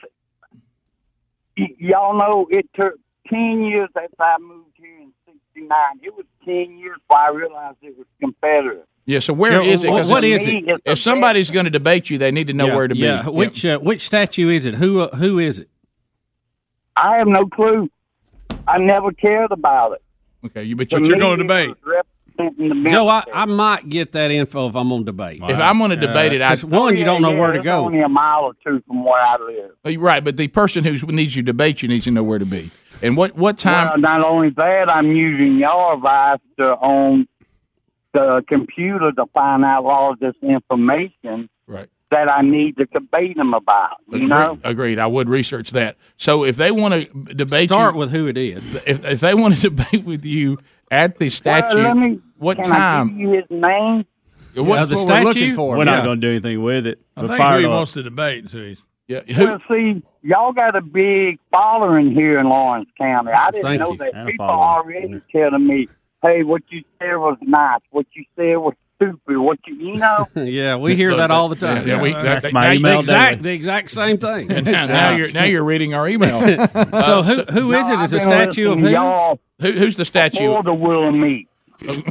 Speaker 24: Y- y'all know it took 10 years after I moved here in 69. It was 10 years before I realized it was Confederate.
Speaker 2: yeah. So where
Speaker 3: Yeah,
Speaker 2: is it?
Speaker 3: wh-
Speaker 2: 'Cause
Speaker 3: what
Speaker 2: it's-
Speaker 3: is it?
Speaker 24: It's
Speaker 2: If somebody's going to debate you, they need to know
Speaker 3: Yeah,
Speaker 2: where to be.
Speaker 3: Yeah. Which Uh, which statue is it? Who uh, who is it?
Speaker 24: I have no clue. I never cared about it.
Speaker 2: Okay, you
Speaker 24: To me, it was representing the
Speaker 3: Joe,
Speaker 24: Memphis.
Speaker 3: I, I might get that info if I'm on debate. Uh,
Speaker 2: If I'm gonna debate it, I-
Speaker 3: 'cause one, you don't know where to
Speaker 24: It's
Speaker 3: go.
Speaker 24: Only a mile or two from where I live.
Speaker 2: Oh, you're right, but the person who needs you to debate you needs to know where to be. And what what time?
Speaker 24: Well, not only that, I'm using your advice to on the computer to find out all of this information
Speaker 2: Right.
Speaker 24: that I need to debate them about. You know,
Speaker 2: Agreed. Agreed. I would research that. So if they want to debate,
Speaker 3: Start
Speaker 2: you,
Speaker 3: with who it is.
Speaker 2: If, if they want to debate with you at the statue,
Speaker 24: Well, let me-
Speaker 2: what
Speaker 24: can I give
Speaker 2: time?
Speaker 24: you his name?
Speaker 2: What's
Speaker 5: the
Speaker 2: what we're looking
Speaker 5: statue?
Speaker 2: for,
Speaker 5: We're
Speaker 2: yeah.
Speaker 5: not going to do anything with it.
Speaker 4: I
Speaker 5: But
Speaker 4: think
Speaker 5: fire
Speaker 4: who
Speaker 5: it
Speaker 4: he
Speaker 5: up.
Speaker 4: wants to debate. So he's
Speaker 2: yeah.
Speaker 24: Well, see, y'all got a big following here in Lawrence County. I didn't
Speaker 4: Thank
Speaker 24: know
Speaker 4: you.
Speaker 24: that.
Speaker 4: And a
Speaker 24: People
Speaker 4: following.
Speaker 24: already telling me, "Hey, what you said was nice. What you said was stupid. What you, you know."
Speaker 3: yeah, we hear
Speaker 2: Look,
Speaker 3: that all the time.
Speaker 2: Yeah, we,
Speaker 3: That's
Speaker 2: that-
Speaker 3: my
Speaker 2: now you-
Speaker 3: email
Speaker 2: exact-
Speaker 3: daily. the exact same thing.
Speaker 2: now, now you're now you're reading our email. Uh,
Speaker 3: So who- who is it? Is it a
Speaker 2: I've been
Speaker 3: statue of
Speaker 2: listening,
Speaker 3: who?
Speaker 24: y'all.
Speaker 2: Who- Who's the statue? Uh,
Speaker 24: Before the will of meat.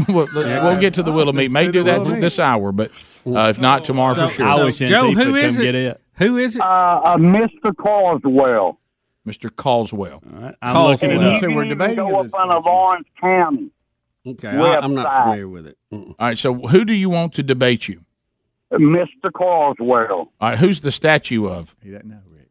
Speaker 2: we'll, we'll get to the will of meat. May do that
Speaker 24: Will of Meat.
Speaker 2: this hour, but uh, if not tomorrow for sure.
Speaker 3: Who is it?
Speaker 24: Uh, uh, Mr. Carswell.
Speaker 2: Mr. Carswell. All
Speaker 5: right,
Speaker 24: I'm looking it up. So we're debating go up on of Orange County.
Speaker 3: Okay,
Speaker 24: I- I'm not website. familiar
Speaker 3: with it.
Speaker 2: All right, so who do you want to debate you?
Speaker 24: Mr. Carswell,
Speaker 2: All right, who's the statue of? He doesn't know, Rick.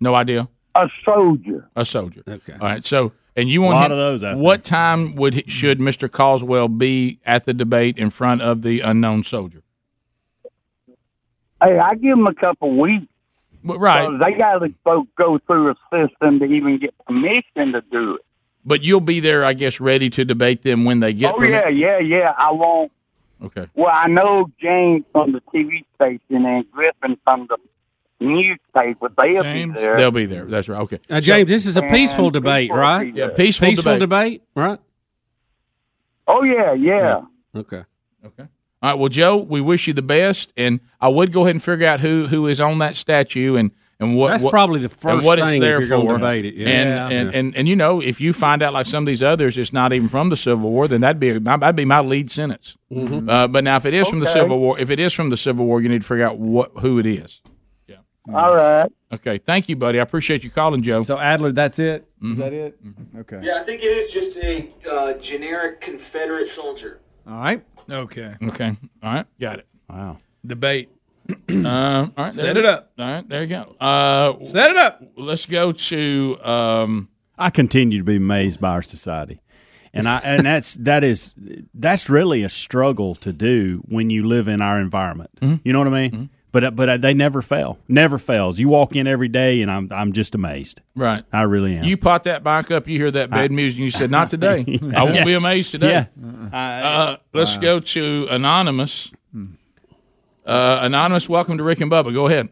Speaker 2: No idea.
Speaker 24: a soldier.
Speaker 2: A soldier. Okay. All right, so and you want
Speaker 5: Lot
Speaker 2: him-
Speaker 5: of those out
Speaker 2: What time would he- should Mr. Carswell be at the debate in front of the unknown soldier?
Speaker 24: Hey, I give them a couple weeks.
Speaker 2: right.
Speaker 24: So they got to go, go through a system to even get permission to do it.
Speaker 2: But you'll be there, I guess, ready to debate them when they get.
Speaker 24: oh,
Speaker 2: permit-
Speaker 24: yeah, yeah, yeah. I won't.
Speaker 2: Okay.
Speaker 24: Well, I know James from the TV station and Griffin from the newspaper. They'll be there.
Speaker 2: They'll be there. That's right. Okay.
Speaker 3: Now, James, this is a peaceful debate, right?
Speaker 2: Yeah, peaceful
Speaker 3: debate. right?
Speaker 24: Oh, yeah, yeah.
Speaker 3: Okay.
Speaker 2: All right. Well, Joe, we wish you the best, and I would go ahead and figure out who who is on that statue and and what
Speaker 3: That's
Speaker 2: what-
Speaker 3: probably the
Speaker 2: and
Speaker 3: first
Speaker 2: what
Speaker 3: thing
Speaker 2: it's
Speaker 3: if
Speaker 2: there
Speaker 3: you're gonna
Speaker 2: for.
Speaker 3: debate it, yeah.
Speaker 2: And,
Speaker 3: Yeah.
Speaker 2: And, and and you know, if you find out like some of these others, it's not even from the Civil War, then that'd be that'd be my lead sentence.
Speaker 3: Mhm.
Speaker 2: Uh, but now, if it is from the
Speaker 3: Okay.
Speaker 2: Civil War, if it is from the Civil War, you need to figure out what who it is.
Speaker 24: All right.
Speaker 2: Okay. Mm-hmm. Thank you, buddy. I appreciate you calling, Joe. So
Speaker 6: Adler, that's it.
Speaker 2: Is
Speaker 6: that it? Okay.
Speaker 13: Yeah, I think it is just a uh, generic Confederate soldier.
Speaker 6: All right.
Speaker 4: okay.
Speaker 2: Okay. All right. Got it.
Speaker 5: Wow.
Speaker 4: Debate.
Speaker 2: Uh, all right,
Speaker 4: Set
Speaker 2: there-
Speaker 4: it up.
Speaker 2: All right, there you go. Uh, Set it up. Let's go to. Um,
Speaker 5: I continue to be amazed by our society. And I and that's that is that's really a struggle to do when you live in our environment. You know what I mean? But but they never fail. Never fails. You walk in every day and I'm I'm just amazed.
Speaker 2: Right.
Speaker 5: I really am.
Speaker 2: You pot that back up. You hear that bad
Speaker 5: I-
Speaker 2: music. and You said, "Not today.
Speaker 5: Yeah.
Speaker 2: I won't be
Speaker 5: Yeah.
Speaker 2: amazed today."
Speaker 5: Uh,
Speaker 2: Uh, let's go to anonymous. Uh, anonymous, welcome to Rick and Bubba. Go ahead.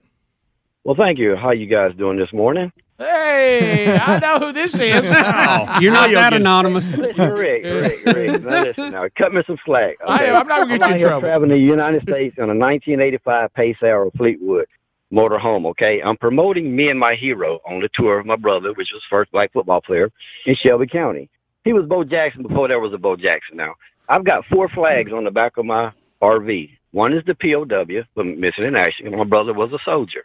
Speaker 16: Well, thank you. How you guys doing this morning?
Speaker 2: Hey, I know who this is.
Speaker 16: You're not that
Speaker 3: anonymous.
Speaker 16: Listen, Rick, Rick, Rick. Now listen, now cut me some slack.
Speaker 2: I am. I'm not gonna get you in
Speaker 16: out here
Speaker 2: trouble.
Speaker 16: Traveling the United States on a 1985 Pace Arrow Fleetwood motorhome. Okay, I'm promoting me and my hero on the tour of my brother, which was first black football player in Shelby County. He was Bo Jackson before there was a Bo Jackson. Now I've got four flags on the back of my RV. One is the POW, but missing in action. My brother was a soldier.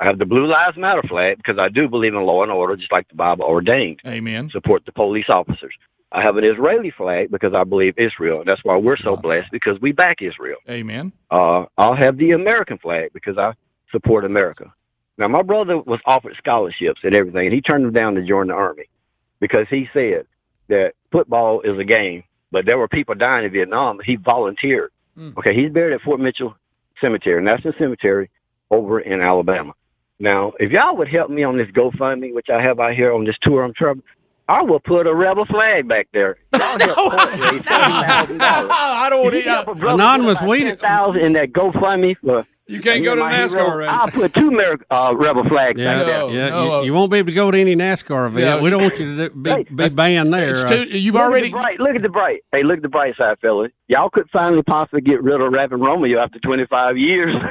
Speaker 16: I have the Blue Lives Matter flag because I do believe in law and order, just like the Bible ordained.
Speaker 2: Amen.
Speaker 16: Support the police officers. I have an Israeli flag because I believe Israel. And that's why we're so blessed because we back Israel.
Speaker 2: Amen.
Speaker 16: Uh, I'll have the American flag because I support America. Now, my brother was offered scholarships and everything, and he turned them down to join the Army because he said that football is a game, but there were people dying in Vietnam. He volunteered.
Speaker 25: Mm.
Speaker 16: Okay, he's buried at Fort Mitchell Cemetery, National Cemetery over in Alabama. Now, if y'all would help me on this GoFundMe, which I have out here on this tour I'm traveling, I will put a rebel flag back there. Y'all help Fort raise $30,000.
Speaker 2: I don't want
Speaker 16: If you help a
Speaker 2: to.
Speaker 16: brother get about 10,000 in that GoFundMe for
Speaker 4: You can't
Speaker 16: me
Speaker 4: go
Speaker 16: and
Speaker 4: to
Speaker 16: my
Speaker 4: NASCAR
Speaker 16: hero,
Speaker 4: race.
Speaker 16: I'll put two Mer- uh, rebel flags
Speaker 3: Yeah,
Speaker 16: back there.
Speaker 3: yeah.
Speaker 18: uh,
Speaker 3: you, you won't be able to go to any NASCAR event.
Speaker 16: Yeah.
Speaker 3: we don't want you to do, be, be banned there.
Speaker 16: It's
Speaker 3: Uh,
Speaker 16: too- look At the bright, look at the bright. Hey, look at the bright side, fellas. Y'all could finally possibly get rid of Rapping Romeo after 25 years.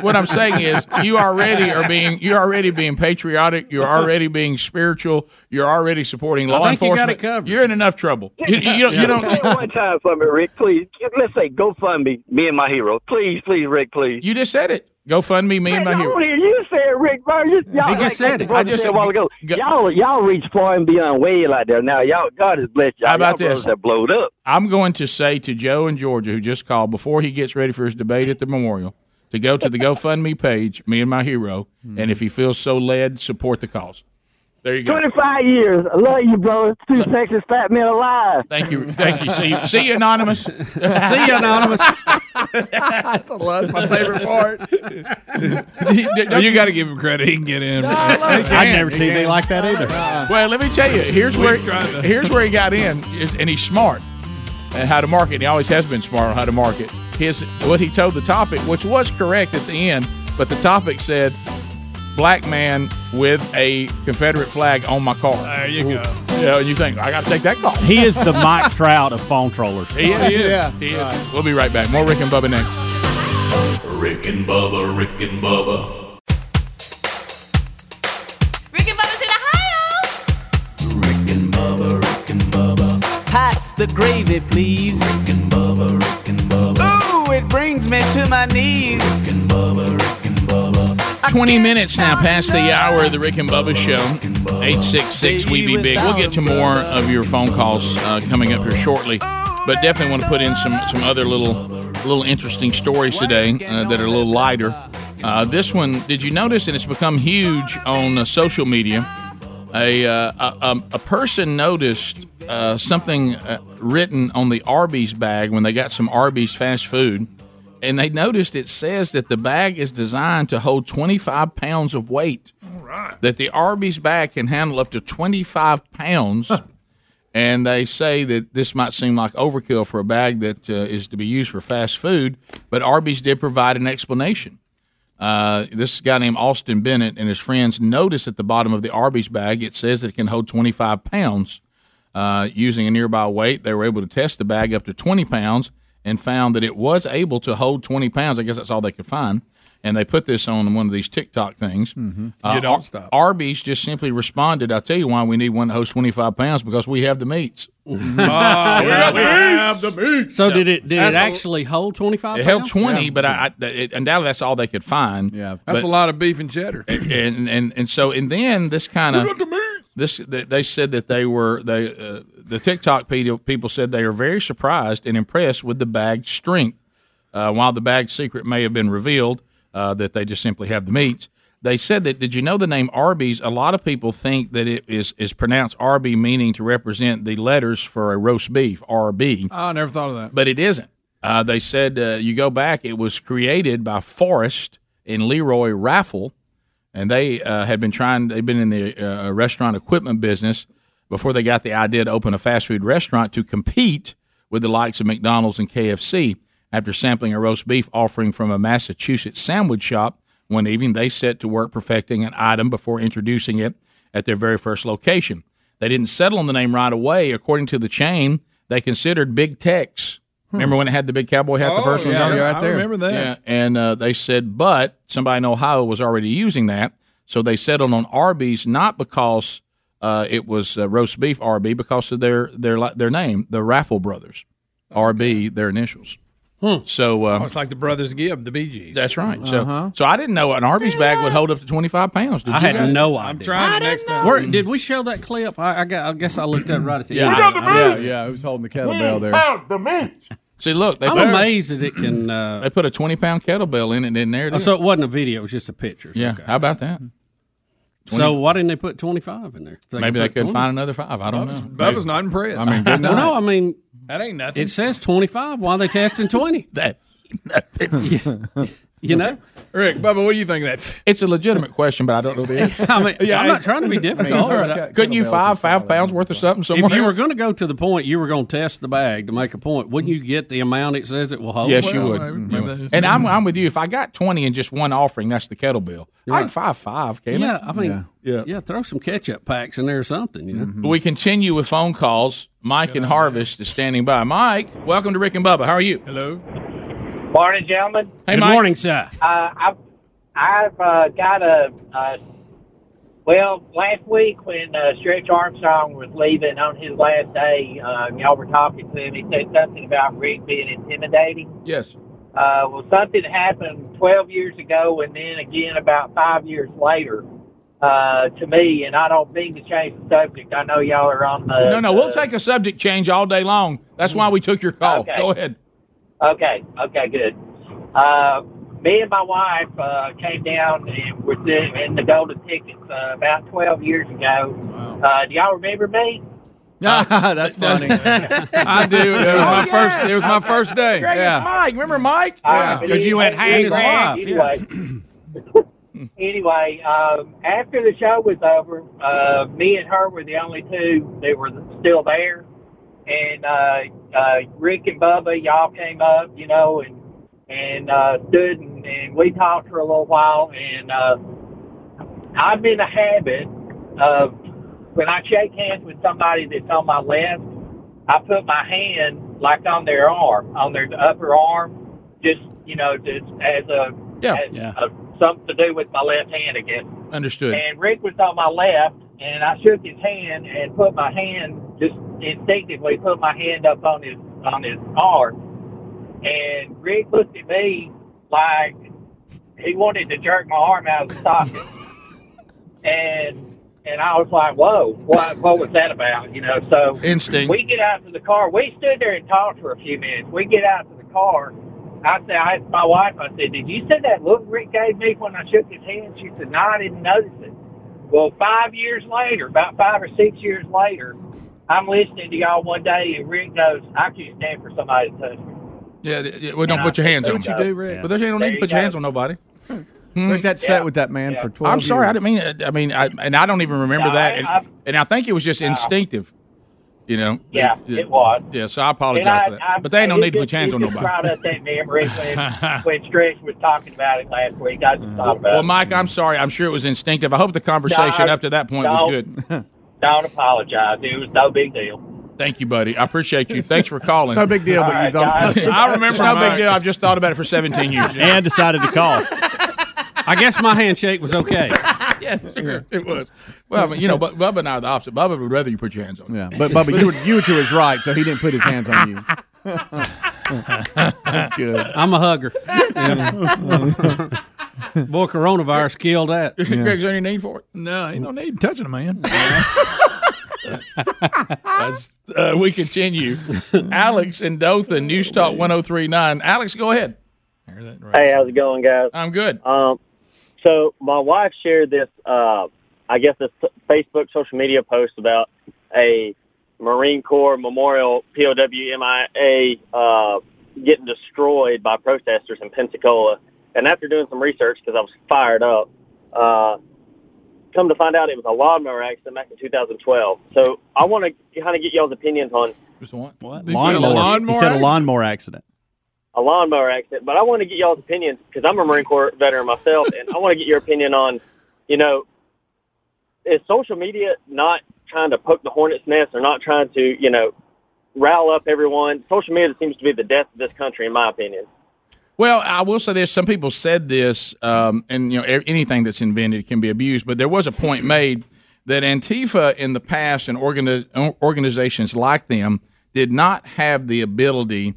Speaker 2: What I'm saying is, you already are being you are already being patriotic. You're already being spiritual. You're already supporting
Speaker 16: I
Speaker 2: law
Speaker 16: think you got
Speaker 2: enforcement.
Speaker 16: it covered.
Speaker 2: You're in enough trouble. You, you, you don't- you don't.
Speaker 16: Say it one time for me, Rick, please. Just- Let's say GoFundMe, me and my hero. Please, please, Rick, please.
Speaker 2: You just said it. GoFundMe, me and my
Speaker 16: I
Speaker 2: hero.
Speaker 16: want to hear you say it, Rick. Bro. You, y'all,
Speaker 2: He just
Speaker 16: like-
Speaker 2: said it.
Speaker 16: like the
Speaker 2: I just
Speaker 16: brother said a while ago. Y'all, y'all reach far and beyond way out there now. Y'all, God has blessed y'all.
Speaker 2: How about
Speaker 16: y'all
Speaker 2: this?
Speaker 16: brothers Have blowed up.
Speaker 2: I'm going to say to Joe in Georgia, who just called before he gets ready for his debate at the memorial, to go to the GoFundMe page, me and my hero, and if he feels so led, support the cause. There you go.
Speaker 16: 25 years. I love you, bro. Two Texas fat men alive.
Speaker 2: Thank you. Thank you. See you, see you anonymous. see
Speaker 3: you, anonymous.
Speaker 2: That's my favorite part. Oh,
Speaker 4: you got to give him credit. He can get in.
Speaker 2: I've never seen anything
Speaker 6: like that
Speaker 4: Uh,
Speaker 6: either.
Speaker 2: Well, let me tell you. Here's
Speaker 4: Uh-uh. We've
Speaker 2: where
Speaker 4: tried to-
Speaker 2: here's where he got in, is- and he's smart and how to market. And he always has been smart on how to market. His what he told the topic, which was correct at the end, but the topic said black man with a Confederate flag on my car. There
Speaker 4: you go.
Speaker 2: Yeah, and you think I got to take that call?
Speaker 5: He is the Mike Trout of phone trollers.
Speaker 2: He is. He is. We'll be right back. More Rick and Bubba next.
Speaker 7: Rick and Bubba, Rick and Bubba,
Speaker 14: Rick and Bubba's in Ohio.
Speaker 15: Pass the gravy, please. Rick and Bubba, Rick and Bubba. Ooh, it brings me to my knees.
Speaker 2: 20 minutes now past the hour of the Rick and Bubba show. 866 We Be Big. We'll get to more of your phone calls uh, coming up here shortly, but definitely want to put in some, some other little little interesting stories today uh, that are a little lighter. Uh, this one, did you notice? And it's become huge on uh, social media. A, uh, a, um, a person noticed uh, something uh, written on the Arby's bag when they got some Arby's fast food and they noticed it says that the bag is designed to hold 25 pounds of weight. All right. That the Arby's bag can handle up to 25 pounds. and they say that this might seem like overkill for a bag that uh, is to be used for fast food, but Arby's did provide an explanation. Uh, this guy named Austin Bennett and his friends noticed at the bottom of the Arby's bag it says it can hold 25 pounds. Uh, using a nearby weight, they were able to test the bag up to 20 pounds and found that it was able to hold 20 pounds. I guess that's all they could find. And they put this on one of these TikTok things. Uh,
Speaker 4: You don't
Speaker 2: Ar- Arby's just simply responded, "I tell you why we need one to host 25 pounds because we have the meats."
Speaker 3: yeah. We have
Speaker 4: the meats.
Speaker 3: So, did it did it
Speaker 2: That's a-
Speaker 3: actually hold twenty five?
Speaker 2: It held 20, but I, I it, undoubtedly that's all they could find. Yeah,
Speaker 4: That's a lot of beef and cheddar.
Speaker 2: and and and so and then this kind of this they they said that they were they uh, the TikTok people people said they are very surprised and impressed with the bag's strength. Uh, while the bag's secret may have been revealed, uh, that they just simply have the meats. They said that. Did you know the name Arby's? A lot of people think that it is is pronounced Arby, meaning to represent the letters for a roast beef, RB
Speaker 4: Oh, I never thought of that.
Speaker 2: but it isn't. Uh, they said uh, you go back; it was created by Forrest and Leroy Raffle, and they uh, had been trying. They've been in the uh, restaurant equipment business before they got the idea to open a fast food restaurant to compete with the likes of McDonald's and KFC. After sampling a roast beef offering from a Massachusetts sandwich shop one evening, they set to work perfecting an item before introducing it at their very first location. They didn't settle on the name right away. According to the chain, they considered Big Tex. Remember when it had the big cowboy hat, the
Speaker 4: Hmm. Oh,
Speaker 2: first one?
Speaker 4: yeah,
Speaker 2: down there?
Speaker 4: I Right there. remember that.
Speaker 2: Yeah, and uh, they said, but somebody in Ohio was already using that, so they settled on Arby's not because uh, it was uh, roast beef RB, because of their their li- their name, the Raffle Brothers, RB, their initials.
Speaker 3: Hmm.
Speaker 2: So
Speaker 4: Oh,
Speaker 2: um,
Speaker 4: it's like the brothers Gibb, the Bee Gees. Uh-huh.
Speaker 2: that's right. So so I didn't know an Arby's bag would hold up to twenty five pounds. Did
Speaker 3: uh-huh. I
Speaker 2: you
Speaker 3: had
Speaker 2: guys?
Speaker 3: no idea. I'm
Speaker 4: trying the next
Speaker 3: time. Where, did we show that clip? I, I, got, I guess I looked up right at the
Speaker 2: Yeah.
Speaker 3: end.
Speaker 2: We got the
Speaker 3: I- I-
Speaker 2: booze.
Speaker 6: Yeah, who's holding the
Speaker 2: kettlebell there?
Speaker 25: the meat.
Speaker 2: See, look, they
Speaker 3: I'm
Speaker 2: put,
Speaker 3: amazed that it can. Uh,
Speaker 2: they put a twenty pound kettlebell in it, and then there it
Speaker 3: Oh,
Speaker 2: is.
Speaker 3: so it wasn't a video; it was just a picture.
Speaker 2: yeah, how about that?
Speaker 3: So why didn't they put twenty five in there?
Speaker 2: Maybe
Speaker 3: could
Speaker 2: they
Speaker 3: put
Speaker 2: couldn't
Speaker 3: 20.
Speaker 2: find another five. I don't
Speaker 3: Bubba's-
Speaker 2: know.
Speaker 4: Bubba's not impressed. I mean,
Speaker 3: well, no, I mean
Speaker 4: that ain't nothing.
Speaker 3: it says twenty five. Why are they testing twenty?
Speaker 2: that
Speaker 3: you know,
Speaker 4: Rick, Bubba, what do you think of that?
Speaker 2: It's a legitimate question, but I don't know the answer.
Speaker 3: I mean, I'm not trying to be difficult, but I-
Speaker 2: Couldn't you five five pounds worth of something somewhere?
Speaker 3: if you were going to go to the point, you were going to test the bag to make a point. Wouldn't you get the amount it says it will hold?
Speaker 2: Yes, you would. You would. And I'm, I'm with you. If I got 20 in just one offering, that's the kettlebell.
Speaker 3: You're
Speaker 2: I can
Speaker 3: right.
Speaker 2: five five, can't
Speaker 3: yeah,
Speaker 2: I?
Speaker 3: I mean,
Speaker 2: yeah.
Speaker 3: yeah. throw some ketchup packs in there or something. You know,
Speaker 2: We continue with phone calls. Mike and Harvest is standing by. Mike, welcome to Rick and Bubba. How are you? Hello.
Speaker 18: Morning, gentlemen.
Speaker 2: Hey, Good Mike. morning, sir.
Speaker 18: Uh, I've I've uh, got a, a well. Last week when uh, Stretch Armstrong was leaving on his last day, uh, y'all were talking to him. He said something about Rick being intimidating.
Speaker 2: Yes.
Speaker 18: Uh, well, something happened 12 years ago, and then again about five years later. Uh, to me, and I don't mean to change the subject. I know y'all are on the
Speaker 2: no, no, we'll take a subject change all day long. That's why we took your call.
Speaker 18: Okay.
Speaker 2: Go ahead.
Speaker 18: Okay, okay, good. Uh, me and my wife uh, came down and were sitting in the golden tickets uh, about 12 years ago. Uh, do y'all remember me?
Speaker 6: That's funny.
Speaker 4: I do. It was
Speaker 2: Oh,
Speaker 4: my first. It was my first day.
Speaker 18: Greg, it's
Speaker 4: yeah.
Speaker 2: Mike, remember Mike?
Speaker 4: Yeah,
Speaker 18: Uh,
Speaker 4: 'cause you went
Speaker 18: anyway,
Speaker 4: hang, hang.
Speaker 18: Anyway, anyway um, after the show was over, uh, me and her were the only two that were still there. And uh, uh, Rick and Bubba, y'all came up, you know, and and uh, stood and, and we talked for a little while. And uh, I'm in a habit of Uh, when I shake hands with somebody that's on my left, I put my hand like on their arm, on their upper arm, just you know, just as a
Speaker 2: Yeah.
Speaker 18: as
Speaker 2: Yeah.
Speaker 18: A, something to do with my left hand again.
Speaker 2: Understood.
Speaker 18: And Rick was on my left, and I shook his hand and put my hand just instinctively put my hand up on his on his arm, and Rick looked at me like he wanted to jerk my arm out of the socket, and and I was like, "Whoa, what what was that about?" You know, so
Speaker 2: Instinct.
Speaker 18: we get out to the car. We stood there and talked for a few minutes. We get out to the car. I said, I asked my wife, I said, did you see that look Rick gave me when I shook his hand? She said, no, I didn't notice it. Well, five years later, about five or six years later, I'm listening to y'all one day and Rick goes, I can't stand for somebody to touch me.
Speaker 2: Yeah, th- yeah, well, don't
Speaker 18: Yeah.
Speaker 2: put your hands
Speaker 18: There
Speaker 2: on
Speaker 18: you
Speaker 2: them.
Speaker 18: go. There you go.
Speaker 2: But they don't
Speaker 18: There
Speaker 2: need to
Speaker 18: you
Speaker 2: put your
Speaker 18: go.
Speaker 2: hands on nobody.
Speaker 6: Rick, that sat with that man for 12
Speaker 2: Mm-hmm. I'm sorry, I
Speaker 6: years.
Speaker 2: didn't mean it. I mean, I, and I don't even remember
Speaker 18: No,
Speaker 2: that.
Speaker 18: I-
Speaker 2: And,
Speaker 18: I-
Speaker 2: and I think it was just instinctive, you know?
Speaker 18: Yeah, it was.
Speaker 2: Yeah, so I apologize for
Speaker 18: And
Speaker 2: that. but they ain't no
Speaker 18: it
Speaker 2: need to put
Speaker 18: just-
Speaker 2: your hands
Speaker 18: it
Speaker 2: on
Speaker 18: just
Speaker 2: nobody.
Speaker 18: brought up that memory when, when Stretch was talking about it last week. I just thought about
Speaker 2: Uh, Well, Mike, I'm sorry. I'm sure it was instinctive. I hope the conversation
Speaker 18: No,
Speaker 2: up to that point
Speaker 18: no.
Speaker 2: was good.
Speaker 18: it. Don't apologize. It was no big deal.
Speaker 2: Thank you, buddy. I appreciate you. Thanks for calling.
Speaker 18: It's no big deal, but All you right, thought- guys. I remember
Speaker 2: It's no big
Speaker 18: Mike.
Speaker 2: deal. I've just thought about it for 17 years.
Speaker 3: and decided to call. I guess my handshake was okay.
Speaker 2: yeah, sure, it was. Well, I mean, you know, but Bubba and I are the opposite. Bubba would rather you put your hands on.
Speaker 6: Yeah, but Bubba, you were, you were to his right, so he didn't put his hands on you.
Speaker 3: That's
Speaker 6: good.
Speaker 3: I'm a hugger. Yeah. Boy, coronavirus killed that.
Speaker 2: Greg's there any need for it?
Speaker 4: No, ain't no need touching a man.
Speaker 2: That's- uh, we continue. Alex and Dothan, News Talk 1039. Alex, go ahead.
Speaker 26: Hey, how's it going, guys?
Speaker 2: I'm good.
Speaker 26: Um, so my wife shared this, uh, I guess, this Facebook social media post about a Marine Corps Memorial POW MIA uh, getting destroyed by protesters in Pensacola. And after doing some research, because I was fired up, uh, come to find out it was a lawnmower accident back in 2012. So I want to kind of get y'all's opinions on
Speaker 2: Just one. What?
Speaker 26: Lawnmower.
Speaker 5: He said a lawnmower accident.
Speaker 26: a lawnmower accident, but I want to get y'all's opinions because I'm a Marine Corps veteran myself, and I want to get your opinion on, you know, is social media not trying to poke the hornet's nest or not trying to, you know, rile up everyone? Social media seems to be the death of this country, in my opinion.
Speaker 2: Well, I will say this. Some people said this, um, and you know, e- anything that's invented can be abused. But there was a point made that Antifa in the uh, past and organi- organizations like them did not have the ability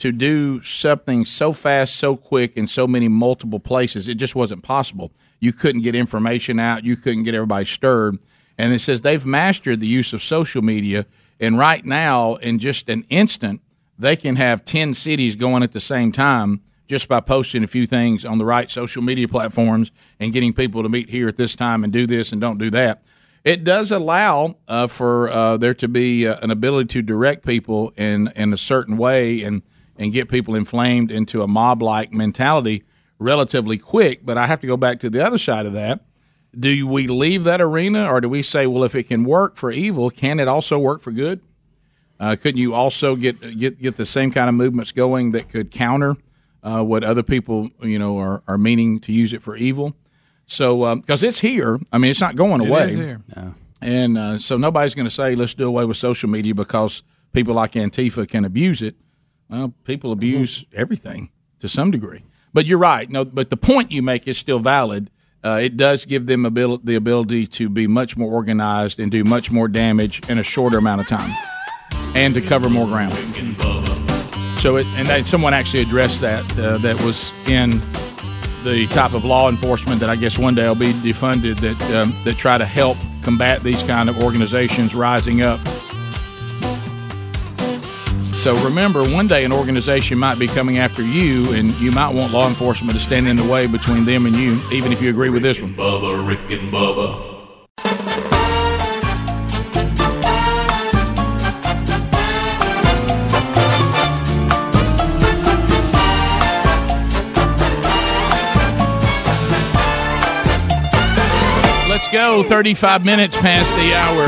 Speaker 2: to do something so fast, so quick, in so many multiple places. It just wasn't possible. You couldn't get information out. You couldn't get everybody stirred. And it says they've mastered the use of social media. And right now, in just an instant, they can have 10 cities going at the same time just by posting a few things on the right social media platforms and getting people to meet here at this time and do this and don't do that. It does allow uh, for uh, there to be uh, an ability to direct people in, in a certain way and, and get people inflamed into a mob like mentality relatively quick. But I have to go back to the other side of that. Do we leave that arena or do we say, well, if it can work for evil, can it also work for good? Uh, couldn't you also get get get the same kind of movements going that could counter uh, what other people you know are, are meaning to use it for evil? So because it's here, I mean, it's not going
Speaker 4: It
Speaker 2: away.
Speaker 4: is here. No.
Speaker 2: And uh, so nobody's going to say let's do away with social media because people like Antifa can abuse it. Well, people abuse everything to some degree. But you're right. No, but the point you make is still valid. Uh, it does give them abil- the ability to be much more organized and do much more damage in a shorter amount of time, and to cover more ground. So, it, and they, someone actually addressed that uh, that was in the type of law enforcement that I guess one day will be defunded that um, that try to help combat these kind of organizations rising up. So remember, one day an organization might be coming after you, and you might want law enforcement to stand in the way between them and you, even if you agree with this one.
Speaker 7: Bubba, Rick and Bubba.
Speaker 2: Let's go. 35 minutes past the hour.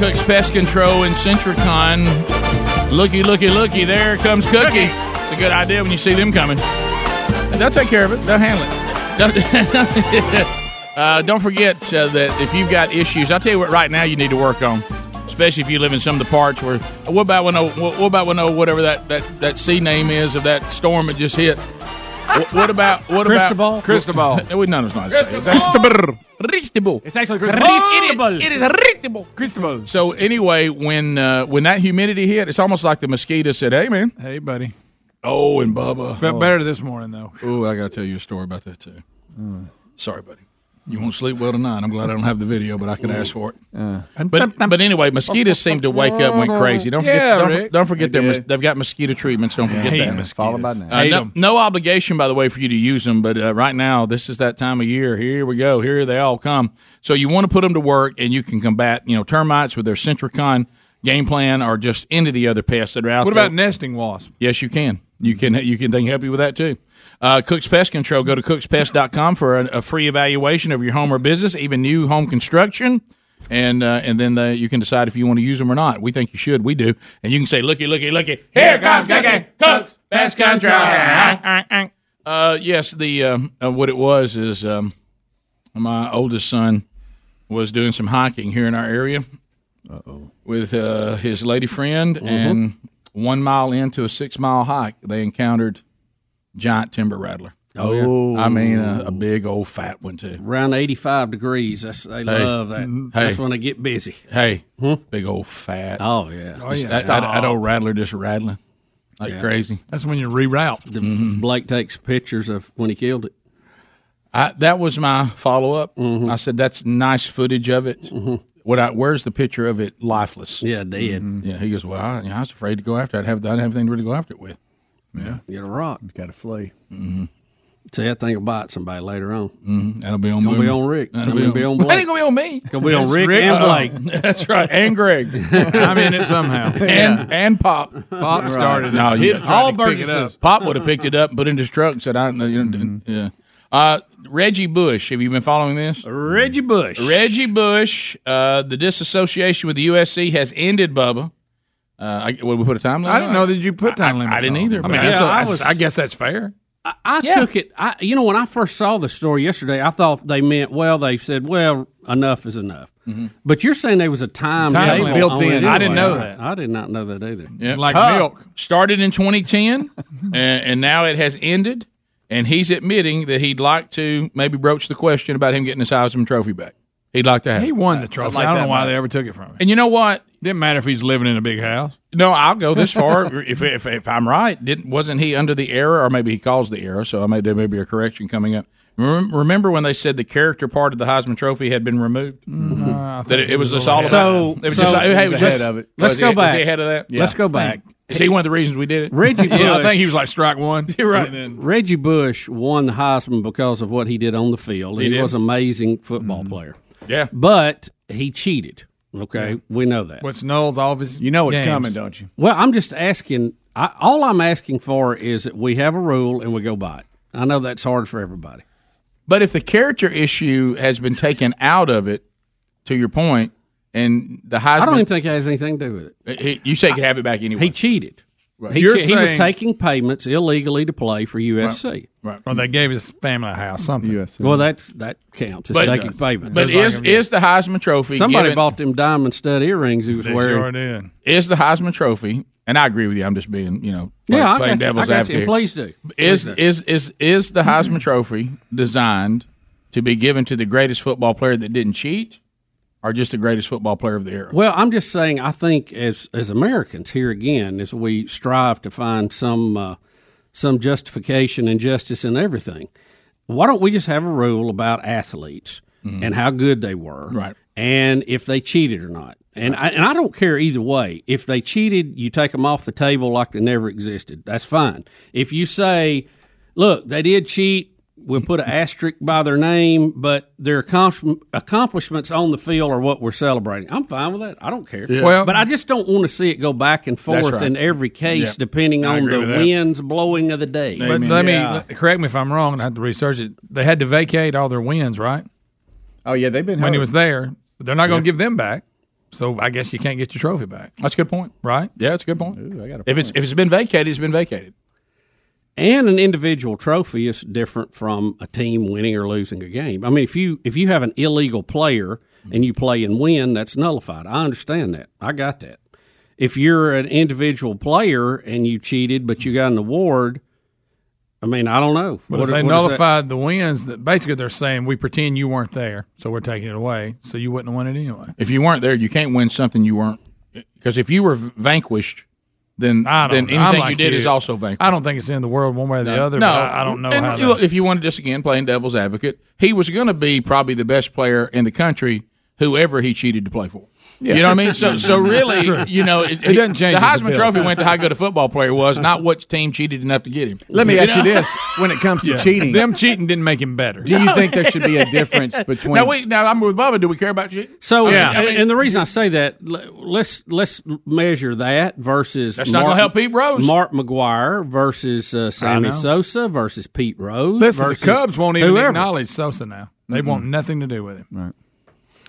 Speaker 2: Cook's Pest Control and Centricon. Looky, looky, looky. There comes Cookie. It's a good idea when you see them coming. And They'll take care of it. They'll handle it. uh, don't forget uh, that if you've got issues, I'll tell you what. Right now, you need to work on, especially if you live in some of the parts where. What about when? oh, What what about when? oh, Whatever that that that sea name is of that storm that just hit. What, what about what
Speaker 4: Cristobal?
Speaker 2: about Cristobal? Cristobal. no, it's not.
Speaker 4: Cristobal.
Speaker 2: Cristobal.
Speaker 4: It's actually
Speaker 2: Cristobal. It is
Speaker 4: Cristobal. Cristobal.
Speaker 2: So anyway, when uh, when that humidity hit, it's almost like the mosquito said, "Hey, man."
Speaker 4: Hey, buddy.
Speaker 2: Oh, and Bubba
Speaker 4: Felt better this morning though.
Speaker 2: Oh, I got to tell you a story about that too. Sorry, buddy. You won't sleep well tonight. I'm glad I don't have the video, but I could ask for it.
Speaker 4: Uh.
Speaker 2: But but anyway, mosquitoes seem to wake up and went crazy. Don't forget,
Speaker 4: Yeah,
Speaker 2: don't,
Speaker 4: Rick.
Speaker 2: don't forget
Speaker 4: They
Speaker 2: their, mos-
Speaker 4: do.
Speaker 2: they've got mosquito treatments. Don't forget
Speaker 4: Hate
Speaker 2: that.
Speaker 4: mosquitoes.
Speaker 2: Follow
Speaker 6: by now.
Speaker 2: Uh,
Speaker 4: Hate
Speaker 2: no,
Speaker 4: 'em.
Speaker 2: no obligation, by the way, for you to use them. But uh, right now, this is that time of year. Here we go. Here they all come. So you want to put them to work, and you can combat you know termites with their Centricon game plan, or just any of the other pests that are out
Speaker 4: What
Speaker 2: there.
Speaker 4: about nesting wasp?
Speaker 2: Yes, you can. You can. You can. They can help you with that too. Uh, Cooks Pest Control. Go to cookspest.com for a, a free evaluation of your home or business, even new home construction, and uh, and then uh you can decide if you want to use them or not. We think you should. We do. And you can say, "Looky, looky, looky! Here comes Cookie Cooks Pest Control." Uh, yes, the um, uh, what it was is um, my oldest son was doing some hiking here in our area with uh, his lady friend,
Speaker 3: Mm-hmm.
Speaker 2: and one mile into a six mile hike, they encountered giant timber rattler.
Speaker 3: Oh, yeah.
Speaker 2: I mean a, a big old fat one too.
Speaker 3: Around 85 degrees. That's They love that. That's when they get busy.
Speaker 2: Hey, big old Mm-hmm. fat.
Speaker 3: Oh, yeah. Oh, yeah.
Speaker 2: That, that, that old rattler just rattling like
Speaker 3: Yeah.
Speaker 2: crazy. Mm-hmm.
Speaker 4: That's when you reroute.
Speaker 3: Blake takes pictures of when he killed it.
Speaker 2: I, that was my follow up.
Speaker 3: Mm-hmm.
Speaker 2: I said that's nice footage of it. What I, where's the picture of it lifeless? Mm-hmm.
Speaker 3: Yeah, dead.
Speaker 2: Yeah, he goes. Well, I, you know, I was afraid to go after. it. I'd have. I didn't have anything to really go after it with. Yeah,
Speaker 3: Get a rock. Mm-hmm.
Speaker 6: Got to flee.
Speaker 3: See, that thing will bite somebody later on.
Speaker 2: Mm-hmm. That'll be on
Speaker 3: Gonna
Speaker 2: Boomer.
Speaker 3: be on Rick.
Speaker 2: That'll
Speaker 3: I mean, be on
Speaker 2: That ain't
Speaker 3: Blake.
Speaker 2: gonna be on me.
Speaker 3: Gonna be on
Speaker 2: That's
Speaker 3: Rick
Speaker 2: Rick's
Speaker 3: and
Speaker 2: fault.
Speaker 3: Blake.
Speaker 2: That's right, and Greg.
Speaker 4: I'm in it somehow.
Speaker 2: and and Pop.
Speaker 4: Pop started it.
Speaker 2: No,
Speaker 4: He
Speaker 2: you
Speaker 4: tried to
Speaker 2: all
Speaker 4: pick it
Speaker 2: Burgesses.
Speaker 4: up.
Speaker 2: Pop would have picked it up, and put it in his truck, and said, "I." no, You know, Yeah. Uh, Reggie Bush. Have you been following this?
Speaker 3: Reggie Bush.
Speaker 2: Reggie Bush. Uh, the disassociation with the USC has ended, Bubba. Uh, I, would we put a time limit?
Speaker 4: I didn't know that you put time
Speaker 2: I-
Speaker 4: limits.
Speaker 2: I didn't
Speaker 4: on.
Speaker 2: either,
Speaker 4: I mean,
Speaker 2: but-
Speaker 4: that's
Speaker 2: Yeah,
Speaker 4: a-
Speaker 2: I
Speaker 4: that's-
Speaker 2: was-
Speaker 4: I guess that's fair.
Speaker 3: I took it. I, you know, when I first saw the story yesterday, I thought they meant well. They said, "Well, enough is enough." But you're saying there was a time,
Speaker 4: Time
Speaker 3: table
Speaker 4: limit. Built
Speaker 3: on it
Speaker 4: in.
Speaker 3: anyway.
Speaker 4: I didn't know that.
Speaker 3: I did not know that either.
Speaker 2: Yeah.
Speaker 4: Like milk.
Speaker 2: Started in 2010, and, and now it has ended. And he's admitting that he'd like to maybe broach the question about him getting his Heisman Trophy back. He'd like to have.
Speaker 4: He
Speaker 2: it.
Speaker 4: won the trophy.
Speaker 2: like
Speaker 4: I don't
Speaker 2: that
Speaker 4: know why
Speaker 2: much.
Speaker 4: they ever took it from him.
Speaker 2: And you know what?
Speaker 4: Didn't matter if he's living in a big house.
Speaker 2: No, I'll go this far. if, if if I'm right, didn't wasn't he under the error, or maybe he caused the error? So I may there may be a correction coming up. Rem- Remember when they said the character part of the Heisman Trophy had been removed?
Speaker 4: Mm,
Speaker 2: that it, it was just all about
Speaker 3: So-
Speaker 2: it was
Speaker 3: so-
Speaker 2: just hey, it was
Speaker 3: Let's-
Speaker 2: just-
Speaker 3: let's
Speaker 2: was
Speaker 3: go
Speaker 2: he, Was
Speaker 3: back.
Speaker 2: he ahead of that?
Speaker 3: Let's go back.
Speaker 2: Is he one of the reasons we did it?
Speaker 3: Reggie
Speaker 4: Yeah, I
Speaker 3: Bush.
Speaker 4: think he was like strike one.
Speaker 2: You're right.
Speaker 3: Reggie Bush won the Heisman because of what he did on the field.
Speaker 4: He
Speaker 3: He,
Speaker 4: did. Mm-hmm.
Speaker 3: was an amazing football player.
Speaker 2: Yeah.
Speaker 3: But he cheated. Okay. We know that.
Speaker 4: Which nulls all of his. You
Speaker 6: know it's coming, don't you?
Speaker 3: Well, I'm just asking. I, all I'm asking for is that we have a rule and we go by it. I know that's hard for everybody.
Speaker 2: But if the character issue has been taken out of it, to your point, and the Heisman,
Speaker 3: I don't even think it has anything to do with it.
Speaker 2: He- you say you could have it back anyway.
Speaker 3: He cheated.
Speaker 2: Right.
Speaker 3: He,
Speaker 2: You're
Speaker 3: che- he was
Speaker 2: saying-
Speaker 3: taking payments illegally to play for USC.
Speaker 2: Right.
Speaker 4: Or they gave his family a house, something.
Speaker 3: Well, that that counts. It's taking payments.
Speaker 2: But is is the Heisman Trophy?
Speaker 3: somebody
Speaker 2: given-
Speaker 3: bought them diamond stud earrings he was
Speaker 2: They
Speaker 3: wearing?
Speaker 2: sure did. Is the Heisman Trophy? And I agree with you. I'm just being, you know, play-
Speaker 3: Yeah, I
Speaker 2: playing
Speaker 3: got you.
Speaker 2: devil's
Speaker 3: I got you.
Speaker 2: advocate.
Speaker 3: Please do.
Speaker 2: Is
Speaker 3: Please
Speaker 2: is is is the Heisman Trophy designed to be given to the greatest football player that didn't cheat, or just the greatest football player of the era?
Speaker 3: Well, I'm just saying. I think as as Americans here again, as we strive to find some uh, some justification and justice in everything, why don't we just have a rule about athletes
Speaker 4: Mm-hmm.
Speaker 3: and how good they were,
Speaker 2: Right.
Speaker 3: And if they cheated or not. And I, and I don't care either way. If they cheated, you take them off the table like they never existed. That's fine. If you say, look, they did cheat. We'll put an asterisk by their name, but their accom- accomplishments on the field are what we're celebrating. I'm fine with that. I don't care.
Speaker 4: Yeah. Well-
Speaker 3: but I just don't want to see it go back and
Speaker 4: That's
Speaker 3: forth
Speaker 4: right.
Speaker 3: in every
Speaker 4: Yeah.
Speaker 3: case, depending
Speaker 4: I
Speaker 3: on
Speaker 4: agree
Speaker 3: the
Speaker 4: with that.
Speaker 3: winds blowing of the day.
Speaker 4: But let me correct me if I'm wrong. and I have to research it. They had to vacate all their wins, right?
Speaker 6: Oh yeah, they've been
Speaker 4: when he
Speaker 6: hurt.
Speaker 4: was there. They're not going to
Speaker 6: Yeah.
Speaker 4: give them back, so I guess you can't get your trophy back,
Speaker 2: That's a good point,
Speaker 4: right?
Speaker 2: Yeah, that's a good point.
Speaker 6: I got
Speaker 2: If it's if it's been vacated, it's been vacated.
Speaker 3: and an individual trophy is different from a team winning or losing a game. I mean, if you if you have an illegal player and you play and win, that's nullified. I understand that. I got that. If you're an individual player and you cheated but you got an award, I mean, I don't know.
Speaker 4: But if
Speaker 3: What-
Speaker 4: they
Speaker 3: what is that?
Speaker 4: nullified the wins, that basically they're saying we pretend you weren't there, so we're taking it away, so you wouldn't have won it anyway.
Speaker 2: If you weren't there, you can't win something you weren't. Because if you were v- vanquished, then
Speaker 4: I don't
Speaker 2: then
Speaker 4: know. I'm
Speaker 2: anything you
Speaker 4: like
Speaker 2: did
Speaker 4: you.
Speaker 2: is also vanquished.
Speaker 4: I don't think it's in the world one way or the other. but I, I don't know
Speaker 2: And
Speaker 4: how.
Speaker 2: look, if you wanted this again, playing devil's advocate, he was going to be probably the best player in the country, whoever he cheated to play for.
Speaker 4: Yeah.
Speaker 2: You know what I mean? So, so really,
Speaker 4: True.
Speaker 2: you know, it,
Speaker 4: It doesn't change
Speaker 2: The
Speaker 4: the
Speaker 2: Heisman
Speaker 4: bill.
Speaker 2: Trophy went to how good a football player was, not what team cheated enough to get him.
Speaker 6: Let me ask you
Speaker 2: know?
Speaker 6: this: when it comes to
Speaker 2: Yeah.
Speaker 6: cheating,
Speaker 4: Them cheating didn't make him better.
Speaker 6: Do you think there should be a difference between?
Speaker 2: Now, wait, now I'm with Bubba. Do we care about cheating?
Speaker 3: So,
Speaker 2: I mean,
Speaker 3: yeah.
Speaker 2: I mean-
Speaker 3: and the reason I say that, l- let's let's measure that versus
Speaker 2: That's not gonna help Pete Rose.
Speaker 3: Mark McGuire versus uh,
Speaker 4: know.
Speaker 3: Sammy Sosa versus Pete Rose.
Speaker 4: Listen, the
Speaker 3: versus
Speaker 4: Cubs won't even
Speaker 3: whoever.
Speaker 4: acknowledge Sosa now. They want nothing to do with him.
Speaker 6: Right.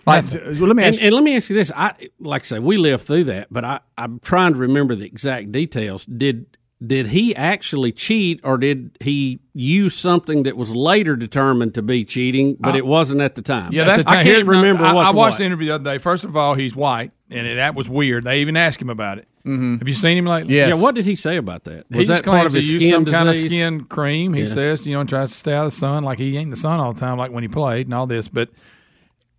Speaker 4: Like,
Speaker 6: let
Speaker 3: and, and let me ask you this: I like I say we lived through that, but I, I'm trying to remember the exact details. Did did he actually cheat, or did he use something that was later determined to be cheating, but
Speaker 4: I-
Speaker 3: it wasn't at the time?
Speaker 4: Yeah, that's
Speaker 3: I
Speaker 4: here-
Speaker 3: can't remember.
Speaker 4: I, I
Speaker 3: what's
Speaker 4: watched
Speaker 3: what.
Speaker 4: the interview the other day. First of all, he's white, and it, that was weird. They even asked him about it. Have you seen him lately?
Speaker 3: Mm-hmm. Yeah, what did he say about that?
Speaker 4: he
Speaker 3: Was
Speaker 4: just
Speaker 3: that part
Speaker 4: claims
Speaker 3: of
Speaker 4: to
Speaker 3: his
Speaker 4: use
Speaker 3: skin
Speaker 4: some kind of
Speaker 3: disease?
Speaker 4: skin cream. He
Speaker 3: Yeah.
Speaker 4: says, you know, and tries to stay out of the sun, like he ain't in the sun all the time, like when he played and all this. But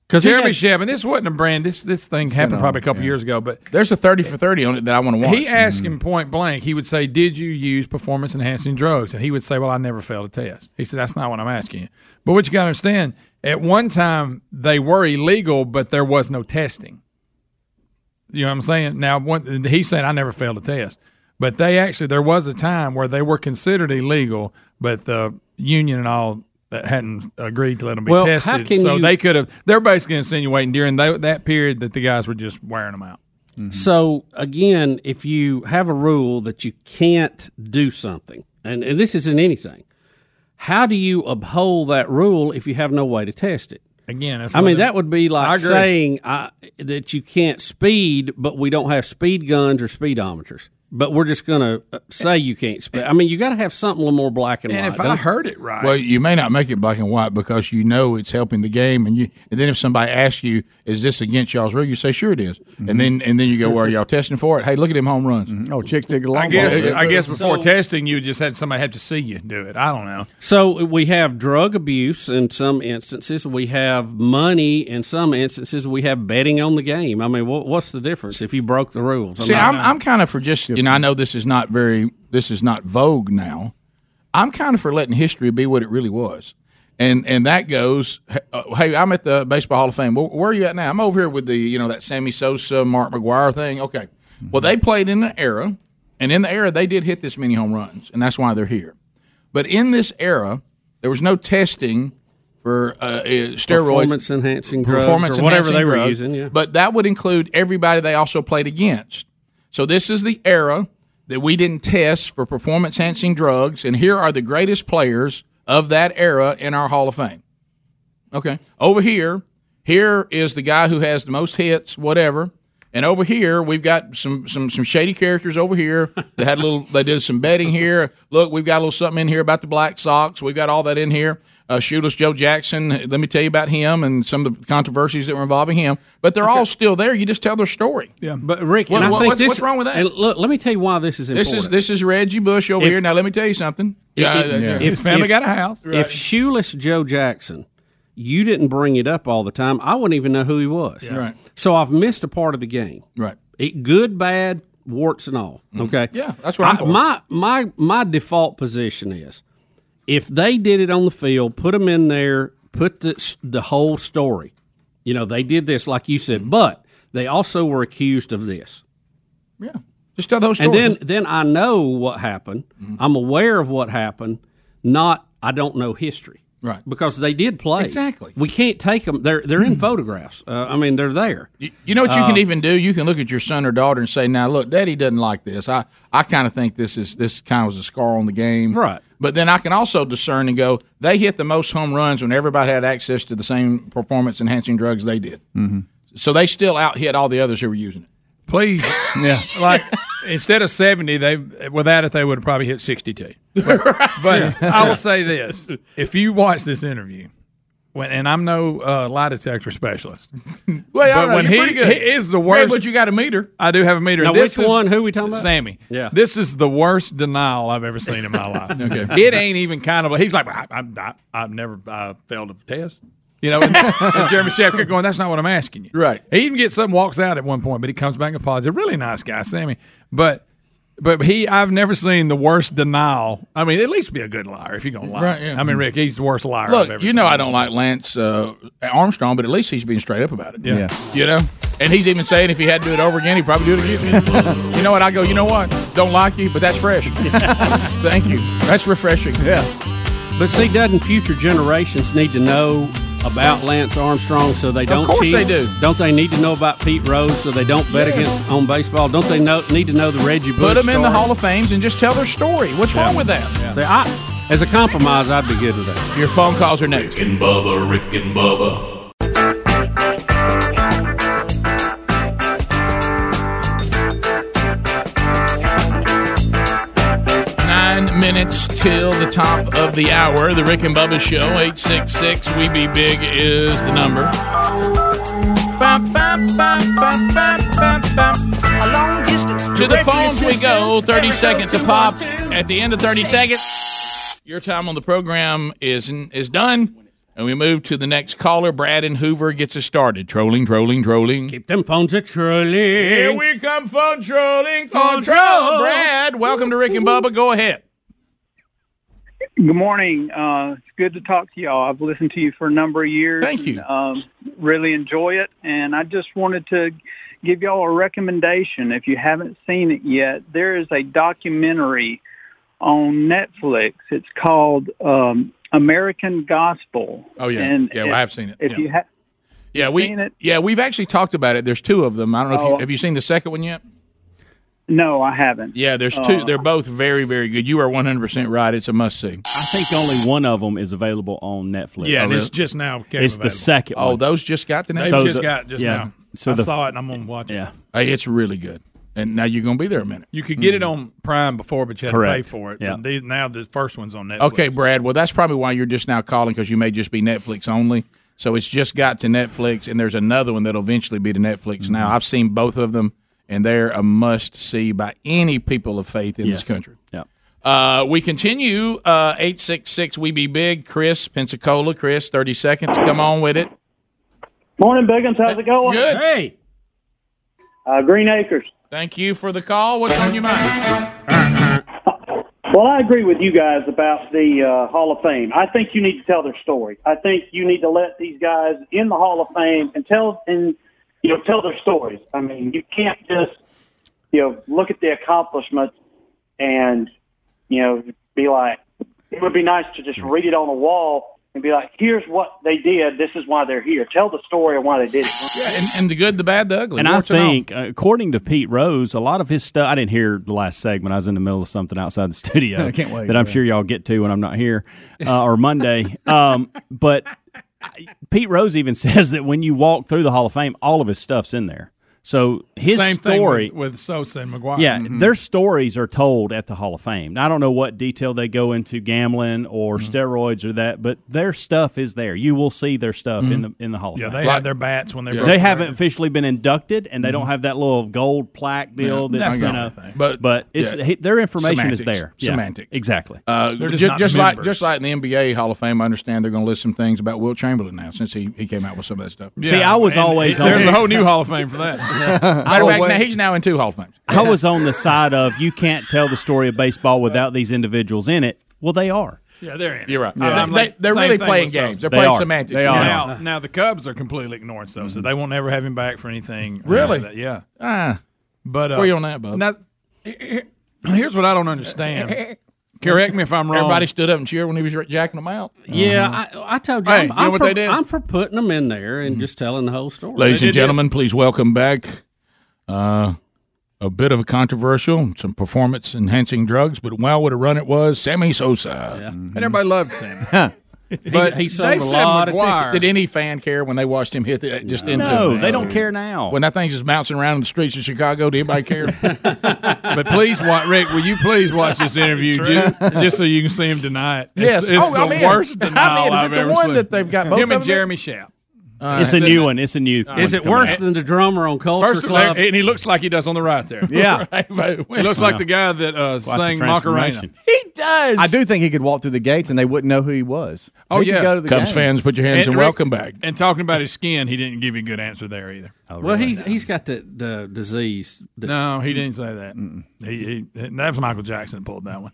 Speaker 3: 'Cause he
Speaker 4: Jeremy
Speaker 3: had-
Speaker 4: Shevin, this wasn't a brand. This this thing happened
Speaker 2: on,
Speaker 4: probably a couple years ago. But
Speaker 2: There's a 30 for 30 on it that I want to watch.
Speaker 4: he asked
Speaker 3: Mm.
Speaker 4: him point blank. He would say, "Did you use performance enhancing drugs?" And he would say, "Well, I never failed a test." He said, "That's not what I'm asking you." But what you got to understand, at one time they were illegal, but there was no testing. You know what I'm saying? Now, one, he's saying I never failed a test, but they actually there was a time where they were considered illegal, but the union and all that hadn't agreed to let them be
Speaker 3: Well, how
Speaker 4: tested,
Speaker 3: can
Speaker 4: so
Speaker 3: you-
Speaker 4: they could have. They're basically insinuating during tho- that period that the guys were just wearing them out.
Speaker 3: Mm-hmm. So again, if you have a rule that you can't do something, and, and this isn't anything, how do you uphold that rule if you have no way to test it?
Speaker 4: Again, that's
Speaker 3: I
Speaker 4: what
Speaker 3: mean,
Speaker 4: it-
Speaker 3: that would be
Speaker 4: I
Speaker 3: like uh,
Speaker 4: agree.
Speaker 3: saying I, that you can't speed, but we don't have speed guns or speedometers. but we're just going to say you can't speak. I mean, you got to have something a little more black and,
Speaker 4: And
Speaker 3: white.
Speaker 4: if I
Speaker 3: don't-
Speaker 4: heard it right,
Speaker 2: Well, you may not make it black and white because you know it's helping the game, and you. And then if somebody asks you, "Is this against y'all's rule?" You say, "Sure, it is." And then and then you go, "Well, are y'all testing for it?" Hey, look at him home runs.
Speaker 6: Mm-hmm. Oh, chicks dig a
Speaker 4: I guess I guess before testing, you just had somebody have to see you do it. I don't know.
Speaker 3: So we have drug abuse in some instances. We have money in some instances. We have betting on the game. I mean, what, what's the difference if you broke the rules? I
Speaker 2: See,
Speaker 3: mean-
Speaker 2: I'm, I'm kind of for just you know I know this is not very this is not vogue now. I'm kind of for letting history be what it really was, and and that goes. uh, Hey, I'm at the Baseball Hall of Fame. Where, where are you at now? I'm over here with the you know that Sammy Sosa, Mark McGuire thing. Okay, well they played in an era, and in the era they did hit this many home runs, and that's why they're here. But in this era, there was no testing for uh, uh, steroids,
Speaker 3: Performance enhancing drugs or whatever they were using, yeah.
Speaker 2: But that would include everybody they also played against. So this is the era that we didn't test for performance enhancing drugs, and here are the greatest players of that era in our Hall of Fame. Okay, over here, here is the guy who has the most hits, whatever. And over here, we've got some some some shady characters over here that had a little. They did some betting here. Look, we've got a little something in here about the Black Sox. We've got all that in here. Uh, shoeless Joe Jackson. Let me tell you about him and some of the controversies that were involving him. But they're all still there. You just tell their story.
Speaker 4: Yeah,
Speaker 3: but Rick,
Speaker 2: What-
Speaker 3: and I
Speaker 2: what-
Speaker 3: think
Speaker 2: what's-
Speaker 3: this,
Speaker 2: what's wrong with that?
Speaker 3: And look, let me tell you why this is
Speaker 2: This
Speaker 3: important.
Speaker 2: is this is Reggie Bush over
Speaker 3: If-
Speaker 2: here. Now let me tell you something. Uh,
Speaker 3: If if- If shoeless Joe Jackson, you didn't bring it up all the time, I wouldn't even know who he was.
Speaker 2: Yeah. Right.
Speaker 3: So I've missed a part of the game.
Speaker 2: Right. Mm-hmm.
Speaker 3: It, good, bad, warts and all. Okay.
Speaker 2: Yeah, that's what I'm
Speaker 3: I-
Speaker 2: for.
Speaker 3: my my my default position is if they did it on the field, put them in there, put the the whole story. You know, they did this like you
Speaker 2: Mm-hmm.
Speaker 3: said, but they also were accused of this.
Speaker 2: Just tell those
Speaker 3: And
Speaker 2: stories.
Speaker 3: then then I know what happened.
Speaker 2: Mm-hmm.
Speaker 3: I'm aware of what happened. Not I don't know history.
Speaker 2: Right.
Speaker 3: Because they did play.
Speaker 2: Exactly. Mm.
Speaker 3: We can't take them. They're they're in photographs. Uh, I mean, they're there.
Speaker 2: You, You know what you can
Speaker 3: Uh,
Speaker 2: even do? You can look at your son or daughter and say, "Now look, Daddy doesn't like this. I, I kind of think this is this kind of was a scar on the game." Right. But then I can also discern and go, "They hit the most home runs when everybody had access to the same performance enhancing drugs they did,
Speaker 4: Mm-hmm.
Speaker 2: so they still out hit all the others who were using it."
Speaker 4: Please, yeah. Like instead of seventy, they without it they would have probably hit sixty-two. But I will say this: if you watch this interview, when and I'm no uh, lie detector specialist,
Speaker 2: Well, I
Speaker 4: but
Speaker 2: don't know,
Speaker 4: when
Speaker 2: you're
Speaker 4: he,
Speaker 2: pretty good.
Speaker 4: he is the
Speaker 2: Yeah,
Speaker 4: worst,
Speaker 2: but you got a meter.
Speaker 4: I do have a meter.
Speaker 3: Now,
Speaker 4: This
Speaker 3: which
Speaker 4: is-
Speaker 3: one? Who we talking about?
Speaker 4: Sammy.
Speaker 3: Yeah.
Speaker 4: This is the worst denial I've ever seen in my life.
Speaker 2: Okay.
Speaker 4: It ain't even kind of. He's like, I, I, I, I've never I failed a test. You know, and, and Jeremy Shepard going, that's not what I'm asking you. Right. He even gets up and walks out at one point, but he comes back and apologizes. Really nice guy, Sammy. But but he, I've never seen the worst denial. I mean, at least be a good liar if you're going to lie.
Speaker 2: Right, yeah.
Speaker 4: I mean, Rick, he's the worst liar I've
Speaker 2: Look,
Speaker 4: ever
Speaker 2: you know I don't like Lance uh, Armstrong, but at least he's being straight up about it.
Speaker 4: Yeah. Yeah.
Speaker 2: You know? And he's even saying if he had to do it over again, he'd probably do it again. you know what? I go, you know what? Don't like you, but that's fresh. Thank you. That's refreshing.
Speaker 6: Yeah.
Speaker 3: But see, doesn't future generations need to know about Lance Armstrong so they don't?
Speaker 2: course
Speaker 3: cheat?
Speaker 2: they do.
Speaker 3: Don't they need to know about Pete Rose so they don't bet
Speaker 2: Yes.
Speaker 3: against on baseball? Don't they know, need to know the Reggie Bush?
Speaker 2: Put them in the
Speaker 3: story?
Speaker 2: Hall of Fames and just tell their story. What's
Speaker 3: Yeah.
Speaker 2: wrong with that?
Speaker 3: See, I, as a compromise, I'd be good with that.
Speaker 2: Your phone calls are next.
Speaker 7: Rick and Bubba, Rick and Bubba.
Speaker 2: Nine minutes till the top of the hour. The Rick and Bubba Show, 866 We Be Big is the number.
Speaker 9: A long distance.
Speaker 2: To the phones we go. 30 seconds to pop. At the end of 30 seconds, your time on the program is is done. And we move to the next caller. Brad and Hoover gets us started. Trolling, trolling, trolling.
Speaker 3: Keep them phones a trolling. Here
Speaker 2: we come, phone trolling, phone troll. Brad, welcome to Rick and Bubba. Go ahead.
Speaker 25: Good morning. Uh, it's good to talk to y'all. I've listened to you for a number of years.
Speaker 2: Thank you.
Speaker 25: and, um, really enjoy it. And I just wanted to give y'all a recommendation. If you haven't seen it yet, there is a documentary on Netflix. It's called um, American Gospel.
Speaker 2: Oh, yeah.
Speaker 25: And
Speaker 2: Yeah,
Speaker 25: if-
Speaker 2: well, I have seen it.
Speaker 25: If
Speaker 2: Yeah.
Speaker 25: you have.
Speaker 2: Yeah, we yeah we've actually talked about it. There's two of them. I don't know if you,
Speaker 25: Oh.
Speaker 2: have you seen the second one yet.
Speaker 25: No, I haven't.
Speaker 2: Yeah, there's two.
Speaker 25: Uh,
Speaker 2: They're both very very good. You are 100 percent right. It's a must see.
Speaker 5: I think only one of them is available on Netflix.
Speaker 6: Oh,
Speaker 4: Yeah, and it's just now became
Speaker 5: It's the
Speaker 4: available.
Speaker 5: second.
Speaker 2: Oh,
Speaker 5: one.
Speaker 2: those just got the
Speaker 4: They've
Speaker 2: name.
Speaker 5: So
Speaker 4: just
Speaker 5: the-
Speaker 4: got just
Speaker 5: yeah.
Speaker 4: now.
Speaker 5: So
Speaker 4: I
Speaker 5: the-
Speaker 4: saw it and I'm going to watch it.
Speaker 5: Yeah.
Speaker 2: Hey, it's really good. and now you're going to be there a minute.
Speaker 4: You could get it on Prime before, but you had to pay
Speaker 2: Correct.
Speaker 4: for it.
Speaker 2: Yeah.
Speaker 4: But these- now the first one's on Netflix.
Speaker 2: Okay, Brad. Well, that's probably why you're just now calling because you may just be Netflix only. So it's just got to Netflix, and there's another one that'll eventually be to Netflix.
Speaker 5: Mm-hmm.
Speaker 2: Now I've seen both of them, and they're a must see by any people of faith in
Speaker 5: Yes.
Speaker 2: this country.
Speaker 5: Yep.
Speaker 2: Uh, we continue uh, eight six six. We be big, Chris Pensacola. Chris, thirty seconds. Come on with it.
Speaker 20: Morning, Biggins. How's it going?
Speaker 2: Good.
Speaker 3: Hey.
Speaker 20: Uh, Green Acres.
Speaker 2: Thank you for the call. What's on your mind?
Speaker 20: Well, I agree with you guys about the uh, Hall of Fame. I think you need to tell their story. I think you need to let these guys in the Hall of Fame and tell and you know tell their stories. I mean, you can't just you know look at the accomplishments and you know be like it would be nice to just read it on a wall and be like, here's what they did. This is why they're here. Tell the story of why they did it.
Speaker 2: And, and the good, the bad, the ugly.
Speaker 5: And I
Speaker 2: Warts all.
Speaker 5: think, uh, according to Pete Rose, a lot of his stuff. I didn't hear the last segment. I was in the middle of something outside the studio.
Speaker 6: I can't wait,
Speaker 5: That I'm
Speaker 6: yeah.
Speaker 5: sure y'all get to when I'm not here uh, or Monday. um, but I- Pete Rose even says that when you walk through the Hall of Fame, all of his stuff's in there. So his
Speaker 4: Same
Speaker 5: story.
Speaker 4: thing with, with Sosa and McGuire.
Speaker 5: Yeah,
Speaker 4: Mhm.
Speaker 5: their stories are told at the Hall of Fame. Now, I don't know what detail they go into gambling or
Speaker 4: Mm-hmm.
Speaker 5: steroids or that, but their stuff is there. You will see their stuff in the in the Hall
Speaker 4: Mm-hmm. Yeah,
Speaker 5: of
Speaker 4: they
Speaker 5: Fame.
Speaker 4: had their bats when they broke
Speaker 5: They
Speaker 4: the
Speaker 5: haven't
Speaker 4: record.
Speaker 5: officially been inducted, and they don't
Speaker 4: Mhm.
Speaker 5: have that little gold plaque deal.
Speaker 2: Yeah,
Speaker 5: that's
Speaker 2: I
Speaker 5: you
Speaker 2: got
Speaker 5: know,
Speaker 2: it.
Speaker 5: but but it's
Speaker 2: yeah.
Speaker 5: he- their information is
Speaker 2: Semantics.
Speaker 5: there. Yeah,
Speaker 2: Semantics.
Speaker 5: exactly.
Speaker 2: Uh, ju- just like just like in the NBA Hall of Fame, I understand they're going to list some things about Will Chamberlain now since he, he came out with some of that stuff.
Speaker 5: See, I was always on
Speaker 4: There's a whole new Hall of Fame for that.
Speaker 2: Matter of fact, now he's now in two Hall of Fames.
Speaker 5: I was on the side of you can't tell the story of baseball without these individuals in it. Well, they are.
Speaker 4: Yeah, they're in. it.
Speaker 5: You're right.
Speaker 4: I'm
Speaker 5: Yeah.
Speaker 4: like-
Speaker 5: They- they're
Speaker 4: same
Speaker 5: really
Speaker 4: thing
Speaker 5: playing
Speaker 4: with
Speaker 5: games.
Speaker 4: Sosa.
Speaker 5: They're They playing are. semantics. They are.
Speaker 4: Now, now the Cubs are completely ignoring Sosa. so They won't ever have him back for anything. or
Speaker 2: Really?
Speaker 4: none of that. Yeah.
Speaker 2: Ah.
Speaker 4: But uh,
Speaker 2: Where you on that, Bub?
Speaker 4: now- here's what I don't understand. Correct me if I'm wrong.
Speaker 2: Everybody stood up and cheered when he was jacking them out.
Speaker 3: Yeah, I, I told you.
Speaker 4: Mm-hmm. Hey,
Speaker 3: I'm,
Speaker 4: you know
Speaker 3: I'm
Speaker 4: what
Speaker 3: for,
Speaker 4: they did? Mm-hmm.
Speaker 3: I'm for putting them in there and just telling the whole story.
Speaker 2: Ladies and gentlemen, please welcome back uh, a bit of a controversial, some performance enhancing drugs, but wow, what a run it was. Sammy Sosa.
Speaker 4: And everybody loved Sam.
Speaker 2: But
Speaker 4: he sold they a said lot of McGuire- tickets.
Speaker 2: Did any fan care when they watched him hit the, just into
Speaker 5: No, they don't care now.
Speaker 2: When that thing's just bouncing around in the streets of Chicago, do anybody care?
Speaker 4: but please, watch, Rick, will you please watch this interview
Speaker 2: True.
Speaker 4: just, just so you can see him deny it? It's-
Speaker 2: Yes.
Speaker 4: it's,
Speaker 2: Oh,
Speaker 4: the
Speaker 2: I'm in.
Speaker 4: worst
Speaker 2: I'm in.
Speaker 4: denial
Speaker 2: Is it
Speaker 4: have
Speaker 2: the
Speaker 4: ever
Speaker 2: one
Speaker 4: seen.
Speaker 2: that they've got both
Speaker 4: him
Speaker 2: of
Speaker 4: and
Speaker 2: them?
Speaker 4: Jeremy Schaap.
Speaker 5: it's a new one. It's a
Speaker 4: Oh,
Speaker 5: new.
Speaker 3: Is it worse than the drummer on Culture
Speaker 4: First, of all,
Speaker 3: Club?
Speaker 4: and he looks like he does on the right there.
Speaker 6: Yeah.
Speaker 4: Right, but he looks like the guy that uh,
Speaker 6: Quite the
Speaker 4: sang Macarena.
Speaker 6: transformation. I do think he could walk through the gates and they wouldn't know who he was.
Speaker 4: Oh
Speaker 6: He could
Speaker 4: yeah,
Speaker 6: go to the game.
Speaker 4: Rick- And talking about his skin, he didn't give you a good answer there either.
Speaker 3: Well, he's he's got the, the disease. that-
Speaker 4: no, he didn't say that. He, he that was Michael Jackson that pulled that one.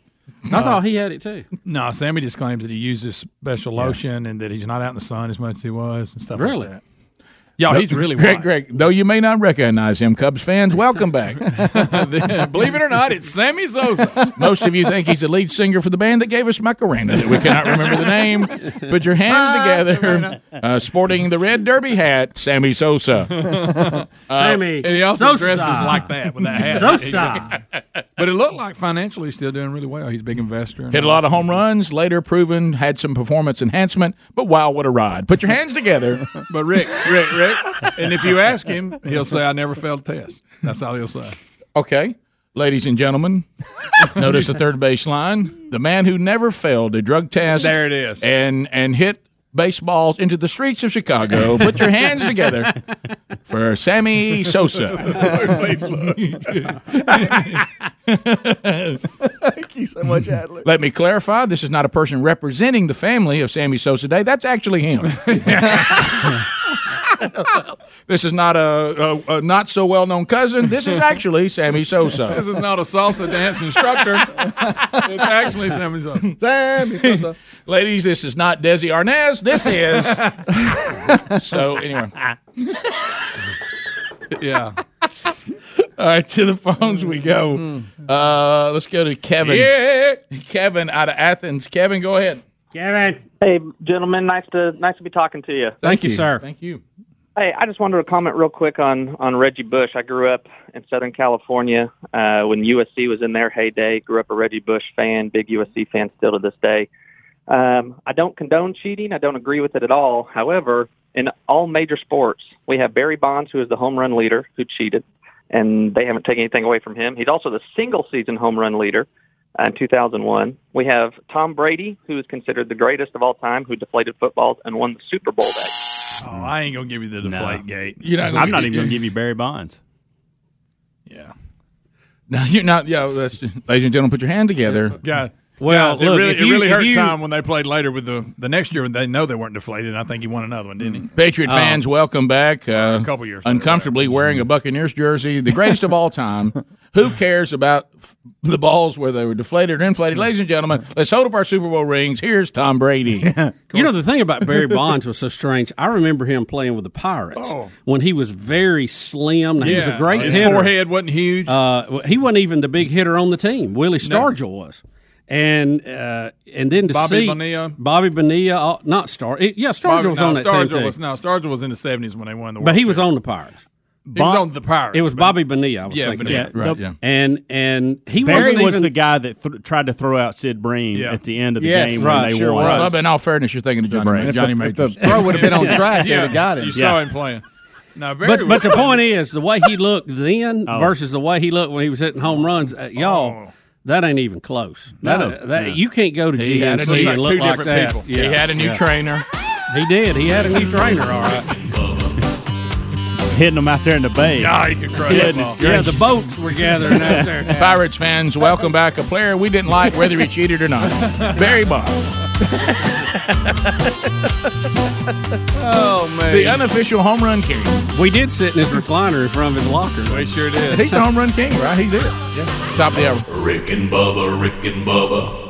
Speaker 4: Uh,
Speaker 3: I thought he had it too.
Speaker 4: No, Sammy just claims that he uses special lotion and that he's not out in the sun as much as he was and stuff.
Speaker 2: Really?
Speaker 4: Like that. Yeah,
Speaker 2: Though-
Speaker 4: he's really
Speaker 2: Greg,
Speaker 4: white.
Speaker 2: Greg, though you may not recognize him, Cubs fans, welcome back.
Speaker 4: Believe it or not, it's Sammy Sosa.
Speaker 2: Most of you think he's the lead singer for the band that gave us Macarena that we cannot remember the name. Put your
Speaker 4: Ah,
Speaker 2: hands together. Uh, sporting the red derby hat, Sammy Sosa. Uh,
Speaker 4: and he also dresses like that with that hat. but it looked like financially he's still doing really well. He's a big investor. and
Speaker 2: Hit a
Speaker 4: all
Speaker 2: lot of home runs, later proven had some performance enhancement, but wow, what a ride. Put your hands together.
Speaker 4: But Rick, Rick, Rick, and if you ask him, he'll say, "I never failed a test." That's all he'll say.
Speaker 2: Okay. Ladies and gentlemen, notice the third base line. The man who never failed a drug test.
Speaker 4: There it is.
Speaker 2: And and hit baseballs into the streets of Chicago. Put your hands together for Sammy Sosa.
Speaker 6: Thank you so much, Adler.
Speaker 2: Let me clarify, this is not a person representing the family of Sammy Sosa Day. That's actually him. this is not a, a, a not so well known cousin. This is actually Sammy Sosa.
Speaker 4: This is not a salsa dance instructor. it's actually Sammy Sosa.
Speaker 6: Sammy Sosa.
Speaker 2: Ladies, this is not Desi Arnaz. This is. so, anyway.
Speaker 4: yeah.
Speaker 2: All right, to the phones we go. Uh, let's go to Kevin.
Speaker 4: Yeah.
Speaker 2: Kevin out of Athens. Kevin, go ahead.
Speaker 3: Kevin.
Speaker 27: Hey, gentlemen. Nice to nice to be talking to you.
Speaker 2: Thank you.
Speaker 27: Hey, I just wanted to comment real quick on on Reggie Bush. I grew up in Southern California uh, when USC was in their heyday. Grew up a Reggie Bush fan, big USC fan still to this day. Um, I don't condone cheating. I don't agree with it at all. However, in all major sports, we have Barry Bonds, who is the home run leader, who cheated. and they haven't taken anything away from him. He's also the single season home run leader uh, in 2001. We have Tom Brady, who is considered the greatest of all time, who deflated footballs and won the Super Bowl that
Speaker 4: Oh, I ain't gonna give you the deflate gate.
Speaker 2: You're not gonna
Speaker 5: I'm not
Speaker 2: get-
Speaker 5: even going to give you Barry Bonds.
Speaker 2: No, you're not. Yeah, that's just, ladies and gentlemen, put your hand together.
Speaker 4: Yeah.
Speaker 2: Well,
Speaker 4: Guys,
Speaker 2: look,
Speaker 4: it really,
Speaker 2: if you-
Speaker 4: it really
Speaker 2: if
Speaker 4: hurt
Speaker 2: you-
Speaker 4: Tom when they played later with the the next year. They know they weren't deflated. and I think he won another one, didn't he?
Speaker 3: Oh.
Speaker 2: Patriot fans, welcome back. Uh,
Speaker 4: a couple years
Speaker 2: uncomfortably wearing a Buccaneers jersey, the greatest of all time. Who cares about f- the balls where they were deflated or inflated? Ladies and gentlemen, let's hold up our Super Bowl rings. Here's Tom Brady.
Speaker 3: You know, the thing about Barry Bonds was so strange. I remember him playing with the Pirates when he was very slim. Now, He was a great
Speaker 4: Oh. His
Speaker 3: hitter.
Speaker 4: forehead wasn't huge.
Speaker 3: Uh, well, he wasn't even the big hitter on the team. Willie Stargell was, and uh, and then to
Speaker 4: Bobby
Speaker 3: see
Speaker 4: Bonilla.
Speaker 3: Bobby Bonilla, uh, not Star. it- yeah, Stargell
Speaker 4: Bobby-
Speaker 3: was
Speaker 4: no,
Speaker 3: on that
Speaker 4: Stargell
Speaker 3: team too.
Speaker 4: was- no, Stargell was in the seventies when they won the World
Speaker 3: but he was
Speaker 4: Series.
Speaker 3: on the Pirates.
Speaker 4: He was on the Pirates,
Speaker 3: It was
Speaker 4: but-
Speaker 3: Bobby Bonilla. I was
Speaker 4: Yeah,
Speaker 3: thinking.
Speaker 4: Bonilla,
Speaker 3: of.
Speaker 4: right, Nope. yeah.
Speaker 3: And and he
Speaker 5: Barry
Speaker 3: wasn't
Speaker 5: was
Speaker 3: even-
Speaker 5: the guy that th- tried to throw out Sid Bream
Speaker 3: Yeah.
Speaker 5: at the end of the
Speaker 3: Yes,
Speaker 5: game
Speaker 3: right,
Speaker 5: when they
Speaker 3: sure
Speaker 5: won.
Speaker 2: Well, but in all fairness, you're thinking of Johnny,
Speaker 5: Johnny
Speaker 2: Ma- Johnny
Speaker 5: Majors. If the-
Speaker 2: Majors.
Speaker 5: if the throw would've been on track, they'd have got him.
Speaker 4: You
Speaker 5: Yeah.
Speaker 4: saw him playing. No, Barry
Speaker 3: But,
Speaker 4: was
Speaker 3: but the point is, the way he looked then
Speaker 2: Oh.
Speaker 3: versus the way he looked when he was hitting home runs, uh, y'all,
Speaker 4: Oh.
Speaker 3: that ain't even close. That, uh,
Speaker 2: No.
Speaker 3: that-
Speaker 2: No.
Speaker 3: you can't go to
Speaker 2: He
Speaker 3: GNC
Speaker 2: had a new-
Speaker 3: and look
Speaker 2: two
Speaker 3: like
Speaker 2: different
Speaker 3: that.
Speaker 2: people. He had a new trainer.
Speaker 3: He did. He had a new trainer. All right.
Speaker 5: hitting them out there in the bay.
Speaker 3: Yeah, he could crush
Speaker 5: Goodness
Speaker 3: them all.
Speaker 5: gracious.
Speaker 3: Yeah, the boats were gathering out there.
Speaker 2: Pirates fans, welcome back. A player we didn't like, whether he cheated or not. Barry Bonds.
Speaker 3: Oh man,
Speaker 2: The unofficial home run king.
Speaker 3: We did sit in his recliner in front of his locker.
Speaker 4: We sure
Speaker 2: He's the home run king, right? He's it. Top of the hour.
Speaker 7: Rick and Bubba, Rick and Bubba.